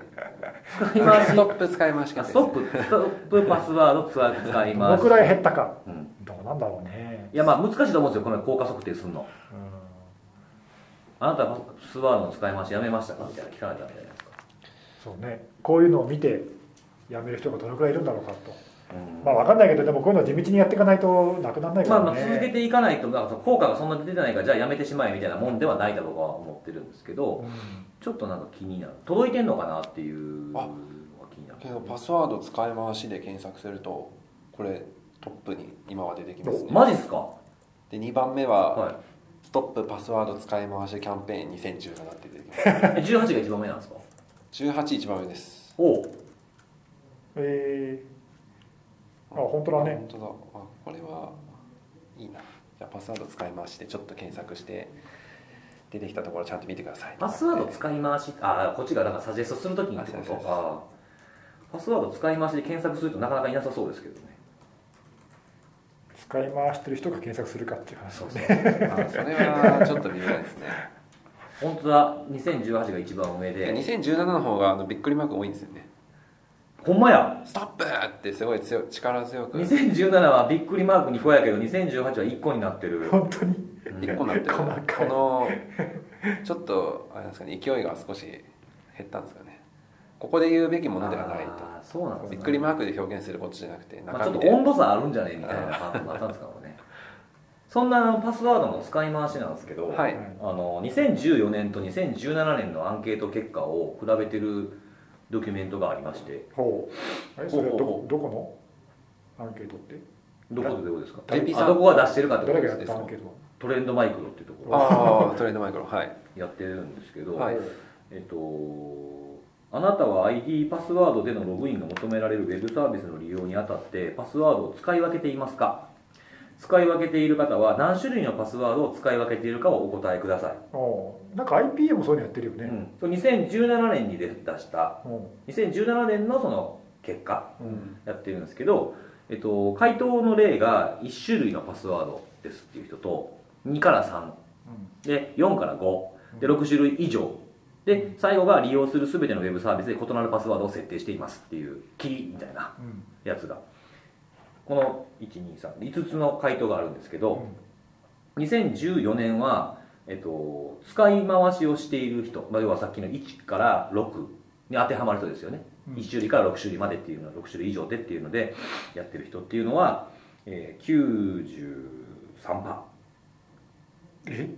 Speaker 2: ーン
Speaker 1: 回し使い回し
Speaker 2: ストップ使い回しキャン
Speaker 1: あ
Speaker 2: ペ
Speaker 1: ス
Speaker 2: ーン
Speaker 1: トップストップパスワード使い回し
Speaker 3: どのくらい減
Speaker 1: っ
Speaker 3: ったか
Speaker 1: た、うん、
Speaker 3: どうなんだろうね
Speaker 1: いやまあ難しいと思うんですよこの効果測定するの
Speaker 3: うん
Speaker 1: あなたパスワードの使い回しやめましたかみたいな聞かれたみたいな
Speaker 3: そうねこういうのを見てやめる人がどのくらいいるんだろうかと
Speaker 1: うん
Speaker 3: まあわかんないけどでもこういうの地道にやっていかないとなくならないか
Speaker 1: ま
Speaker 3: ら
Speaker 1: あ
Speaker 3: ね、
Speaker 1: まあ続けていかないとなんかその効果がそんなに出てないからじゃあやめてしまえみたいなもんではないだろうとは思ってるんですけど
Speaker 3: う
Speaker 1: ちょっとなんか気になる届いてんのかなっていうのが
Speaker 2: あ
Speaker 1: 気になる
Speaker 2: けどパスワード使い回しで検索するとこれトップに今は出てきますね
Speaker 1: マジっすか
Speaker 2: で2番目は、
Speaker 1: はい
Speaker 2: ストップパスワード使い回しキャンペーン2017って出てきま
Speaker 1: え18が一番目なんですか
Speaker 2: す18一番上です
Speaker 1: おお
Speaker 3: えーあ本当だね
Speaker 2: 本当だあこれはいいなじゃあパスワード使い回しでちょっと検索して出てきたところちゃんと見てください
Speaker 1: パスワード使い回しあこっちがなんかサジェストするときにってこと
Speaker 2: あそうそうそう
Speaker 1: かパスワード使い回しで検索するとなかなかいなさそうですけどね
Speaker 3: 使い回してる人が検索するかっていう話
Speaker 1: そ
Speaker 3: で
Speaker 1: う
Speaker 3: す
Speaker 1: そ
Speaker 3: ね
Speaker 1: う
Speaker 2: あそれはちょっと微妙です ね
Speaker 1: 本当だ2018が一番上
Speaker 2: で
Speaker 1: で
Speaker 2: 2017の方があのびっくりマーク多いんですよね
Speaker 1: ほんまや
Speaker 2: ストップってすごい強い力強く
Speaker 1: 2017はびっくりマーク2個やけど2018は1個になってる
Speaker 3: 本当に
Speaker 2: 1個になってる
Speaker 3: 細か
Speaker 2: こ
Speaker 3: い
Speaker 2: のちょっとあれなんですかね勢いが少し減ったんですかねここで言うべきものではない
Speaker 1: あーそうなんです
Speaker 2: と
Speaker 1: ね
Speaker 2: びっくりマークで表現することじゃなくて
Speaker 1: まあ、ちょ
Speaker 2: 中
Speaker 1: っと
Speaker 2: 身で、
Speaker 1: 温度差あるんじゃねみたいな感じになったんですかもねそんなあのパスワードの使い回しなんですけど、
Speaker 2: はい
Speaker 1: あの2014年と2017年のアンケート結果を比べてるドキュメントがありまして
Speaker 3: ほうあれそれはど
Speaker 1: ほうほ
Speaker 3: こどこのアンケートって
Speaker 1: どことどこですか
Speaker 2: タイピーさん
Speaker 1: あどこが出してるかってこ
Speaker 3: 誰
Speaker 1: と
Speaker 3: が
Speaker 1: で
Speaker 3: や
Speaker 1: す
Speaker 3: っ
Speaker 1: ね
Speaker 3: たアンケート
Speaker 1: トレンドマイクロっていうところ
Speaker 2: ああトレンドマイクロはい
Speaker 1: やってるんですけど、
Speaker 2: はい
Speaker 1: えっとあなたは ID パスワードでのログインが求められるウェブサービスの利用にあたってパスワードを使い分けていますか使い分けている方は何種類のパスワードを使い分けているかをお答えください、
Speaker 3: おうなんか IPA もそういうのやってるよ
Speaker 1: う
Speaker 3: ね、
Speaker 1: ん、それ2017年に出した
Speaker 3: うん
Speaker 1: 2017年のその結果
Speaker 3: うん
Speaker 1: やってるんですけど、えっと、回答の例が1種類のパスワードですっていう人と2から3で4から5で6種類以上で最後が利用する全てのウェブサービスで異なるパスワードを設定していますっていうキリみたいな
Speaker 3: うん
Speaker 1: やつがこの1235つの回答があるんですけど2014年は、えっと、使い回しをしている人、まあ、要はさっきの1から6に当てはまる人ですよね、
Speaker 3: うん
Speaker 1: 1種類から6種類までっていうの6種類以上でっていうのでやってる人っていうのは、えー、93%。
Speaker 3: え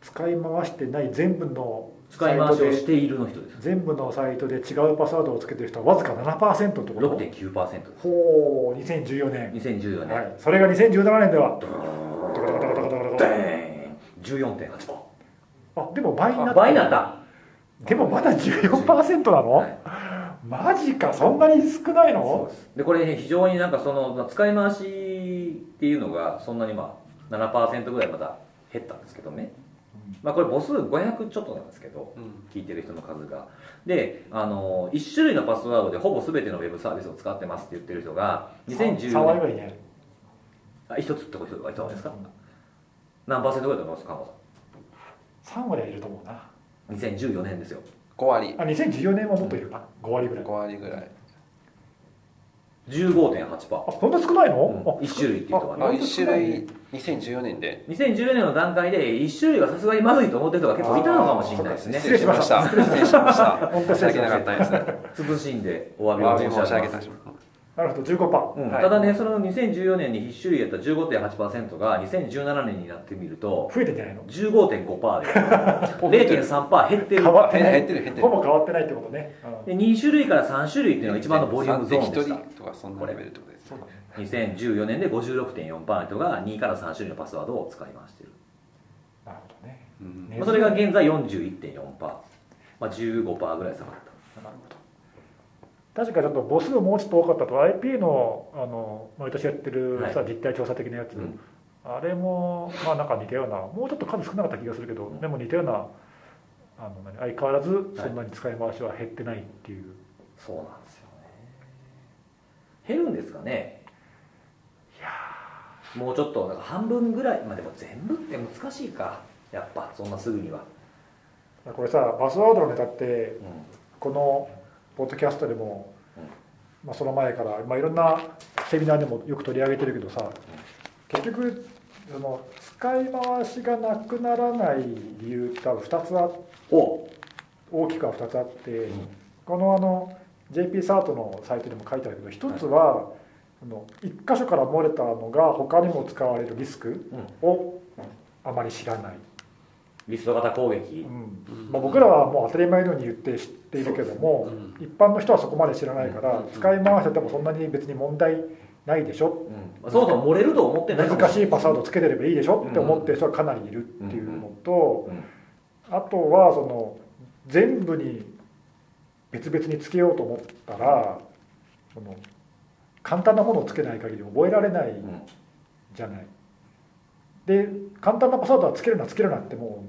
Speaker 3: 使い回してない全部の
Speaker 1: 使い回しをし
Speaker 3: で
Speaker 1: ているの人です
Speaker 3: 全部のサイトで違うパスワードをつけてる人はわずか7%ってこと
Speaker 1: 6.9%です
Speaker 3: ほう2014年、
Speaker 1: 2014年、
Speaker 3: はい、それが2017年では
Speaker 1: ド
Speaker 3: ドカドカドカドカドカドカ
Speaker 1: ーン14.8%
Speaker 3: あでも倍にな
Speaker 1: あ
Speaker 3: った
Speaker 1: 倍になった、
Speaker 3: でもまだ14%なの、
Speaker 1: はい
Speaker 3: マジかそんなに少ない
Speaker 1: そう
Speaker 3: の
Speaker 1: ですでこれ、ね、非常になんかそのまあ使い回しっていうのがそんなにまあ7%ぐらいまた減ったんですけどね、まあ、これ母数500ちょっとなんですけど
Speaker 2: うん
Speaker 1: 聞いてる人の数がであの1種類のパスワードでほぼ全てのウェブサービスを使ってますって言ってる人が
Speaker 3: 3
Speaker 1: 2014
Speaker 3: 割ぐ
Speaker 1: 年
Speaker 3: らいね
Speaker 1: あ1つってことがいたんですか何パーセントぐらいだと思いますか
Speaker 3: 3割はいると思うなあ
Speaker 1: 2014年ですよ
Speaker 2: 5割
Speaker 3: 2014年はもっといるか5割ぐらい
Speaker 2: 5割ぐらい
Speaker 1: 15.8%、
Speaker 3: あそんな少ない
Speaker 1: うん
Speaker 3: の、、
Speaker 1: 1種類っていう人は
Speaker 2: あ
Speaker 1: ね
Speaker 3: あ
Speaker 2: 1種類2014年で
Speaker 1: 2014年の段階で1種類はさすがにまずいと思ってる人が結構いたのかもしれないですね
Speaker 2: 失礼しました失礼しました
Speaker 3: 本当
Speaker 2: 申
Speaker 3: に
Speaker 2: し
Speaker 3: 失礼
Speaker 2: 訳
Speaker 3: しま
Speaker 2: なか
Speaker 3: した
Speaker 2: ったですね
Speaker 1: 慎んでお詫び
Speaker 2: 詫
Speaker 1: を
Speaker 2: び
Speaker 1: 申
Speaker 2: 申
Speaker 1: し
Speaker 2: し
Speaker 1: 上
Speaker 2: 上
Speaker 1: げ
Speaker 2: げ
Speaker 1: ま
Speaker 2: た
Speaker 1: す
Speaker 2: し
Speaker 3: あなるほど15パ
Speaker 1: うん
Speaker 2: はい
Speaker 1: ただねその2014年に1種類やった15.8%が2017年になってみると
Speaker 3: ー増えてんじゃないの
Speaker 1: 15.5%で 0.3%減ってる
Speaker 3: 変わってな
Speaker 2: 減
Speaker 3: い
Speaker 2: ってる減って
Speaker 3: ほ
Speaker 2: る
Speaker 3: ぼ変わってないってことね、うん
Speaker 1: で2種類から3種類っていうのが一番のボリュームゾーンでした
Speaker 2: 3人とかそんなレベルってことです
Speaker 3: そうだね
Speaker 1: 2014年で56.4%が2から3種類のパスワードを使い回してる、
Speaker 3: なるほどね
Speaker 2: うん
Speaker 3: ね
Speaker 1: まあそれが現在41.4%、まあ、15%ぐらい下がった
Speaker 3: なるほど確かちょっと母数もうちょっと多かったと IPA のあの毎年やってるさ、実態調査的なやつ、
Speaker 1: うん
Speaker 3: あれもまあなんか似たようなもうちょっと数少なかった気がするけど、
Speaker 1: うん
Speaker 3: でも似たようなあの何相変わらずそんなに使い回しは減ってないっていう、
Speaker 1: そうなんですよね減るんですかね
Speaker 3: いや
Speaker 1: もうちょっとなんか半分ぐらいまあでも全部って難しいかやっぱそんなすぐには、
Speaker 3: ーこれさパスワードのネタって
Speaker 1: うん
Speaker 3: このポッドキャストでも、
Speaker 1: うん
Speaker 3: まあ、その前から、まあ、いろんなセミナーでもよく取り上げてるけどさ結局その使い回しがなくならない理由って多分2つあって。
Speaker 1: お
Speaker 3: 大きくは2つあって、
Speaker 1: ん
Speaker 3: このあの JP サートのサイトでも書いてあるけど一つは、あの1箇所から漏れたのが他にも使われるリスク
Speaker 1: うん
Speaker 3: をあまり知らない、
Speaker 1: リスト型攻撃、
Speaker 3: うん
Speaker 2: うん
Speaker 3: まあ、僕らはもう当たり前のように言って知っているけども、
Speaker 2: そうです
Speaker 3: 一般の人はそこまで知らないから、
Speaker 2: うん
Speaker 3: 使い回しててもそんなに別に問題ないでしょ
Speaker 1: うんまあそもそも漏れると思ってない
Speaker 3: 難しいパスワー
Speaker 1: ド、
Speaker 3: ドつけてればいいでしょって思ってる人がかなりいるっていうのと、
Speaker 1: うん
Speaker 3: あとはその全部に別々につけようと思ったらその簡単なものをつけない限り覚えられない
Speaker 1: うん
Speaker 3: じゃない。で簡単なパスワードはつけるなつけるなっても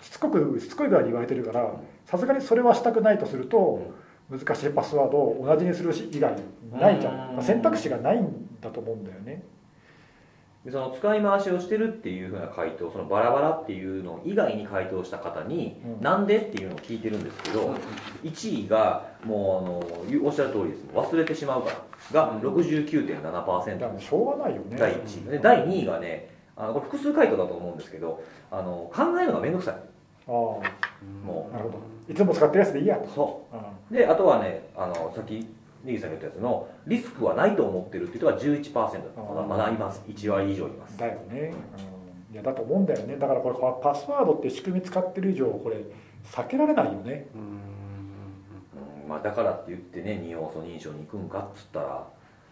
Speaker 3: うしつこくしつこいぐらいに言われてるからさすがにそれはしたくないとすると難しいパスワードを同じにするし以外ないじゃ
Speaker 1: うん
Speaker 3: ん選択肢がないんだと思うんだよね。
Speaker 1: でその使い回しをしてるっていうふうな回答そのバラバラっていうの以外に回答した方に、
Speaker 3: うん
Speaker 1: なんでっていうのを聞いてるんですけど、1位がもうあのおっしゃる通りです忘れてしまうからが69.7%、
Speaker 3: だからしょうがないよね
Speaker 1: 第1位で第2位がねあのこれ複数回答だと思うんですけどあの考えるのが面倒くさい
Speaker 3: あ
Speaker 1: も
Speaker 3: あなるほどいつも使ってるやつでいいやと、
Speaker 1: そ
Speaker 3: うん
Speaker 1: うであとはねあのさっきネギさんが言ったやつのリスクはないと思ってるって人は11%だったまだまだいます1割以上います
Speaker 3: だよね、うん、いやだと思うんだよねだからこれパスワードって仕組み使ってる以上これ避けられないよね
Speaker 2: うん
Speaker 1: うんまあ、だからって言ってね二要素認証に行くんかっつったら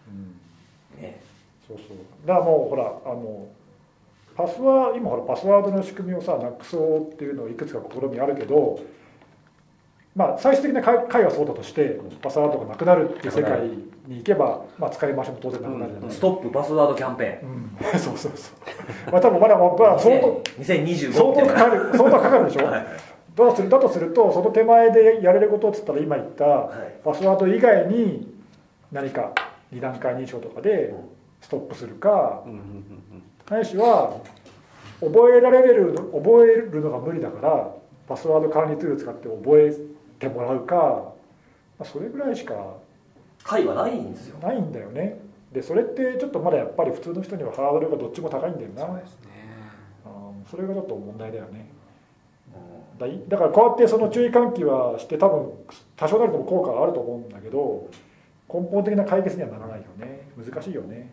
Speaker 3: うん
Speaker 1: ね
Speaker 3: そうそうだからもうほらあのパスワード今ほらパスワードの仕組みをさなくそうっていうのをいくつか試みあるけどまあ最終的な解解はそうだとしてパスワードがなくなるっていう世界に行けば、まあ、使い回しも当然なくなるじゃないです
Speaker 1: ス
Speaker 3: か、
Speaker 1: トップパスワードキャンペ
Speaker 3: うん、そうそうそうまあ多分まだ僕は
Speaker 1: ーン
Speaker 3: 相当
Speaker 1: 2025
Speaker 3: 相
Speaker 1: みた
Speaker 3: 当
Speaker 1: い
Speaker 3: か
Speaker 1: な
Speaker 3: かる相当かかるでしょ、
Speaker 1: はい
Speaker 3: だとするだとするとその手前でやれることっつったら今言った
Speaker 1: はい
Speaker 3: パスワード以外に何か二段階認証とかで
Speaker 1: うん
Speaker 3: ストップするか
Speaker 2: うんうん
Speaker 3: ないしは覚えられる覚えるのが無理だからパスワード管理ツール使って覚えてもらうか、まあ、それぐらいしか
Speaker 1: 解はないんですよ
Speaker 3: ないんだよねでそれってちょっとまだやっぱり普通の人にはハードルがどっちも高いんだよな
Speaker 2: すね
Speaker 3: うんそれがちょっと問題だよねだいだからこうやってその注意喚起はして多分多少なりとも効果はあると思うんだけど根本的な解決にはならないよね難しいよね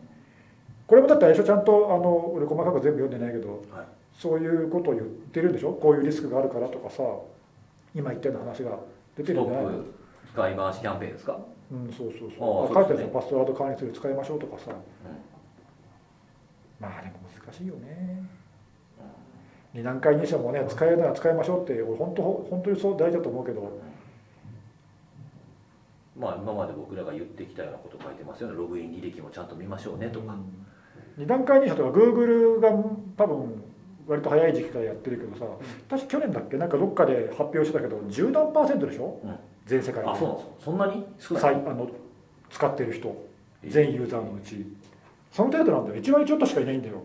Speaker 3: これもだって最初ちゃんとあの俺細かく全部読んでないけど
Speaker 1: うんはい
Speaker 3: そういうことを言ってるんでしょこういうリスクがあるからとかさ今言ったような話が出て
Speaker 1: ス
Speaker 3: る
Speaker 1: ト
Speaker 3: んじゃない
Speaker 1: ップ使い回しキャンペーンですか、
Speaker 3: うんそうそう
Speaker 1: あ
Speaker 3: そ
Speaker 1: あ
Speaker 3: う
Speaker 1: そう
Speaker 3: 書
Speaker 1: で
Speaker 3: い
Speaker 1: すね
Speaker 3: てあるじゃんパスワード管理ツール使いましょうとかさまあでも難しいよね二段階認証もね使えるなら使いましょうって俺本当本当にそう大事だと思うけど
Speaker 1: まあ、今まで僕らが言ってきたようなこと書いてますよねログイン履歴もちゃんと見ましょうねとか、
Speaker 3: 二段階認証とか Google が多分割と早い時期からやってるけどさ私去年だっけなんかどっかで発表してたけど10何パーセントでしょ、
Speaker 1: うん
Speaker 3: 全世界で
Speaker 1: あそうなんですかそんなに少な
Speaker 3: さい
Speaker 1: い
Speaker 3: あの使ってる人
Speaker 1: え
Speaker 3: 全ユーザーのうちその程度なんだよ1割ちょっとしかいないんだよ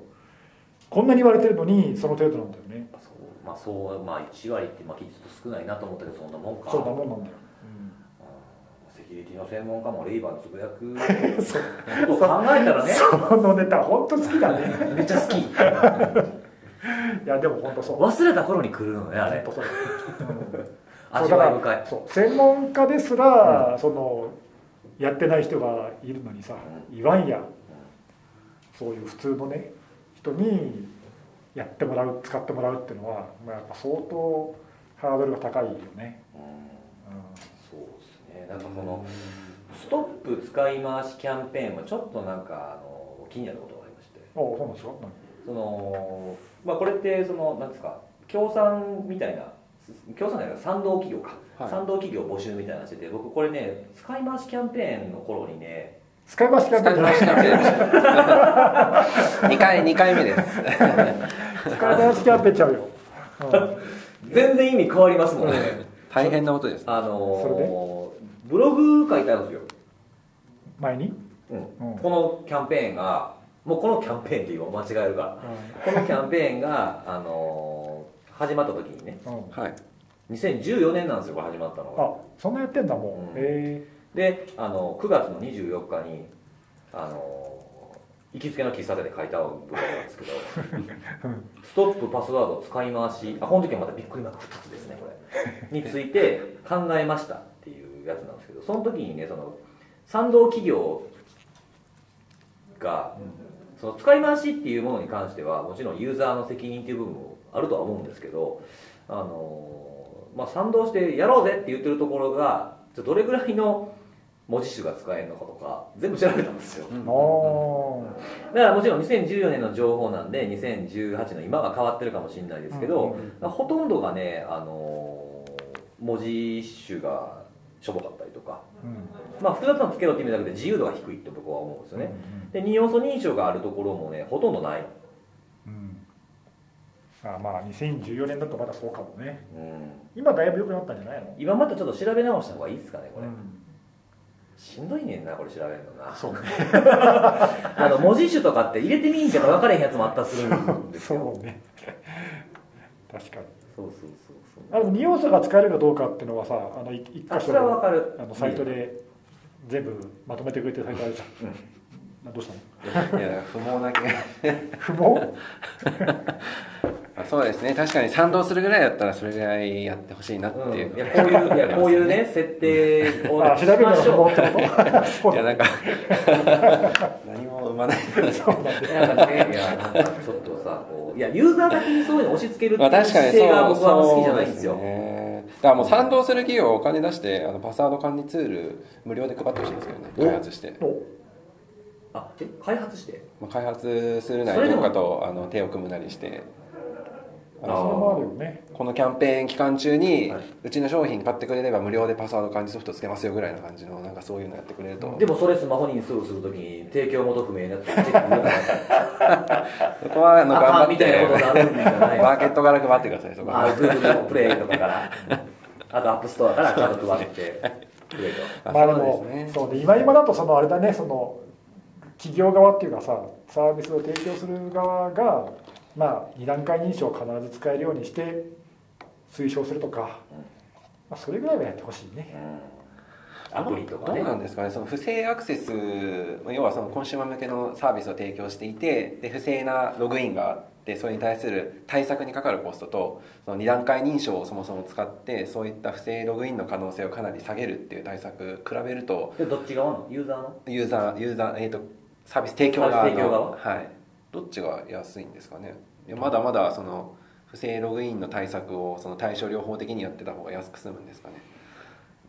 Speaker 3: こんなに言われてるのにその程度なんだよね
Speaker 1: そうまあそうまあ1割ってまあきっと少ないなと思ったけどそんなもんか
Speaker 3: そうだもんなんだよ、
Speaker 1: うんセキュリティの専門家もレイバーのつぶやく
Speaker 3: そ
Speaker 1: ことを考えたらね
Speaker 3: そのネタ本当好きだね
Speaker 1: めっちゃ好き
Speaker 3: いやでも本当そう
Speaker 1: 忘れた頃に来るのねあ
Speaker 3: 本
Speaker 1: れ
Speaker 3: 当そう、うん
Speaker 1: 味わい深い
Speaker 3: そう専門家ですら、そのやってない人がいるのにさ、言わんや、そういう普通のね人にやってもらう使ってもらうっていうのは、まあ、やっぱ相当ハードルが高いよね、
Speaker 1: うん
Speaker 3: う
Speaker 1: そうですねなんかこのストップ使い回しキャンペーンもちょっとなんかあの気になることがありまして
Speaker 3: ん、おそうなんですよ
Speaker 1: そのまあこれってそのなんですか協賛みたいな協賛じゃないか賛同企業か、
Speaker 2: はい
Speaker 1: 賛同企業募集みたいなのしてて僕これね使い回しキャンペーンの頃にね
Speaker 3: 使い回しキャンペ
Speaker 2: 使い
Speaker 3: ーン
Speaker 2: 回しキャンペーン二回二回目です
Speaker 3: 使い回しキャンペーンちゃうよ、うん
Speaker 1: 全然意味変わりますもんね
Speaker 2: 大変なことですね
Speaker 1: あ
Speaker 3: それで
Speaker 1: のブログ書いてあるんですよ、
Speaker 3: 前に、
Speaker 1: うん
Speaker 3: うん
Speaker 1: このキャンペーンがもうこのキャンペーンって今間違えるからこのキャンペーンが、あの始まった時にね
Speaker 3: うん
Speaker 2: はい
Speaker 1: 2014年なんですよこれ始まったのが
Speaker 3: あそんなやってんだも
Speaker 1: うん
Speaker 3: う、え
Speaker 1: であの9月の24日にあの行きつけの喫茶店で書いたブログなんですけど「ストップパスワード使い回し」あこの時はまたびっくりマーク2つですねこれについて考えましたっていうやつなんですけどその時にねその賛同企業がその使い回しっていうものに関してはもちろんユーザーの責任っていう部分もあるとは思うんですけどあの、まあ、賛同してやろうぜって言ってるところがじゃあどれぐらいの文字数が使えるのかとか全部調べたんですよ
Speaker 2: う
Speaker 3: ー、
Speaker 2: ん
Speaker 3: あ
Speaker 1: だからもちろん2014年の情報なんで2018の今は変わってるかもしれないで
Speaker 3: です
Speaker 1: けど、ほとんどがね、あの文字数がしょぼかったりとか、まあ、複雑なのつけろって意味だけで自由度が低いって僕は思うんですよね、で二要素認証があるところもねほとんどない
Speaker 3: うんあまあ2014年だとまだそうかもね
Speaker 1: うん
Speaker 3: 今だいぶ良くなったんじゃないの、
Speaker 1: 今またちょっと調べ直した方がいいですかねこれ、
Speaker 3: うん
Speaker 1: しんどいねんなこれ調べるのな
Speaker 3: そうね
Speaker 1: あの文字種とかって入れてみんけど分からへんやつもあったりするんです よ
Speaker 3: そうね確かに
Speaker 1: そうそうそうそ
Speaker 3: あ
Speaker 1: う
Speaker 3: でも二要素が使えるかどうかっていうのはさあのい一
Speaker 1: あ
Speaker 3: 箇
Speaker 1: そ
Speaker 3: 所
Speaker 1: れは分かる
Speaker 3: あのサイトで全部まとめてくれてるサイトあるじゃん、 などうしたの
Speaker 2: いや不毛な気が
Speaker 3: 不毛
Speaker 2: あそうですね確かに賛同するぐらいだったらそれぐらいやってほしいなって
Speaker 1: うん、
Speaker 2: いう、
Speaker 1: いやこういういやこういうね設 定を
Speaker 3: あ調べるのが不毛ってこと
Speaker 2: い やなんか何も生まない
Speaker 3: そうなんで
Speaker 1: なんかね、いやなんかちょっとさこういやユーザーだけにそういうの押し付けるって い
Speaker 2: まあ
Speaker 1: う姿
Speaker 2: 確かにそう
Speaker 1: 勢が僕は好きじゃないんです
Speaker 2: そう
Speaker 1: よ
Speaker 2: ねだからもう賛同する企業はお金出してあのパスワード管理ツール無料で配ってほしいんですけどね開発して、
Speaker 3: お
Speaker 1: あえ開発して
Speaker 2: まあ、開発するな
Speaker 1: それ
Speaker 2: り
Speaker 1: で
Speaker 2: ど
Speaker 1: も
Speaker 2: うかとあの手を組むなりしてあ
Speaker 3: それもあるよね
Speaker 2: このキャンペーン期間中に、
Speaker 1: はいう
Speaker 2: ちの商品買ってくれれば無料でパスワード管理ソフトつけますよぐらいの感じのなんかそういうのやってくれると
Speaker 1: でもそれスマホにインストールするときに提供元不明のやつチェック入れなかったら
Speaker 2: そこはあの
Speaker 1: あ
Speaker 2: 頑張
Speaker 1: かん
Speaker 2: って
Speaker 1: みたいなことになるんじゃない
Speaker 2: マーケットから配ってくださいそこ
Speaker 1: まあ
Speaker 2: は
Speaker 1: Google のプレイとかからあとアップストアから軽く割ってくれと
Speaker 2: あ
Speaker 3: まあで
Speaker 2: そう
Speaker 3: も
Speaker 2: ですね
Speaker 3: そうね今今だとそのあれだねその企業側っていうかさサービスを提供する側がまあ2段階認証を必ず使えるようにして推奨するとか、まあ、それぐらいはやってほしいね
Speaker 1: アプリとかね
Speaker 2: どうなんですかねその不正アクセス要はそのコンシューマー向けのサービスを提供していてで不正なログインがあってそれに対する対策にかかるコストとその2段階認証をそもそも使ってそういった不正ログインの可能性をかなり下げるっていう対策比べると
Speaker 1: でどっち側のユーザーの
Speaker 2: ユーザーユーザー、えー、とサービス提供側の
Speaker 1: サービス提供側
Speaker 2: はい、どっちが安いんですかねいやまだまだその不正ログインの対策をその対処療法的にやってた方が安く済むんですかね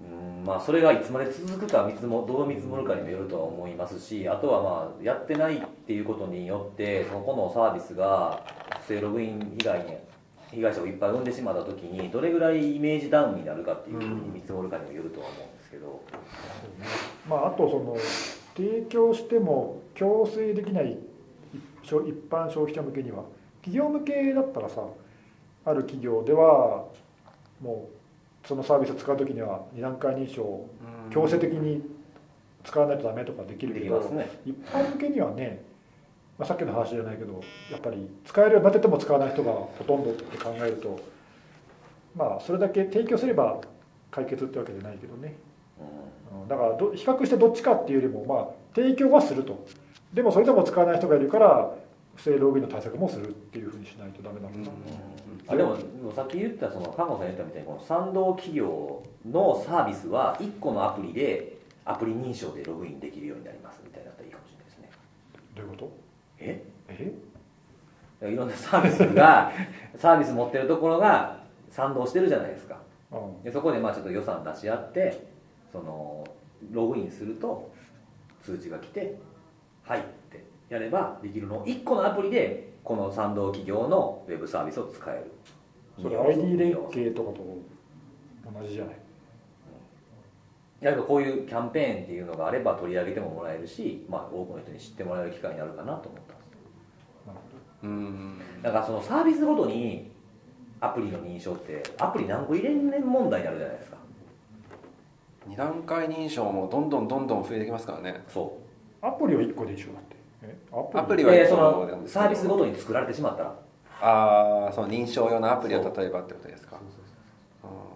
Speaker 1: うんまあそれがいつまで続くか見積もどう見積もるかにもよるとは思いますしあとはまあやってないっていうことによってそのこのサービスが不正ログイン被害に被害者をいっぱい生んでしまった時にどれぐらいイメージダウンになるかっていうふうに見積もるかにもよるとは思うんですけど、
Speaker 3: まあ、あとその提供しても強制できない一一般消費者向けには企業向けだったらさある企業ではもうそのサービスを使う時には2段階認証を強制的に使わないとダメとかできる
Speaker 1: で
Speaker 3: け
Speaker 1: き
Speaker 3: ど
Speaker 1: ますね
Speaker 3: 一般向けにはね、まあ、さっきの話じゃないけどやっぱり使えるようになってても使わない人がほとんどって考えるとまあそれだけ提供すれば解決ってわけじゃないけどね。
Speaker 1: う
Speaker 3: うんだからど比較してどっちかっていうよりも、まあ、提供はするとでもそれでも使わない人がいるから不正ログインの対策もするっていうふうにしないとダメなのかな、
Speaker 1: んあでもでもさっき言ったその看護さん言ったみたいにこの賛同企業のサービスは1個のアプリでアプリ認証でログインできるようになりますみたいなったらいいかもしれないですね
Speaker 3: どういうこと
Speaker 1: え
Speaker 3: え
Speaker 1: いろんなサービス がサービス持ってるところが賛同してるじゃないですか
Speaker 3: うん
Speaker 1: でそこでまあちょっと予算出し合ってそのログインすると通知が来て「はい」ってやればできるのを1個のアプリでこの賛同企業のウェブサービスを使える
Speaker 3: それ ID 連携とかと同じじゃない
Speaker 1: やっぱこういうキャンペーンっていうのがあれば取り上げてももらえるし、まあ、多くの人に知ってもらえる機会になるかなと思ったんです
Speaker 3: なるほど
Speaker 2: うん
Speaker 1: だからそのサービスごとにアプリの認証ってアプリ何個入れんねん問題になるじゃないですか
Speaker 2: 二段階認証もどんどんどんどん増えてきますからね
Speaker 1: そ
Speaker 3: アプリは1個で一緒だってえア
Speaker 2: アプ
Speaker 1: う
Speaker 2: リ
Speaker 1: で
Speaker 2: は
Speaker 1: そ
Speaker 2: そうなん
Speaker 1: の
Speaker 2: ですけど
Speaker 1: サービスごとに作られてしまったら
Speaker 2: ああその認証用のアプリを例えばってことですか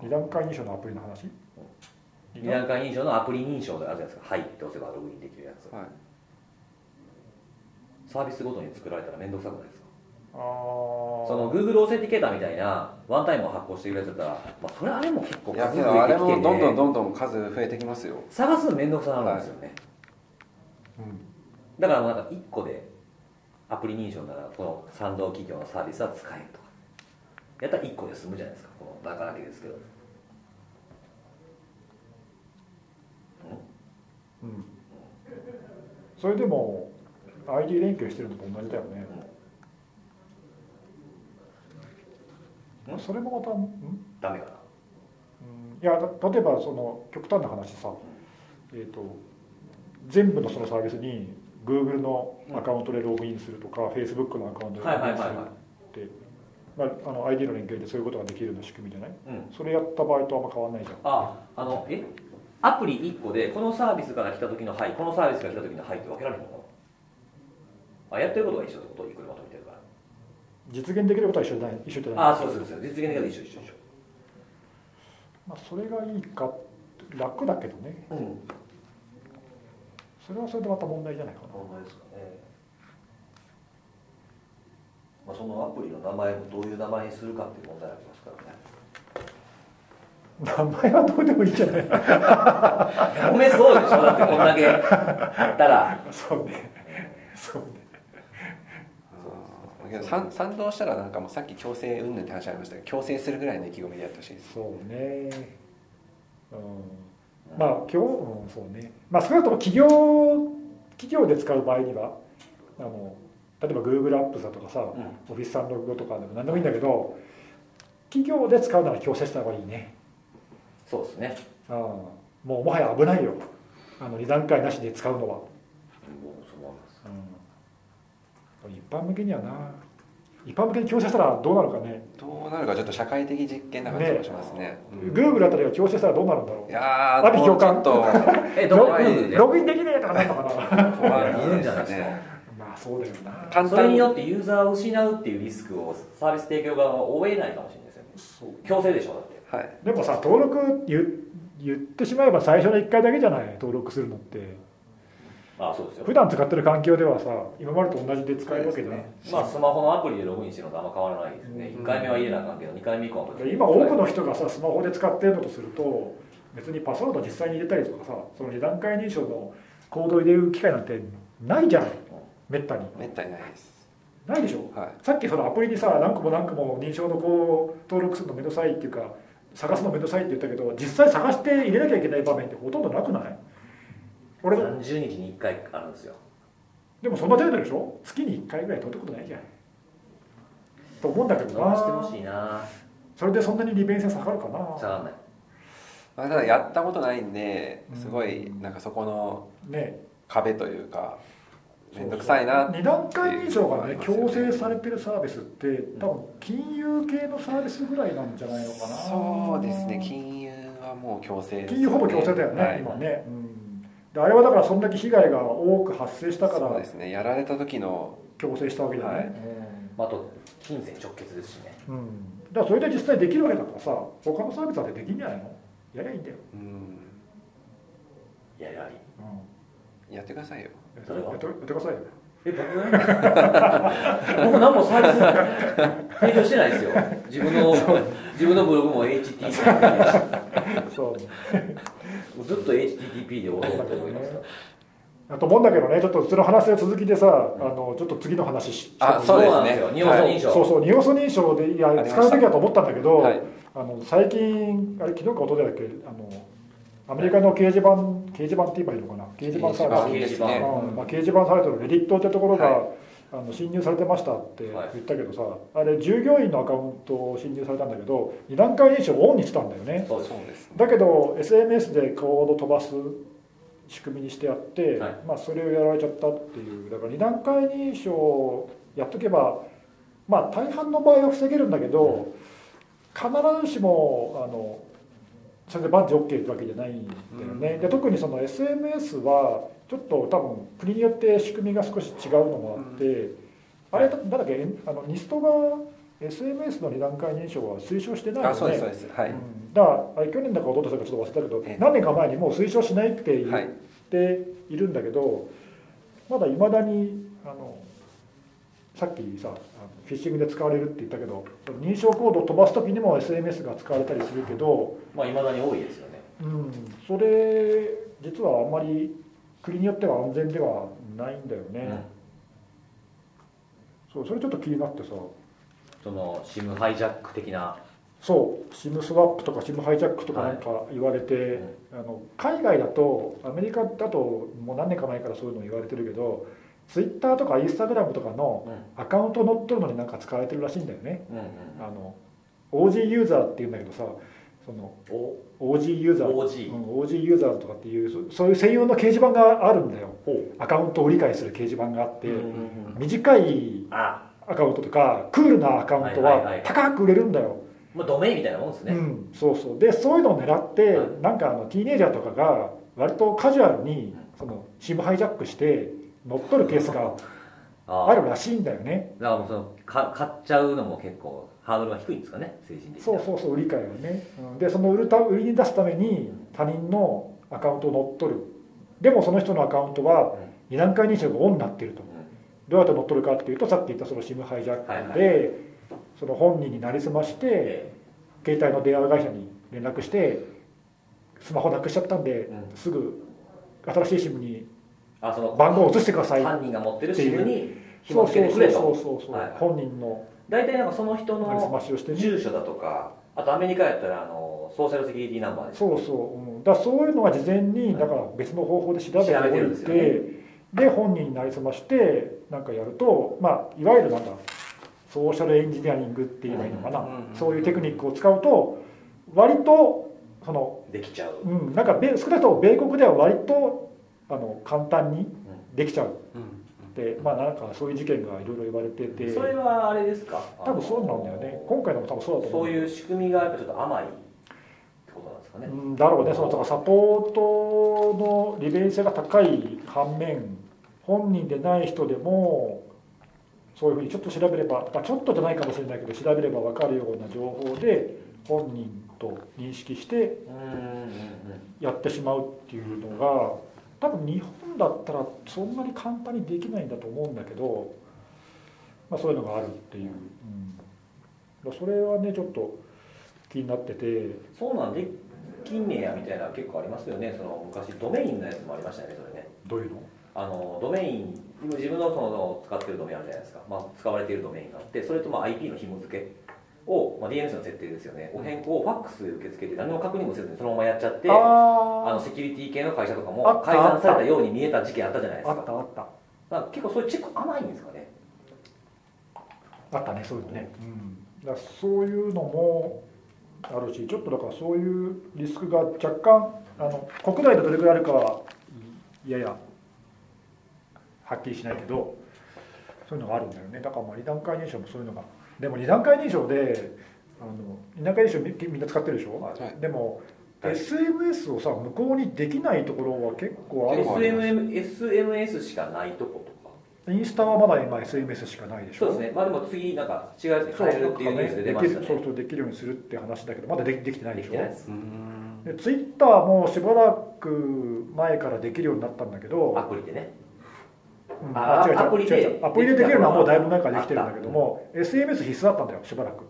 Speaker 3: 2段階認証のアプリの話
Speaker 1: 二段階認証のアプリ認証があるじゃないですか「はい」って押せばログインできるやつ
Speaker 2: うんはい
Speaker 1: サービスごとに作られたら面倒くさくないですか
Speaker 3: あ
Speaker 1: その
Speaker 3: ー
Speaker 1: Google オーセンティケーターみたいなワンタイムを発行してくれてたら、まあ、それあれも結構
Speaker 2: いやけ
Speaker 1: 増
Speaker 2: どあ
Speaker 1: えて
Speaker 2: れ
Speaker 1: きて
Speaker 2: も
Speaker 1: て
Speaker 2: どんどんどんどん数増えてきますよ
Speaker 1: 探すの面倒くさなるんですよね、
Speaker 3: うん
Speaker 1: だからもうなんか1個でアプリ認証ならこの賛同企業のサービスは使えるとかやったら1個で済むじゃないですかこの中だけですけど
Speaker 3: うんそれでも ID 連携してるのと同じだよね、
Speaker 1: うん
Speaker 3: それもまた
Speaker 1: ダ
Speaker 3: ん
Speaker 1: メかな
Speaker 3: うんいやた例えばその極端な話さ、えー、と全部のそのサービスに Google のアカウントでログインするとか、Facebook のアカウントでログインするって、まあ、あの ID の連携でそういうことができるような仕組みじゃない
Speaker 1: うん
Speaker 3: それやった場合とあんま変わらないじゃん
Speaker 1: ああのえアプリ1個でこのサービスから来た時の「はい」このサービスから来た時の「はい」って分けられるのかなあやってることが一緒ってこといくらまとめてるから
Speaker 3: 実現できることは一緒じゃない一緒じゃない
Speaker 1: ああそうそうそう実現できる一緒一緒一緒
Speaker 3: まあ、それがいいか楽だけどね
Speaker 1: うん
Speaker 3: それはそれでまた問題じゃないかな
Speaker 1: 問題ですかね、まあ、そのアプリの名前もどういう名前にするかっていう問題がありますからね
Speaker 3: 名前はどうでもいいじゃない
Speaker 1: 褒めそうでしょだってこんだけあったら
Speaker 3: そうねそうね
Speaker 2: だけど賛賛同したらなんかもうさっき強制云々って話ありましたけど強制するぐらいの意気込みでやってほしいです
Speaker 3: そうねうんまあ今日、うん、そうねまあ少なくとも企業企業で使う場合にはあの例えば Google アップスだとかさ、オフィス365とかでも何でもいいんだけど企業で使うなら強制した方がいいね
Speaker 1: そうですね
Speaker 3: うんもうもはや危ないよあの2段階なしで使うのは、
Speaker 1: もうそう思います
Speaker 3: 一般向けにはな一般向けに強制したらどうなるかね、
Speaker 2: どうなるかちょっと社会的実験な感じがしますねうん
Speaker 3: Google あたりが強制したらどうなるんだろ
Speaker 2: いうや
Speaker 3: 阿
Speaker 2: ー
Speaker 3: 炎
Speaker 2: もうちょっ
Speaker 3: 共
Speaker 2: と
Speaker 1: えど
Speaker 3: ロ
Speaker 1: こ
Speaker 2: 怖
Speaker 1: で
Speaker 2: い
Speaker 1: ね
Speaker 3: ログインできねえとかなったかな
Speaker 2: 怖い
Speaker 1: いいん
Speaker 2: で
Speaker 1: じゃないですすか
Speaker 2: ね
Speaker 3: まあそうだよな
Speaker 2: 簡
Speaker 1: それ
Speaker 2: 単
Speaker 1: に
Speaker 2: に
Speaker 1: よってユーザーを失うっていうリスクをサービス提供側は負えないかもしれないですよね強制でしょだって
Speaker 2: はい
Speaker 3: でもさ登録言言ってしまえば最初の1回だけじゃない登録するのって
Speaker 1: ああそうですよ
Speaker 3: 普段使ってる環境ではさ今までと同じで使えるわけじゃない、
Speaker 1: まあスマホのアプリでログインしてるのとあんま変わらないですね、
Speaker 3: うん
Speaker 1: 1回目は入れなあかんけど2回目以降は別に
Speaker 3: 今多くの人がさスマホで使ってるのとすると別にパスワード実際に入れたりとかさその二段階認証のコードを入れる機会なんてないじゃないめったに
Speaker 2: めったにないです
Speaker 3: ないでしょ
Speaker 2: はい
Speaker 3: さっきそのアプリにさ何個も何個も認証のこう登録するのめんどくさいっていうか探すのめんどくさいって言ったけど実際探して入れなきゃいけない場面ってほとんどなくない俺も
Speaker 1: 30日に1回あるんですよ
Speaker 3: でもそんな程度でしょ月に1回ぐらい取ったことないじゃんと思うんだけど
Speaker 1: 回してほ
Speaker 3: な
Speaker 1: しいな
Speaker 3: それでそんなに利便性下がるかな
Speaker 1: 下がんない
Speaker 2: まあただやったことないんで
Speaker 3: うん
Speaker 2: すごいなんかそこの
Speaker 3: ね
Speaker 2: 壁というか面倒くさいな
Speaker 3: 二段階認証がね
Speaker 2: っていうのがあり
Speaker 3: 強
Speaker 2: ますよね
Speaker 3: 制されてるサービスって多分金融系のサービスぐらいなんじゃないのかな
Speaker 2: そうですね金融はもう強制ですね
Speaker 3: 金融ほぼ強制だよね、
Speaker 2: はい
Speaker 3: 今ね、うん、であれはだからそんだけ被害が多く発生したか
Speaker 2: そう
Speaker 3: ら
Speaker 2: ですねやられた時の
Speaker 3: 強制したわけだよね、
Speaker 2: はい
Speaker 1: まああと金銭直結ですしね
Speaker 3: うん、だからそれで実際できるわけだからさ他のサービスだってできんじゃないのやりゃいいんだよ、
Speaker 2: うん
Speaker 1: やはり
Speaker 3: うん
Speaker 2: やってくださいよ
Speaker 3: やっ
Speaker 1: それは
Speaker 3: てやってくださ いよ
Speaker 1: え僕 僕何もサービス提供してないですよ自分の自分のブログも HTTP
Speaker 3: そう
Speaker 1: ずっと HTTP でおろうと思いますから
Speaker 3: だと思うんだけどねちょっとその話の続きでさあのちょっと次の話し
Speaker 2: あ
Speaker 3: して
Speaker 2: そうですね
Speaker 1: なんですよ日本
Speaker 2: は
Speaker 1: の
Speaker 2: い
Speaker 1: 認証、
Speaker 3: そうそう二要素認証でいや
Speaker 2: りました
Speaker 3: 使うべきだと思ったんだけど、
Speaker 2: はい
Speaker 3: あの最近あれ昨日か一昨日だっけあのアメリカの掲示板掲示板って言えばいいのかな掲示板サ
Speaker 1: 掲
Speaker 3: イ
Speaker 1: 示
Speaker 2: です
Speaker 1: 板
Speaker 2: ね
Speaker 3: ト、うんまあ、掲示板サイトのレディットってところが、
Speaker 2: は
Speaker 3: あの侵入されてましたって言
Speaker 1: はい
Speaker 3: ったけどさ、あれ従業員のアカウントを侵入されたんだけど二段階認証をオンにしたんだよね
Speaker 1: そうです
Speaker 2: そうです
Speaker 3: だけど SNS でコード飛ばす仕組みにしてあって、
Speaker 1: はい
Speaker 3: まあ、それをやられちゃったっていうだから2段階認証をやっとけば、まあ、大半の場合は防げるんだけど、必ずしもあのそれで万事 OK ってわけじゃないんだよね、で特にその SNS はちょっと多分国によって仕組みが少し違うのもあって、あれだなんだっけえんあのニストが SMS の2段階認証は推奨してないよ
Speaker 2: あ
Speaker 3: ね
Speaker 2: そうですそうですはい、
Speaker 3: うんだからあれ去年だか一昨年だかちょっと忘れたけど、
Speaker 2: ええ
Speaker 3: 何年か前にもう推奨しないって言
Speaker 2: は
Speaker 3: っ
Speaker 2: い
Speaker 3: ているんだけど、まだいまだにあのさっきさあのフィッシングで使われるって言ったけど認証コードを飛ばす時にも SMS が使われたりするけど、
Speaker 1: まあいまだに多いですよね
Speaker 3: うん、それ実はあんまり国によっては安全ではないんだよね、
Speaker 1: うん
Speaker 3: そうそれちょっと気になってさ
Speaker 1: その SIM ハイジャック的な
Speaker 3: そう SIM スワップとか SIM ハイジャックとかなんか言われて、あの海外だとアメリカだともう何年か前からそういうの言われてるけどツイッターとかインスタグラムとかの
Speaker 1: うん
Speaker 3: アカウントを乗っ取るのになんか使われてるらしいんだよね
Speaker 1: うんうん
Speaker 3: あの OG ユーザーっていうんだけどさその OG ユーザー、
Speaker 1: OG
Speaker 3: うん OG ユーザーとかっていうそそういう専用の掲示板があるんだよ
Speaker 1: ほ
Speaker 3: アカウントを理解する掲示板があって、
Speaker 1: うんうんうん
Speaker 3: 短い
Speaker 1: あ
Speaker 3: アカウントとかクールなアカウント
Speaker 1: はいはいは
Speaker 3: はい高く売れるんだよ、
Speaker 1: まあ、ドメインみたいなもんですね、
Speaker 3: うん、そうそうでそういうのを狙って、
Speaker 1: はい
Speaker 3: なんかあのティーネイジャーとかが割とカジュアルに
Speaker 1: はい
Speaker 3: そのシムハイジャックして乗っ取るケースが
Speaker 1: あ
Speaker 3: あるらしいんだよね
Speaker 1: だからもうそのか買っちゃうのも結構ハードルが低いんですかね精神的に
Speaker 3: そうそうそう売り買いはね、うんでその売るた売りに出すために他人のアカウントを乗っ取るでもその人のアカウントは
Speaker 1: うん
Speaker 3: 二段階認証がオンになってる
Speaker 1: う
Speaker 3: とどうやって乗っ取るかっていうとさっき言ったそのシムハイジャックで、
Speaker 1: はいは
Speaker 3: その本人になりすまして、
Speaker 1: え
Speaker 3: 携帯の電話会社に連絡してスマホなくしちゃったんで、
Speaker 1: うん
Speaker 3: すぐ新しい SIM に
Speaker 1: あその
Speaker 3: 番号を移してください
Speaker 1: 犯人が持ってる
Speaker 3: って
Speaker 1: シ
Speaker 3: いう
Speaker 1: ムに紐
Speaker 3: そう
Speaker 1: 付
Speaker 3: そ
Speaker 1: けて
Speaker 3: う
Speaker 1: く
Speaker 3: そう
Speaker 1: れ
Speaker 3: そ
Speaker 1: と
Speaker 3: うそうそう、
Speaker 1: はい
Speaker 3: 本人の
Speaker 1: 大体なんかその人
Speaker 3: なりすま
Speaker 1: の
Speaker 3: しをしてね
Speaker 1: 住所だとかあとアメリカやったらあのソーシャルセキュリティナンバーです
Speaker 3: そうそう、うん、だからそういうのは事前
Speaker 1: は
Speaker 3: に
Speaker 1: い
Speaker 3: だから別の方法で調べて
Speaker 1: 調べてる
Speaker 3: お
Speaker 1: ん
Speaker 3: い
Speaker 1: ですよ
Speaker 3: て
Speaker 1: ね
Speaker 3: で本人になりすましてなんかやるとまあいわゆるなんだソーシャルエンジニアリングって言えばいいのかな、
Speaker 2: うんうんうん
Speaker 3: そういうテクニックを使うと割とその
Speaker 1: できちゃう
Speaker 3: うん、なんか米少なくとも米国では割とあの簡単にできちゃうっ
Speaker 2: うん
Speaker 3: て、まあなんかそういう事件がいろいろ言われてて
Speaker 1: それはあれですか
Speaker 3: 多分そうなんだよね今回のも多分そうだと思う
Speaker 1: そういう仕組みがやっぱちょっと甘いってことなんですかね、
Speaker 3: うん、だろうねそのだからサポートの利便性が高い反面本人でない人でもそういうふうにちょっと調べれば、まあ、ちょっとじゃないかもしれないけど調べれば分かるような情報で本人と認識して
Speaker 1: うんうん
Speaker 3: やってしまうっていうのが多分日本だったらそんなに簡単にできないんだと思うんだけど、まあ、そういうのがあるっていう、うん、それはねちょっと気になってて
Speaker 1: うん、そうなんできんねやみたいな結構ありますよねその昔ドメインのやつもありましたよねそれね
Speaker 3: どういうの
Speaker 1: あのドメイン今自分のその使ってるドメインあるじゃないですか、まあ、使われているドメインがあってそれとまあ IP の紐付けを、まあ、DNS の設定ですよねお変更をファックスで受け付けて何も確認もせずにそのままやっちゃってあの
Speaker 3: あ
Speaker 1: セキュリティ系の会社とか
Speaker 3: あ
Speaker 1: も
Speaker 3: った
Speaker 1: 解散されたように見えた事件あったじゃないです
Speaker 3: あ
Speaker 1: か
Speaker 3: ったあった
Speaker 1: なんか結構そういうチェック甘いんですかね
Speaker 3: あったねそういうのね、うん、だからそういうのもあるしちょっとだからそういうリスクが若干あの国内でどれぐらいあるかはいややはっきりしないけどそういうのがあるんだよねだからまあ二段階認証もそういうのがでも二段階認証であの二段階認証みみんな使ってるでしょ、
Speaker 2: はい
Speaker 3: でも
Speaker 2: はい
Speaker 3: SMS をさ向こうにできないところは結構ある
Speaker 2: 結構ある
Speaker 1: SMM SMS しかないとことか
Speaker 3: インスタはまだ今 SMS しかないでしょ
Speaker 1: そうですねまあでも次なんか違うやつに
Speaker 3: そう
Speaker 1: 変えるっていうニュースで出ましたね
Speaker 3: そうそうできるようにするって話だけどまだできできてない
Speaker 1: で
Speaker 3: でし
Speaker 1: き
Speaker 3: ょ
Speaker 1: てないです
Speaker 2: うん
Speaker 3: でツイッターもしばらく前からできるようになったんだけど
Speaker 1: アプリでね
Speaker 3: うん
Speaker 1: あ
Speaker 3: あ違う違う
Speaker 1: アプリで
Speaker 3: 違う違うアプリでできるのはもうだいぶ前からできてるんだけども SMS 必須だったんだよしばらく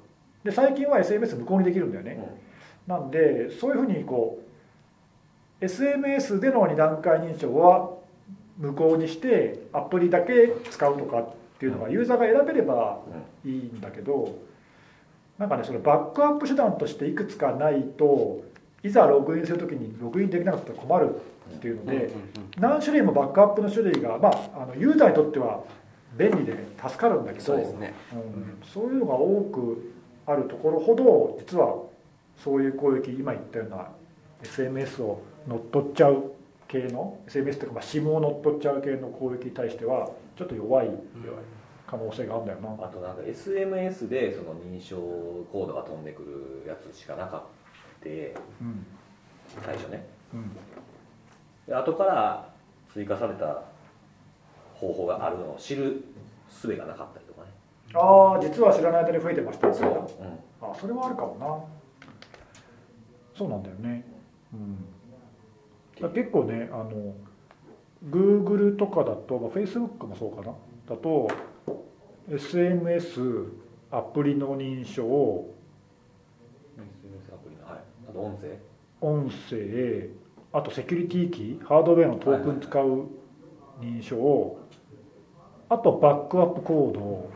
Speaker 3: で最近は SMS 無効にできるんだよね、なんでそういうふうにこう SMS での二段階認証は無効にしてアプリだけ使うとかっていうのがユーザーが選べればいいんだけどなんかねそのバックアップ手段としていくつかないといざログインするときにログインできなかったら困るっていうので、何種類もバックアップの種類が、まあ、あのユーザーにとっては便利で助かるんだけど
Speaker 2: そうですね
Speaker 3: うんそういうのが多くあるところほど実はそういう攻撃今言ったような SMS を乗っ取っちゃう系の SMS というか、まあ、SIM を乗っ取っちゃう系の攻撃に対してはちょっと弱い可能性があるんだよな、
Speaker 1: あとなんか SMS でその認証コードが飛んでくるやつしかなかった
Speaker 3: うん
Speaker 1: 最初ね
Speaker 3: うん
Speaker 1: で後から追加された方法があるのを知る術がなかったりとかね
Speaker 3: ああ実は知らない間に増えてましたよ
Speaker 1: う、ん、
Speaker 3: あそれはあるかもなそうなんだよねうんだから結構ねあの Google とかだと、まあ、Facebook もそうかなだと SMS アプリの認証
Speaker 1: SMS アプリのはいあと音声
Speaker 3: 音声あとセキュリティキーハードウェアのトークン使う認証あとバックアップコード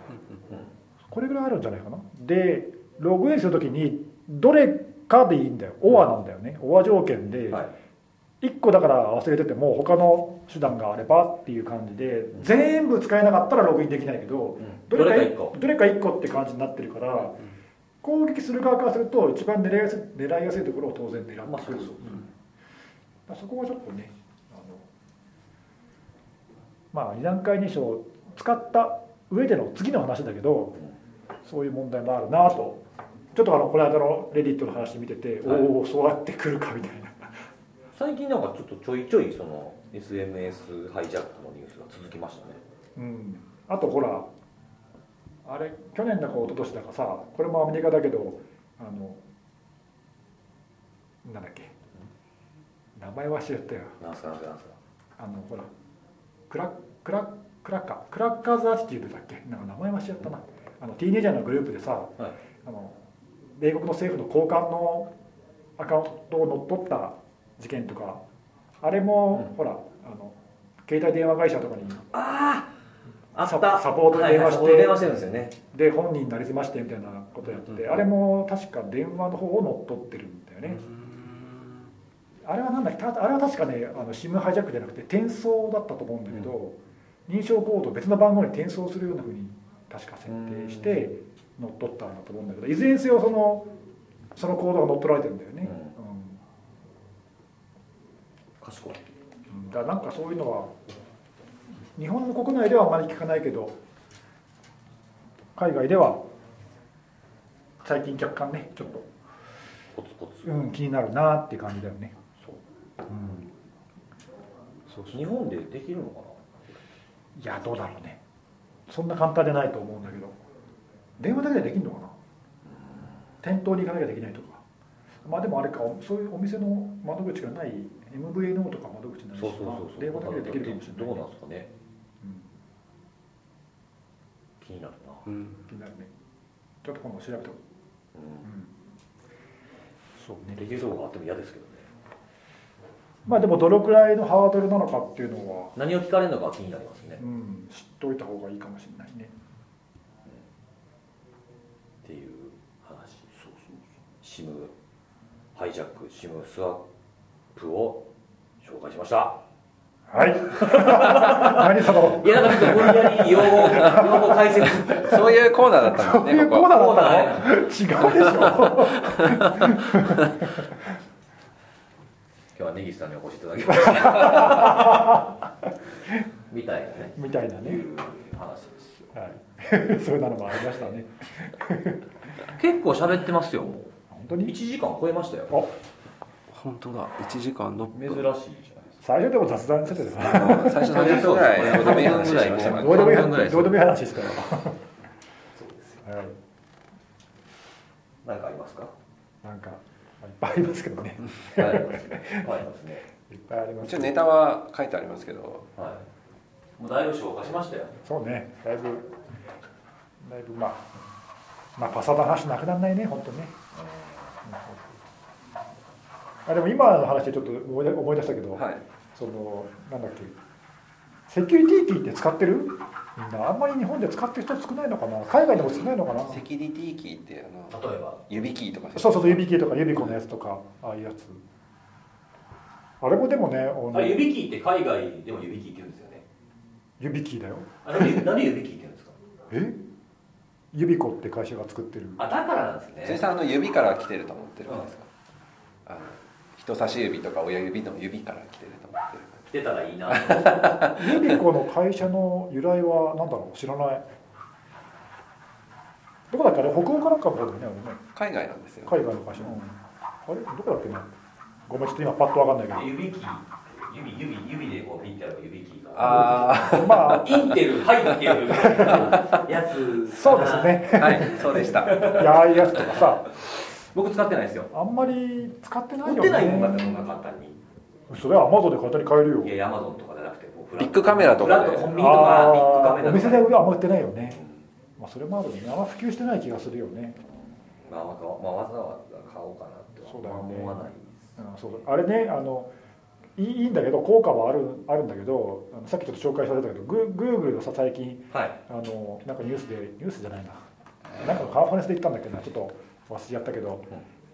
Speaker 3: これぐらいあるんじゃないかなでログインするときにどれかでいいんだよ OR なんだよね OR 条件で、
Speaker 1: はい
Speaker 3: 1個だから忘れてても他の手段があればっていう感じで
Speaker 1: ん
Speaker 3: 全部使えなかったらログインできないけど
Speaker 1: うん
Speaker 3: ど
Speaker 1: ど
Speaker 3: れ
Speaker 1: れか一
Speaker 3: か一
Speaker 1: 個
Speaker 3: どれか1個って感じになってるから攻撃する側からすると一番狙いやすい狙いやすいところを当然狙
Speaker 1: ま
Speaker 3: っ
Speaker 1: あ
Speaker 3: て
Speaker 1: そ
Speaker 3: く
Speaker 1: う
Speaker 3: る
Speaker 1: そうそう
Speaker 3: まあそこはちょっとねあのまあ二段階認証を使った上での次の話だけどそういう問題もあるなとちょっとあのこの間のレディットの話見てて、
Speaker 1: はい
Speaker 3: おおそうやってくるかみたいな
Speaker 4: 最近なんかちょっとちょいちょいその SMS ハイジャックのニュースが続きましたね
Speaker 3: うん、あとほらあれ去年だか一昨年だかさこれもアメリカだけどあのなんだっけ名前忘れたよ
Speaker 4: なんすかなんすかなんすか
Speaker 3: あのほらクラクラクラッカークラッカーズアティチュードだっけなんか名前忘れちゃったなあのティーネイジャーのグループでさ、
Speaker 4: い
Speaker 3: あの米国の政府の高官のアカウントを乗っ取った事件とかあれも、ほらあの携帯電話会社とかに
Speaker 1: あああ
Speaker 3: サ
Speaker 1: った
Speaker 3: サポートで電話して
Speaker 1: はいはいサポートで電話してるんですよね
Speaker 3: で本人になりすましてみたいなことやってて、
Speaker 1: うん
Speaker 3: あれも確か電話の方を乗っ取ってるんだよね、あれはなんだっけたあれは確かねあの SIM ハイジャックじゃなくて転送だったと思うんだけど、認証コードを別の番号に転送するようなふうに確か設定して乗っ取ったんだと思うんだけどいずれにせよそのそのコードが乗っ取られてるんだよね、
Speaker 1: 賢い
Speaker 3: うんうんだからなんかそういうのは日本の国内ではあまり聞かないけど海外では最近若干ねちょっと
Speaker 4: コツコツ
Speaker 3: うん、気になるなっていう感じだよね。
Speaker 4: そう
Speaker 3: うん、
Speaker 4: 日本でできるのか
Speaker 3: いや、どうだろうね。そんな簡単でないと思うんだけど。電話だけでできるのかな。店頭に行かなきゃできないとか。まあ、でもあれか、そういうお店の窓口がない、MVNO とか窓口な
Speaker 4: ない
Speaker 3: し
Speaker 4: そうそうそうそう
Speaker 3: 電話だけでできるかもしれないね。
Speaker 4: どうなんですかね
Speaker 3: うん
Speaker 4: 気になるな
Speaker 2: うん
Speaker 3: 気になるね。ちょっと今度調べておく。
Speaker 4: うん
Speaker 3: うん
Speaker 4: そうねできるとこがあっても嫌ですけどね
Speaker 3: まあ、でも、どのくらいのハードルなのかっていうのは、
Speaker 4: 何を聞かれるのかは気になりますね
Speaker 3: うん、知っておいた方がいいかもしれないね。
Speaker 4: っていう話そうそう SIM ハイジャック SIM スワップを紹介しました
Speaker 3: はい。 何その。
Speaker 4: いやなんかちょっと無理やり用語用語解説
Speaker 2: そういうコーナーだったん
Speaker 3: そう
Speaker 2: です
Speaker 3: い
Speaker 2: ね
Speaker 3: うコー
Speaker 2: こ
Speaker 3: ナ
Speaker 2: こ
Speaker 3: ーだったの違うでしょ
Speaker 4: 今日は根岸さんにお越しいただきました みたいなね
Speaker 3: みたいな
Speaker 4: いう
Speaker 3: ね、
Speaker 4: 話ですよ
Speaker 3: はい、 そういうのもありましたね
Speaker 4: 結構喋ってますよもう
Speaker 3: 本当
Speaker 4: 1
Speaker 3: に
Speaker 4: 時間超えましたよ
Speaker 3: お
Speaker 2: 本当だ1時間6
Speaker 4: 珍しい
Speaker 2: 分
Speaker 4: じゃないですか
Speaker 3: 最初でも雑談してたよな
Speaker 2: 最初30分ぐらいどうでもいい話してましたから
Speaker 3: どうでもいい
Speaker 4: 半分ぐらいで
Speaker 3: 話
Speaker 4: す
Speaker 3: どうでもいい話してたよ、
Speaker 4: そうですよ
Speaker 3: はい、
Speaker 4: 何かありますか
Speaker 3: なんかいっぱいありますけどね
Speaker 4: はいありますねはいありますね
Speaker 3: いっぱいあります
Speaker 2: 一応ネタは書いてありますけど
Speaker 4: はいもうだいぶ消化しましたよ
Speaker 3: そうねだいぶだいぶまあまあパサの話なくならないね本当ねあでも今の話でちょっと思い出思い出したけど、
Speaker 2: はい
Speaker 3: そのなんだっけセキュリティキーって使ってるみんなあんまり日本で使ってる人少ないのかな海外でも少ないのかな
Speaker 2: セキュリティキーってあ
Speaker 4: 例
Speaker 2: の
Speaker 4: えば
Speaker 2: 指キーとか
Speaker 3: そうそうそう指キーとか指子のやつとかああいうやつあれもでもねお
Speaker 4: あれ指キーって海外でも指キーって言うんですよね
Speaker 3: 指キーだよ
Speaker 4: あれなんでなんで指キーって言うんですか
Speaker 3: え指子って会社が作ってる
Speaker 4: あだからなんです
Speaker 2: 辻
Speaker 4: ね
Speaker 2: さんあの指から来てると思ってるんですか、あの人差し指とか親指の指から来てると思ってる
Speaker 4: 来てたらいいなと思って
Speaker 3: 指子の会社の由来は何だろう知らないどこだっけあれ北欧かなんかの方だよねあれね
Speaker 2: 海外なんですよ
Speaker 3: 海外の会社、うんあれどこだっけなごめんちょっと今パッと分かんないけ
Speaker 4: 指キー指指指でこうピッてやる指キーが
Speaker 2: あ
Speaker 3: どまあ
Speaker 4: インテル入ってるやつ
Speaker 3: そうですね
Speaker 2: あはいそうでした
Speaker 3: いやああいうやつとかさ
Speaker 1: 僕使ってないですよ
Speaker 3: あんまり使ってない
Speaker 1: 売っ
Speaker 3: よ
Speaker 1: て
Speaker 3: ね
Speaker 1: ないもんだってそんな簡単に
Speaker 3: それはアマゾンで簡単に買えるよ
Speaker 1: いやヤマゾンとかじゃなくてもうフラット
Speaker 2: ビッグカメラとか
Speaker 1: フ
Speaker 2: で
Speaker 1: ラットコンビニとかビッグ
Speaker 3: あ
Speaker 1: カ
Speaker 3: あ
Speaker 1: メ
Speaker 3: ー
Speaker 1: ラとか
Speaker 3: お店で売るあんま売ってないよね、まあ、それもあるよねあんま普及してない気がするよね、
Speaker 1: まあ、わざわざわざ買おうかなって
Speaker 3: そうだよね
Speaker 1: 思わない
Speaker 3: うん、そうあれねあのいいいいんだけど効果はあるあるんだけどあのさっきちょっと紹介されたけどググーグルがさ最近
Speaker 1: はい
Speaker 3: あのなんかニュースでニュースじゃないななんかのカンファレンスで行ったんだけどなちょっと忘れちゃったけど、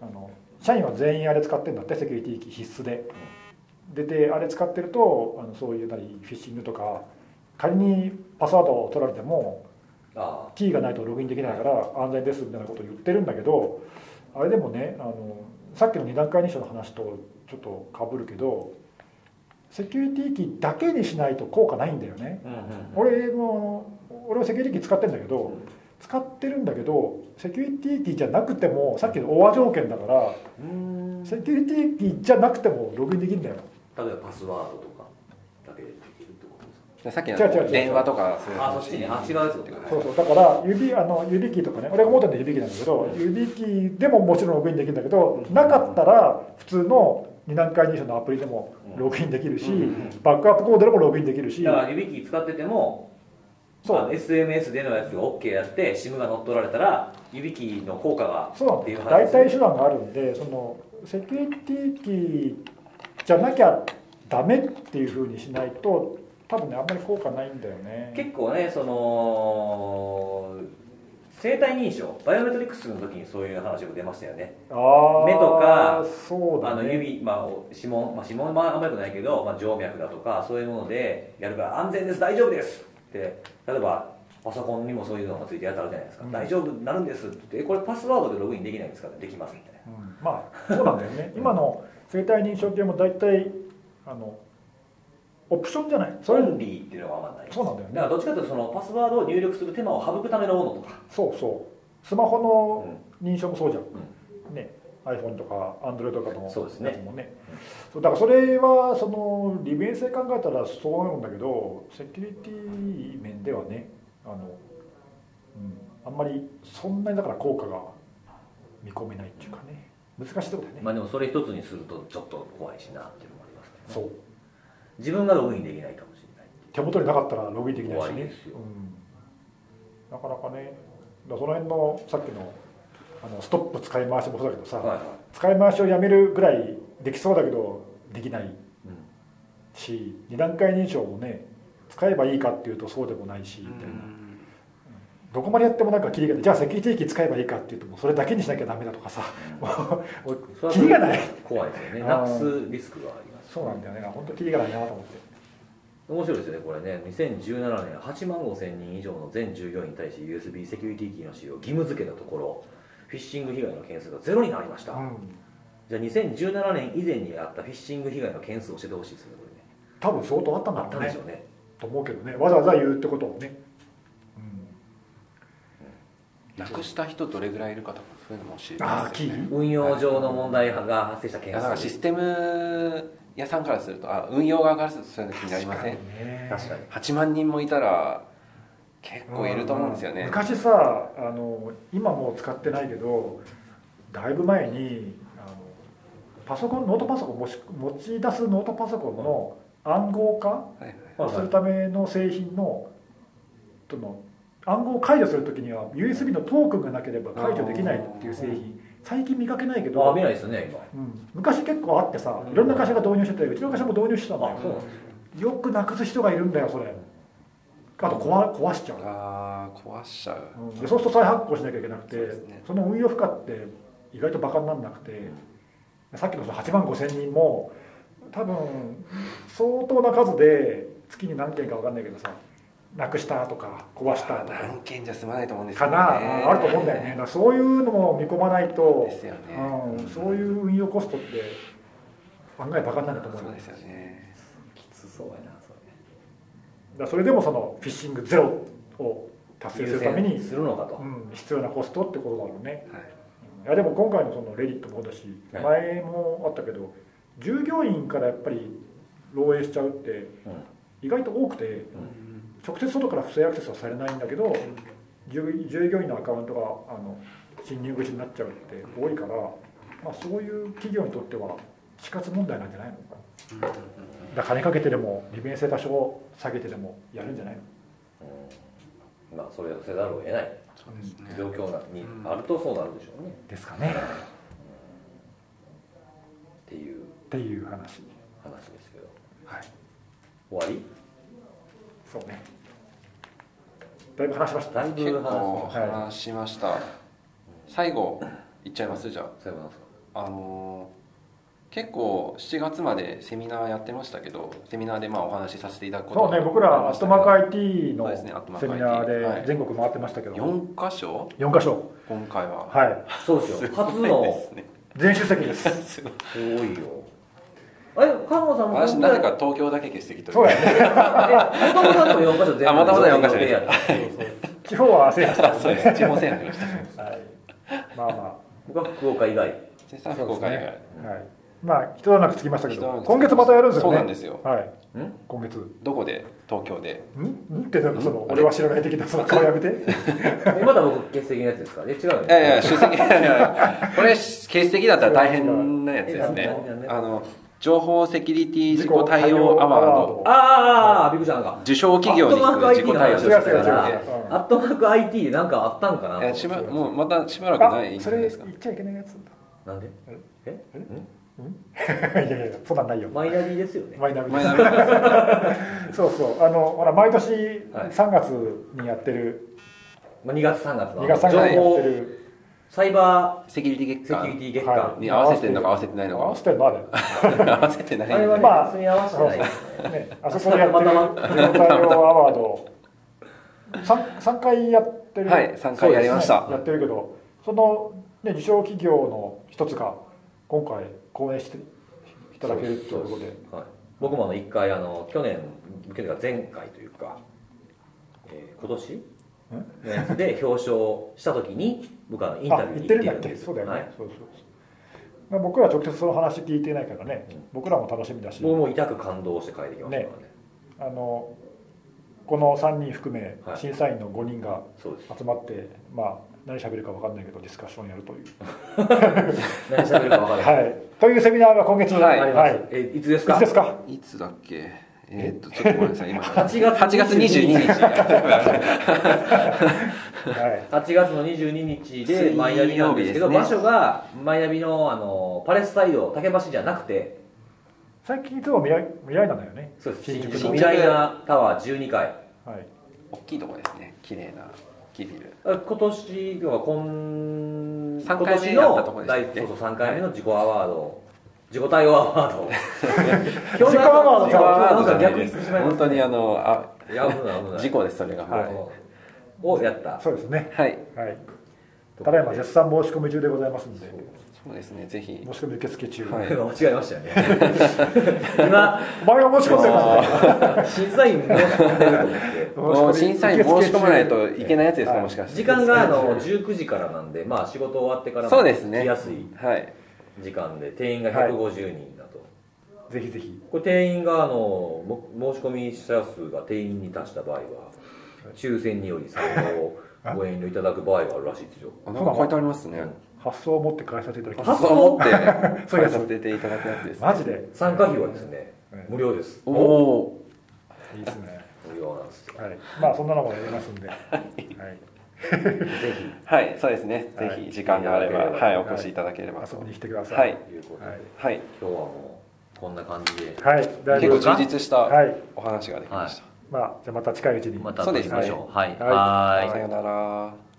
Speaker 3: あの社員は全員あれ使ってるんだってセキュリティ機必須で、出てあれ使ってるとあのそういうなりフィッシングとか仮にパスワードを取られても
Speaker 1: あ
Speaker 3: キーがないとログインできないから安全ですみたいなことを言ってるんだけどあれでもねあのさっきの二段階認証の話とちょっとかぶるけどセキュリティ機だけにしないと効果ないんだよね。
Speaker 1: あうんうん
Speaker 3: 俺も俺はセキュリティ機使ってんだけど、使ってるんだけどセキュリティキーじゃなくてもさっきのオア条件だから
Speaker 1: うん例
Speaker 3: セキュリティキーじゃなくてもログインできるんだよ
Speaker 1: えばパスワードとかだけでできるってことです
Speaker 2: でさっきの
Speaker 3: 違う違う違う
Speaker 2: 電話とかそういう
Speaker 1: かあそっちねあ違うやつってこと
Speaker 3: そう
Speaker 1: ね
Speaker 3: そうだから指あの指キーとかね俺が持ってるの指キーなんだけど指キーでももちろんログインできるんだけどなかったら普通の二段階認証のアプリでもログインできるし
Speaker 1: うんうん
Speaker 3: バックアップコードでもログインできるし
Speaker 1: だから指キー使ってても
Speaker 3: そう
Speaker 1: あの SMS でのやつが OK やって SIM が乗っ取られたら指キーの効果が
Speaker 3: そうなん
Speaker 1: って
Speaker 3: だ
Speaker 1: いう
Speaker 3: よ
Speaker 1: 話
Speaker 3: 代替手段があるんでそのセキュリティキーじゃなきゃダメっていうふうにしないと多分ねあんまり効果ないんだよね
Speaker 1: 結構ねその生体認証バイオメトリックスの時にそういう話も出ましたよね
Speaker 3: あー
Speaker 1: 目とか
Speaker 3: そう
Speaker 1: あ
Speaker 3: だ、
Speaker 1: の
Speaker 3: ね、
Speaker 1: 指、まあ、お指紋、まあ、指紋はあんまり良くないけど、まあ、静脈だとかそういうものでやるから安全です大丈夫ですって例えばパソコンにもそういうのがついてやつあるじゃないですか、
Speaker 3: うん
Speaker 1: 大丈夫になるんですって言ってえこれパスワードでログインできないんですかってできますみたいな
Speaker 3: うんまあそうなんだよね今の生体認証系も大体あのオプションじゃないそ
Speaker 1: オ
Speaker 3: れ
Speaker 1: ンリーっていうのがあんまない
Speaker 3: そうなんだよね
Speaker 1: だからどっちかというとそのパスワードを入力する手間を省くためのものとか、
Speaker 3: そうそうスマホの認証もそうじゃん、ね iPhone とか Android とかのやつ
Speaker 1: そう
Speaker 3: も
Speaker 1: ですね
Speaker 3: ねそうだからそれはその利便性考えたらそうなるんだけどセキュリティ面ではねあの、うん、あんまりそんなにだから効果が見込めないっていうかね難しいとこだよね、
Speaker 1: まあでもそれ一つにするとちょっと怖いしなっていうのもありますけどね
Speaker 3: そう
Speaker 1: 自分がログインできないかもしれない
Speaker 3: 手元になかったらログインできない
Speaker 1: 終
Speaker 3: し
Speaker 1: わり
Speaker 3: ね
Speaker 1: ですよ
Speaker 3: うん、なかなかねだからその辺のさっきのあのストップ使い回しもそうだけどさ、
Speaker 1: はいはい
Speaker 3: 使い回しをやめるぐらいできそうだけどできない
Speaker 1: うん
Speaker 3: し二段階認証もね使えばいいかっていうとそうでもないしみたいなどこまでやってもなんかキリがないじゃあセキュリティ機使えばいいかっていうともうそれだけにしなきゃダメだとかさ もう
Speaker 1: それは
Speaker 3: キリがない
Speaker 1: 怖いですよね
Speaker 3: あ
Speaker 1: な
Speaker 3: ー
Speaker 1: くすリスクがあります
Speaker 3: そうなんだよね本当キリがないなと思って
Speaker 1: 面白いですよねこれね2017年8万5千人以上の全従業員に対して USB セキュリティキーの使用を義務付けたところフィッシング被害の件数がゼロになりました、
Speaker 3: うん
Speaker 1: じゃあ2017年以前にあったフィッシング被害の件数を教えてほしいですねこれね
Speaker 3: 多分相当あったんだ
Speaker 1: あった
Speaker 3: ろうん
Speaker 1: で
Speaker 3: ね
Speaker 1: しょうね
Speaker 3: と思うけどねわざわざ言うってことをね、
Speaker 2: なくした人どれぐらいいるかとかそういうのも知り
Speaker 3: うん、あ
Speaker 2: た
Speaker 3: あ
Speaker 2: い
Speaker 3: キー
Speaker 1: 運用上の問題が発生した
Speaker 2: い
Speaker 1: 件
Speaker 2: やなんかシ
Speaker 1: 数
Speaker 2: ステム屋さんからするとあ運用側からするとそういうの気になりません
Speaker 3: ね
Speaker 1: 確かに
Speaker 2: 8万人もいたら結構いると思うんですよね、
Speaker 3: 昔さあの今もう使ってないけどだいぶ前にあのパソコンノートパソコンもし持ち出すノートパソコンの暗号化
Speaker 2: はいはい
Speaker 1: は
Speaker 3: を
Speaker 1: い
Speaker 3: するための製品のとの暗号を解除するときには USB のトークンがなければ解除できないっていう製品最近見かけないけ
Speaker 1: あ見
Speaker 3: ど、
Speaker 1: ないですよね今
Speaker 3: うん、昔結構あってさいろんな会社が導入しててうちの会社も導入してたんだ
Speaker 1: あそう
Speaker 3: よ
Speaker 1: なんです
Speaker 3: よくなくす人がいるんだよそれあと壊壊しちゃう
Speaker 2: あー壊しちゃう、
Speaker 3: うんでそうすると再発行しなきゃいけなく
Speaker 2: そ
Speaker 3: て
Speaker 2: うで
Speaker 3: そ,、
Speaker 2: すね
Speaker 3: の運用負荷って意外とバカにならなくて、さっきのその8万5千人も多分相当な数で月に何件か分かんないけどさなくしたとか壊したとか
Speaker 2: 何件じゃ済まないと思うんです
Speaker 3: かな、あると思うんだよねだからそういうのも見込まないと、
Speaker 2: ですよね、
Speaker 3: うん、そういう運用コストって案外バカになると思う
Speaker 2: そ
Speaker 3: よ
Speaker 2: うですよね
Speaker 1: きつそうやなそれ
Speaker 3: だからそれでもそのフィッシングゼロを達成するために
Speaker 1: 優、先するのかと、
Speaker 3: うん、必要なコストってことだろうね
Speaker 2: はい
Speaker 3: いやでも今回のそのレディットもそうだし
Speaker 1: はい
Speaker 3: 前もあったけど従業員からやっぱり漏洩しちゃうって意外と多くて直接外から不正アクセスはされないんだけど従従業員のアカウントがあの侵入口になっちゃうって多いから、まあ、そういう企業にとっては死活問題なんじゃないのだから金かけてでも利便性多少下げてでもやるんじゃないの
Speaker 1: うんまあそれをせざるを得ない
Speaker 2: そうですね
Speaker 1: 状況にあるとそうなるでしょうね、
Speaker 3: ですかね
Speaker 1: っていう
Speaker 3: っていう話
Speaker 1: 話ですけど
Speaker 3: はい
Speaker 1: 終わり
Speaker 3: そうねだいぶ話しました
Speaker 1: だいぶ話し
Speaker 2: 結
Speaker 1: ました
Speaker 2: 構話しました、最後いっちゃいますじゃ
Speaker 1: そういうことなんですか
Speaker 2: ああのー結構7月までセミナーやってましたけどセミナーでまあお話しさせていただくこと
Speaker 3: そうね、僕ら、アットマーク IT
Speaker 2: そう
Speaker 3: の
Speaker 2: ですねアットマーク
Speaker 3: セミナ
Speaker 2: IT は
Speaker 3: ー
Speaker 2: い
Speaker 3: で全国回ってましたけど、
Speaker 2: 4箇所
Speaker 3: 4か所、
Speaker 2: 今回は、
Speaker 3: はい、
Speaker 1: そうですよ 初の
Speaker 2: すごいで
Speaker 3: 全出席 です。
Speaker 2: すね
Speaker 1: すごいよあれ加納さんも
Speaker 2: 私なぜか東京だけ欠席という
Speaker 3: そうやね、
Speaker 1: もともとあと4か所全部
Speaker 2: あ元々は4箇所
Speaker 1: 予定やった
Speaker 3: そうそう地方は制覇したんで す
Speaker 2: そうです地方制覇しました
Speaker 3: ね、はい、まあま
Speaker 1: 僕は福岡以外
Speaker 2: でさ福岡以外
Speaker 3: あはいまあ一段落つきましたけ
Speaker 2: 一段
Speaker 3: ど
Speaker 2: 落
Speaker 3: 今月またやるんですよね
Speaker 2: そうなんですよ
Speaker 3: はい
Speaker 1: ん
Speaker 3: 今月ん
Speaker 2: どこで東京で
Speaker 3: んってなんかその
Speaker 2: ん
Speaker 3: 俺は知らない的なその顔や めて
Speaker 1: えまだ僕欠席のやつですかね違うよ
Speaker 2: いやい
Speaker 1: ね
Speaker 2: や出席いやいやこれ欠席だったら大変なやつですね
Speaker 1: え
Speaker 2: あの情報セキュリティ事故対応アワード
Speaker 1: ああああびっくりしたなんか
Speaker 2: 受賞企業に行く自己対応
Speaker 1: 違う違う違う
Speaker 2: ですから
Speaker 3: 違う違う
Speaker 1: アットマーク IT で何かあったんかなと思
Speaker 2: いや
Speaker 1: って
Speaker 2: しばもうまたしばらく
Speaker 3: あ
Speaker 2: ないんじ
Speaker 3: そ
Speaker 2: ゃない
Speaker 3: れ
Speaker 2: ですか
Speaker 3: 言っちゃいけないやつ
Speaker 1: なんでえ
Speaker 3: だいやいやいやそんなんないよ
Speaker 1: マイナビですよね
Speaker 3: マイナビで
Speaker 2: マイ
Speaker 3: す
Speaker 2: ナビなんで
Speaker 3: そうそうあのほら毎年
Speaker 1: はい
Speaker 3: 3月にやってる、
Speaker 1: まあ2月3月の
Speaker 3: 2月3月
Speaker 1: 情
Speaker 3: にやって
Speaker 1: 報
Speaker 3: る、
Speaker 1: サイバ
Speaker 2: すセキュリティ
Speaker 1: ー
Speaker 2: 月
Speaker 1: セキュリ
Speaker 2: 間
Speaker 1: ティ月間
Speaker 2: に合わせてんのか合わせてないのか
Speaker 3: 合わせてるのあれ
Speaker 2: 合わせてない
Speaker 1: あれはね
Speaker 3: まあ
Speaker 1: 別に合わせてないですね
Speaker 3: ね、あそこでやってる
Speaker 1: たま
Speaker 3: 自動対応アワード三三回やってる
Speaker 2: はい三回やりました
Speaker 3: そうですねやってるけどその、ね、受賞企業の一つが今回講演していただけるということで
Speaker 1: はい、僕もあの1回あの去年去年が前回というか、えー今年のやつで表彰した時に僕はインタ
Speaker 3: あ
Speaker 1: ビュー
Speaker 3: 言っ
Speaker 1: に
Speaker 3: て
Speaker 1: 行って
Speaker 3: るんだっ
Speaker 1: るん
Speaker 3: け
Speaker 1: です
Speaker 3: そうだよね、
Speaker 1: はい、
Speaker 3: そうそうそう僕らは直接その話聞いてないからね僕らも楽しみだし
Speaker 1: 僕も痛く感動して帰ってきましたからね
Speaker 3: あのこの3人含め
Speaker 1: はい
Speaker 3: 審査員の5人が
Speaker 1: そうです
Speaker 3: 集まって、まあ何喋るか分かんないけどディスカッションやるという、
Speaker 1: 何喋るか分からない、
Speaker 3: はい、というセミナーが今月
Speaker 2: はい
Speaker 1: あります、えいつです
Speaker 3: い
Speaker 1: か
Speaker 3: つですか
Speaker 2: いつだっけえーっとちょっとごめんなさい今
Speaker 1: 8月
Speaker 2: 8月22日
Speaker 3: はい、
Speaker 1: 8月の22日で
Speaker 2: 水曜日
Speaker 1: マイナビなんですけど
Speaker 2: ですね
Speaker 1: 場所がマイナビのあのパレスサイド竹橋じゃなくて
Speaker 3: 最近いつも未来未来なんだよね
Speaker 1: そうです
Speaker 3: 新
Speaker 1: 新
Speaker 3: 宿
Speaker 1: 宿
Speaker 3: の
Speaker 1: の未来なタワー12階
Speaker 3: はい
Speaker 2: 大きいとこですね綺麗なキビル
Speaker 1: あ今年はこん
Speaker 2: 三
Speaker 1: 今
Speaker 2: 回
Speaker 1: 年
Speaker 2: 目だったとこ
Speaker 1: の
Speaker 2: でしたっけ
Speaker 1: 第そうそう3回目の自己アワード、自己対応アワ ード今
Speaker 3: 自己アワード
Speaker 1: 日なん
Speaker 2: じ
Speaker 1: か
Speaker 2: ゃない
Speaker 1: 逆
Speaker 2: で
Speaker 1: に
Speaker 2: す
Speaker 1: してしまいま
Speaker 2: 本
Speaker 1: した
Speaker 2: 当にあのあ
Speaker 1: いや危ない危ない
Speaker 2: 事故ですそれが
Speaker 3: はい
Speaker 1: をやった
Speaker 3: そうですね
Speaker 2: はい
Speaker 3: はいただいま絶賛申し込み中でございますんで
Speaker 2: そうですねぜひ
Speaker 3: 申し込み受付中、
Speaker 2: はい
Speaker 1: 今間違えましたよね今
Speaker 3: お前が申し込んでるからね
Speaker 1: 審査員も
Speaker 2: もう審査員申し込まないといけないいやつですか
Speaker 3: はい
Speaker 2: もしかして
Speaker 1: 時間があの19時からなんでまあ仕事終わってからも
Speaker 2: そうですね
Speaker 1: 来やすい
Speaker 2: はい
Speaker 1: 時間で定員が150人だと、
Speaker 3: ぜひぜひ
Speaker 1: これ定員があのも申し込み者数が定員に達した場合は抽選により参加をご遠慮いただく場合があるらしいですよ
Speaker 2: あなんか書いてありますね
Speaker 3: 発想を持って返させていただきま
Speaker 1: 発
Speaker 3: す
Speaker 1: 想
Speaker 2: そう思って
Speaker 3: そ
Speaker 2: 書
Speaker 3: うで
Speaker 2: い
Speaker 3: す
Speaker 2: させていただくやつです
Speaker 3: マジで
Speaker 1: 参加費はですね無料です
Speaker 2: おお
Speaker 3: いいですね
Speaker 1: 無料なん ですよ
Speaker 3: はいまあそんなのもやりますんで、はい、
Speaker 1: ぜひ
Speaker 2: はいそうですね
Speaker 3: はい
Speaker 2: ぜひ時間があれば
Speaker 1: はい
Speaker 2: はいお越しいただければ
Speaker 3: 遊
Speaker 2: と
Speaker 3: びに来てくださ
Speaker 2: はいい
Speaker 1: ということで、
Speaker 3: はい
Speaker 2: はい
Speaker 1: 今日はもうこんな感じで
Speaker 3: はい、大
Speaker 2: 結
Speaker 3: 丈夫
Speaker 2: 構
Speaker 3: です
Speaker 2: 充実した
Speaker 3: はい
Speaker 2: お話ができました
Speaker 3: まあじゃあまた近いうちに
Speaker 1: またお会いしましょうはい、
Speaker 3: はい
Speaker 1: はーい
Speaker 2: さようなら